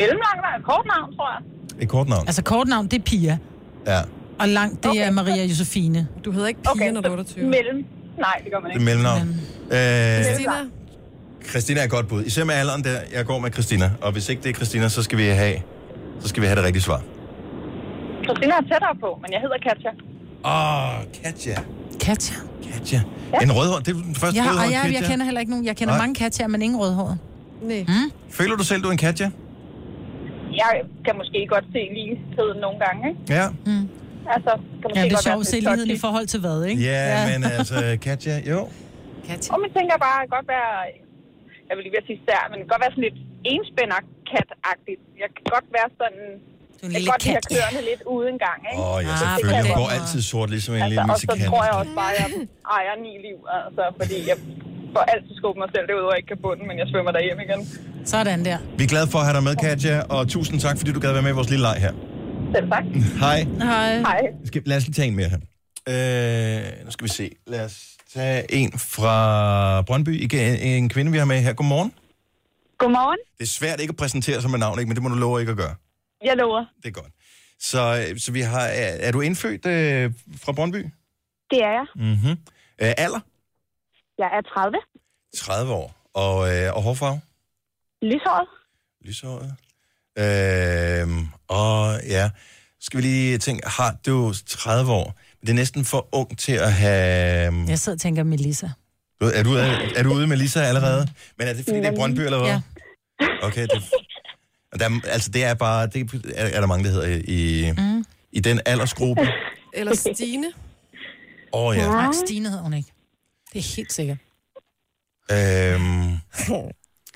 [SPEAKER 6] mellemlangt navn. kort navn, tror jeg.
[SPEAKER 2] Et kort navn.
[SPEAKER 3] Altså kort navn, det er Pia,
[SPEAKER 2] Ja.
[SPEAKER 3] og langt, det okay. er Maria Josefine.
[SPEAKER 4] Du hedder ikke Pia, okay, når du er 28.
[SPEAKER 6] Mellem. Nej, det gør man
[SPEAKER 2] Det er
[SPEAKER 6] ikke.
[SPEAKER 2] mellemnavn. Øh,
[SPEAKER 4] Christina?
[SPEAKER 2] Christina er et godt bud. Især med alderen der. Jeg går med Christina. Og hvis ikke det er Christina, så skal vi have, så skal vi have det rigtige svar.
[SPEAKER 6] Christina er tættere på, men jeg hedder Katja.
[SPEAKER 2] Åh, oh, Katja.
[SPEAKER 3] Katja.
[SPEAKER 2] Katja. En rødhård. Det er den første
[SPEAKER 3] Jeg, har,
[SPEAKER 2] rødhård,
[SPEAKER 3] og jeg, jeg
[SPEAKER 2] Katja.
[SPEAKER 3] kender heller ikke nogen. Jeg kender
[SPEAKER 2] Nej.
[SPEAKER 3] mange Katja, men ingen rødhåret.
[SPEAKER 4] Nej.
[SPEAKER 13] Hmm?
[SPEAKER 3] Mm?
[SPEAKER 2] Føler du selv, du er en Katja?
[SPEAKER 6] Jeg kan måske godt se ligheden nogle gange, ikke?
[SPEAKER 2] Ja.
[SPEAKER 6] Altså, kan måske
[SPEAKER 3] Ja, det er
[SPEAKER 6] godt være
[SPEAKER 3] sjovt at se
[SPEAKER 6] sådan lidt
[SPEAKER 3] ligheden i
[SPEAKER 6] touchy.
[SPEAKER 3] forhold til hvad, ikke?
[SPEAKER 2] Ja, men altså, Katja, jo.
[SPEAKER 6] Og man tænker bare, det kan godt være, jeg vil lige ved at sige stær, men det kan godt være sådan lidt enspænder-kat-agtigt. Jeg kan godt være sådan,
[SPEAKER 3] du
[SPEAKER 6] jeg kan godt lide at kørende lidt ude en gang, ikke?
[SPEAKER 2] Åh, oh, ja,
[SPEAKER 6] Ah,
[SPEAKER 2] selvfølgelig.
[SPEAKER 6] på
[SPEAKER 2] Jeg
[SPEAKER 6] den
[SPEAKER 2] går
[SPEAKER 6] måde.
[SPEAKER 2] altid sort, ligesom en
[SPEAKER 6] altså,
[SPEAKER 2] lille
[SPEAKER 6] og så
[SPEAKER 2] missekat.
[SPEAKER 6] tror jeg også bare, at jeg ejer ni liv, altså, fordi jeg får altid skubbet mig selv derudover, jeg ikke kan bunden, men jeg svømmer derhjem igen.
[SPEAKER 3] Sådan der.
[SPEAKER 2] Vi er glade for at have dig med, Katja, og tusind tak, fordi du gad være med i vores lille leg
[SPEAKER 6] <laughs>
[SPEAKER 2] her.
[SPEAKER 6] Selv tak.
[SPEAKER 2] Hej.
[SPEAKER 3] Hej.
[SPEAKER 6] Hej.
[SPEAKER 2] Skal, lad os lige tage en mere her. Øh, nu skal vi se. Lad os tage en fra Brøndby. Igen, en kvinde, vi har med her. Godmorgen.
[SPEAKER 6] Godmorgen.
[SPEAKER 2] Det er svært ikke at præsentere sig med navn, ikke? men det må du love ikke at gøre.
[SPEAKER 6] Jeg lover.
[SPEAKER 2] Det er godt. Så, øh, så vi har, er, er du indfødt øh, fra Brøndby?
[SPEAKER 6] Det er jeg.
[SPEAKER 2] Mhm. Øh, alder?
[SPEAKER 6] Jeg er 30.
[SPEAKER 2] 30 år. Og, øh, og hårfarve?
[SPEAKER 6] Lyshåret.
[SPEAKER 2] Lyshåret. Øh, og ja, skal vi lige tænke, har du 30 år? Men det er næsten for ung til at have... øhm,
[SPEAKER 3] Jeg sidder og tænker Melissa.
[SPEAKER 2] Du- Er du, er, er du ude med Lisa allerede? Men er det fordi, det er Brøndby eller hvad?
[SPEAKER 3] Ja.
[SPEAKER 2] Okay, det, og der, er- altså det er bare, det er, er der mange, der hedder i, i, mm. i den aldersgruppe. Åh
[SPEAKER 4] Eller Stine?
[SPEAKER 2] oh, ja.
[SPEAKER 3] Nej, Stine hedder hun ikke. Det er helt sikkert.
[SPEAKER 2] Øhm,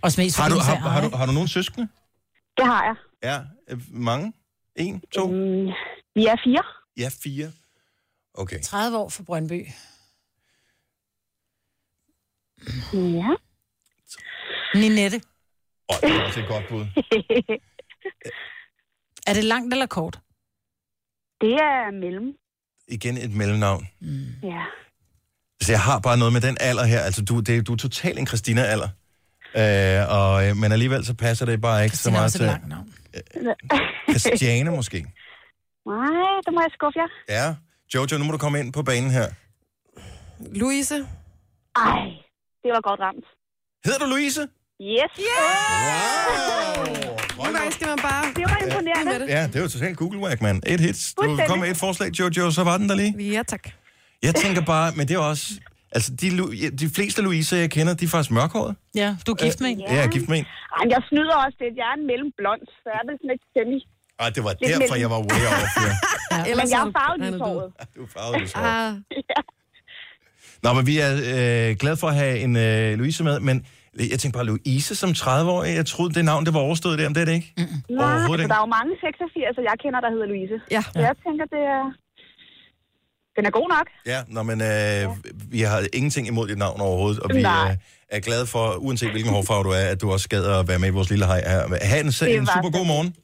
[SPEAKER 3] Også mest
[SPEAKER 2] har, du,
[SPEAKER 3] fordi hun
[SPEAKER 2] har,
[SPEAKER 3] sagde,
[SPEAKER 2] har,
[SPEAKER 3] "Ej."
[SPEAKER 2] du, har du nogen søskende?
[SPEAKER 6] Det har jeg.
[SPEAKER 2] Ja, øh, mange? En, to?
[SPEAKER 6] Mm, vi er fire.
[SPEAKER 2] Ja, fire. Okay.
[SPEAKER 3] 30 år for Brøndby.
[SPEAKER 6] Ja.
[SPEAKER 3] Ninette.
[SPEAKER 2] Åh, oh, det er også et godt bud.
[SPEAKER 3] Er det langt eller kort?
[SPEAKER 13] Det er mellem.
[SPEAKER 2] Igen et mellemnavn.
[SPEAKER 13] Ja.
[SPEAKER 2] Altså, jeg har bare noget med den alder her. Altså, du, det, du er totalt en Christina-alder. Øh, og, øh, men alligevel så passer det bare ikke
[SPEAKER 13] Christina er også
[SPEAKER 2] så
[SPEAKER 13] et <laughs>
[SPEAKER 2] meget
[SPEAKER 13] langt
[SPEAKER 2] til... Christiane måske.
[SPEAKER 13] Nej, det må jeg skuffe jer.
[SPEAKER 2] Ja. Jojo, nu må du komme ind på banen her.
[SPEAKER 4] Louise?
[SPEAKER 13] Ej, det var godt ramt.
[SPEAKER 2] Hedder du Louise?
[SPEAKER 13] Yes. Yeah! Ah!
[SPEAKER 4] Nogle gange skal man bare...
[SPEAKER 13] Det var imponerende.
[SPEAKER 2] Ja, det er jo totalt Google-work, mand. Et hit. Du kom med et forslag, Jojo, så var den der lige.
[SPEAKER 4] Ja, tak.
[SPEAKER 2] Jeg tænker bare, men det er også... Altså, de, Lu- ja, de fleste Louise, jeg kender, de er faktisk mørkhåret.
[SPEAKER 3] Ja, du er gift med en.
[SPEAKER 2] Ja, jeg er gift med en.
[SPEAKER 13] Ej, men jeg snyder også lidt. Jeg er en mellemblond, så jeg er vel sådan lidt semi.
[SPEAKER 2] Ej, det var
[SPEAKER 13] Lidt
[SPEAKER 2] derfor,
[SPEAKER 13] mellem.
[SPEAKER 2] jeg var way off.
[SPEAKER 13] <laughs>
[SPEAKER 2] Ja.
[SPEAKER 13] Ja, men jeg er farvet lyshåret.
[SPEAKER 2] Du er farvet, du så.
[SPEAKER 13] Ah.
[SPEAKER 2] Nå, men vi er øh, glade for at have en øh, Louise med, men jeg tænkte bare, Louise som 30-årig, jeg troede, det navn, det var overstået der, men det er det ikke. Mm-hmm.
[SPEAKER 13] Nej,
[SPEAKER 2] Overhovedet
[SPEAKER 13] altså,
[SPEAKER 2] ikke.
[SPEAKER 13] der er jo mange 86, jeg kender, der hedder Louise.
[SPEAKER 4] Ja.
[SPEAKER 13] Så jeg tænker, det er... Den er god nok.
[SPEAKER 2] Ja, nå, men øh, vi har ingenting imod dit navn overhovedet, og vi
[SPEAKER 13] Nej.
[SPEAKER 2] øh, er glade for, uanset hvilken hårfarve du er, at du også gad at være med i vores lille hej. her. Ha' en, en
[SPEAKER 13] Det var
[SPEAKER 2] super god morgen.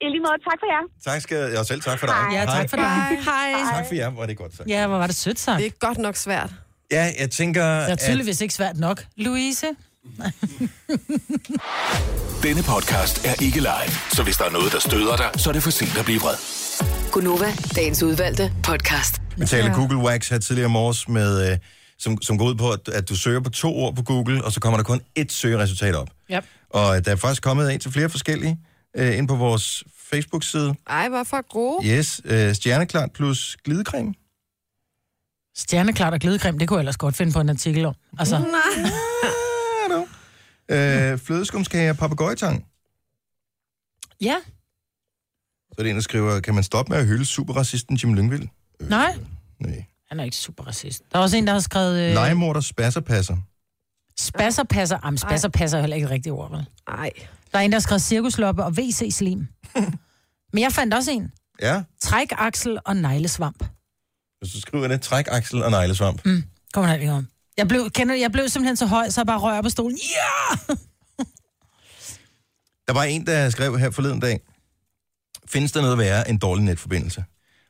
[SPEAKER 13] I lige måde, tak for jer.
[SPEAKER 2] Tak skal jeg, og selv tak for dig.
[SPEAKER 3] Ja, tak for dig. Hej.
[SPEAKER 2] Tak for jer, hvor er det godt sagt.
[SPEAKER 3] Ja, hvor var det sødt sagt.
[SPEAKER 4] Det er godt nok svært.
[SPEAKER 2] Ja, jeg tænker,
[SPEAKER 3] Det er tydeligvis ikke svært nok. Louise?
[SPEAKER 5] Denne podcast er ikke live, så hvis der er noget, der støder dig, så er det for sent at blive vred.
[SPEAKER 1] Gunova, dagens udvalgte podcast.
[SPEAKER 2] Vi talte Google Wax her tidligere i morges med, øh, som, som går ud på, at, at du søger på to ord på Google, og så kommer der kun ét søgeresultat op.
[SPEAKER 3] Yep.
[SPEAKER 2] Og øh, der er faktisk kommet en til flere forskellige øh, ind på vores Facebook-side.
[SPEAKER 4] Ej, hvor er folk gode.
[SPEAKER 2] Yes, øh, stjerneklart plus glidecreme.
[SPEAKER 3] Stjerneklart og glidecreme, det kunne jeg ellers godt finde på en artikel om. Altså,
[SPEAKER 4] Nej.
[SPEAKER 2] Ah, Øh, flødeskumskager og papegøjetang.
[SPEAKER 3] ja.
[SPEAKER 2] Så er det en, der skriver, kan man stoppe med at hylde superracisten Jim Lyngvild? Øh,
[SPEAKER 3] Nej.
[SPEAKER 2] Nej.
[SPEAKER 3] Han er ikke super racist. Der er også en, der har skrevet...
[SPEAKER 2] Øh.
[SPEAKER 3] Øh,
[SPEAKER 2] Legemorder spasserpasser.
[SPEAKER 3] Spasser passer. Jamen, spasser passer er heller ikke et rigtigt ord, vel?
[SPEAKER 4] Nej.
[SPEAKER 3] Der er en, der har skrevet cirkusloppe og
[SPEAKER 2] <laughs>
[SPEAKER 3] WC-slim. Men jeg fandt også en.
[SPEAKER 2] Ja,
[SPEAKER 3] Træk, aksel og neglesvamp.
[SPEAKER 2] hvis du skriver det, træk aksel og neglesvamp.
[SPEAKER 3] Mm. Kommer han ikke om. Jeg blev, kender, du, jeg blev simpelthen så høj, så jeg bare røg op på stolen. Ja!
[SPEAKER 2] Der var en, der skrev her forleden dag, findes der noget værre end dårlig netforbindelse?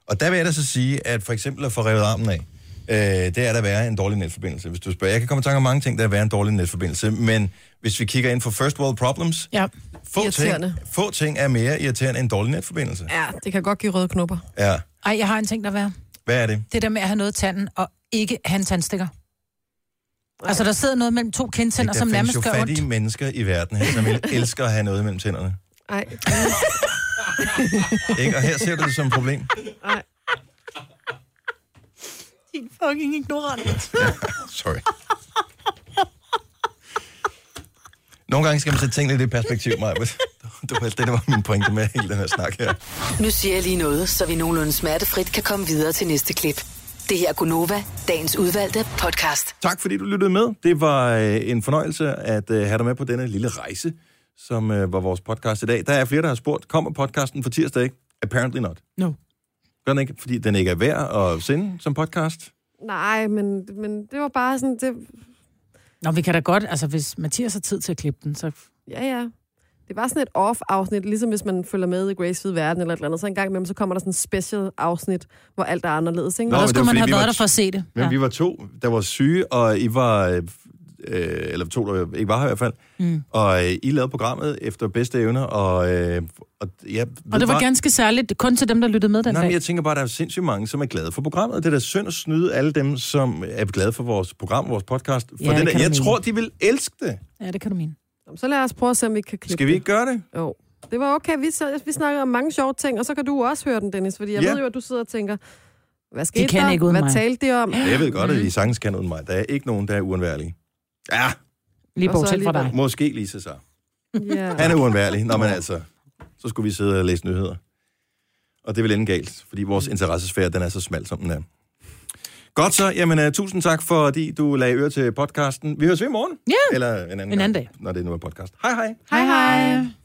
[SPEAKER 2] Og der vil jeg da så sige, at for eksempel at få revet armen af, øh, det er der værre end dårlig netforbindelse. Hvis du spørger, jeg kan komme i tanke om mange ting, der er værre end dårlig netforbindelse, men hvis vi kigger ind for first world problems,
[SPEAKER 3] Ja.
[SPEAKER 2] få, ting,
[SPEAKER 4] Irriterende.
[SPEAKER 2] få ting er mere irriterende end dårlig netforbindelse.
[SPEAKER 4] Ja, det kan godt give røde knopper.
[SPEAKER 2] Ja,
[SPEAKER 3] Ej, jeg har en ting, der er værre.
[SPEAKER 2] hvad er det?
[SPEAKER 3] Det der med at have noget i tanden og ikke have en tandstikker. Altså, der sidder noget mellem to kindtænder,
[SPEAKER 2] der
[SPEAKER 3] som
[SPEAKER 2] findes
[SPEAKER 3] nærmest
[SPEAKER 2] jo
[SPEAKER 3] gør ondt.
[SPEAKER 2] fattige mennesker i verden her,
[SPEAKER 3] <laughs>
[SPEAKER 2] som elsker at have noget mellem tænderne.
[SPEAKER 4] Ej.
[SPEAKER 2] <laughs> Ikke? Og her ser du det som et problem.
[SPEAKER 3] Din fucking ignorant.
[SPEAKER 2] Sorry. Nogle gange skal man sætte tingene i det perspektiv, Maja. Det var, det var min pointe med hele den her snak her.
[SPEAKER 1] Nu siger jeg lige noget, så vi nogenlunde smertefrit kan komme videre til næste klip. Det her er Gunova, dagens udvalgte podcast.
[SPEAKER 2] Tak fordi du lyttede med. Det var øh, en fornøjelse at øh, have dig med på denne lille rejse, som øh, var vores podcast i dag. Der er flere, der har spurgt, kommer podcasten for tirsdag ikke? Apparently not.
[SPEAKER 3] No.
[SPEAKER 2] Gør den ikke, fordi den ikke er værd at sende som podcast?
[SPEAKER 4] Nej, men, men det var bare sådan... Det,
[SPEAKER 3] Nå, vi kan da godt, altså hvis Mathias har tid til at klippe den, så...
[SPEAKER 4] ja, ja. Det var sådan et off-afsnit, ligesom hvis man følger med i Grace Hvide Verden eller et eller andet. Så en gang imellem, så kommer der sådan et special afsnit, hvor alt er anderledes. Ikke?
[SPEAKER 2] Nå, Og der men det skulle var, man fordi have vi var været der t- for at
[SPEAKER 3] se det.
[SPEAKER 2] Men ja. vi var to, der var syge, og I var... Øh, øh, eller to, der ikke var her i hvert fald. Mm. Og øh, I lavede programmet efter bedste evner, og... Øh, og, ja,
[SPEAKER 3] Og det var ganske særligt, kun til dem, der lyttede med den
[SPEAKER 2] Nej, men
[SPEAKER 3] dag.
[SPEAKER 2] jeg tænker bare, at der er sindssygt mange, som er glade for programmet. Det er da synd at snyde alle dem, som er glade for vores program, vores podcast. For
[SPEAKER 3] Ja, det
[SPEAKER 2] den
[SPEAKER 3] kan
[SPEAKER 2] der,
[SPEAKER 3] du
[SPEAKER 2] jeg
[SPEAKER 3] mene.
[SPEAKER 2] tror, de vil elske det.
[SPEAKER 3] Ja, det kan du mene.
[SPEAKER 4] Så lad os prøve at se, om vi kan klippe
[SPEAKER 2] Skal vi
[SPEAKER 4] det.
[SPEAKER 2] ikke gøre det?
[SPEAKER 4] Jo. Det var okay, vi, sad, vi snakkede om mange sjove ting, og så kan du også høre den, Dennis, fordi jeg
[SPEAKER 2] Ja.
[SPEAKER 4] ved jo, at du sidder og tænker, hvad skete
[SPEAKER 3] kan
[SPEAKER 4] der?
[SPEAKER 3] ikke uden
[SPEAKER 4] hvad
[SPEAKER 3] mig.
[SPEAKER 4] talte de om?
[SPEAKER 2] Jeg ved godt, at I sagtens kan uden mig. Der er ikke nogen, der er uundværlige. Ja.
[SPEAKER 3] Lige
[SPEAKER 4] Og så bortset fra alligevel.
[SPEAKER 2] Måske Lise så.
[SPEAKER 4] Ja.
[SPEAKER 2] Han er uundværlig. Nå, men altså, så skulle vi sidde og læse nyheder. Og det vil ende galt, fordi vores interessesfære, den er så smal, som den er. Godt så. Jamen, uh, tusind tak, fordi du lagde øre til podcasten. Vi høres ved i morgen.
[SPEAKER 3] Ja.
[SPEAKER 2] Eller en anden,
[SPEAKER 3] En anden
[SPEAKER 2] gang,
[SPEAKER 3] dag.
[SPEAKER 2] Når det nu er podcast. Hej hej.
[SPEAKER 3] Hej hej.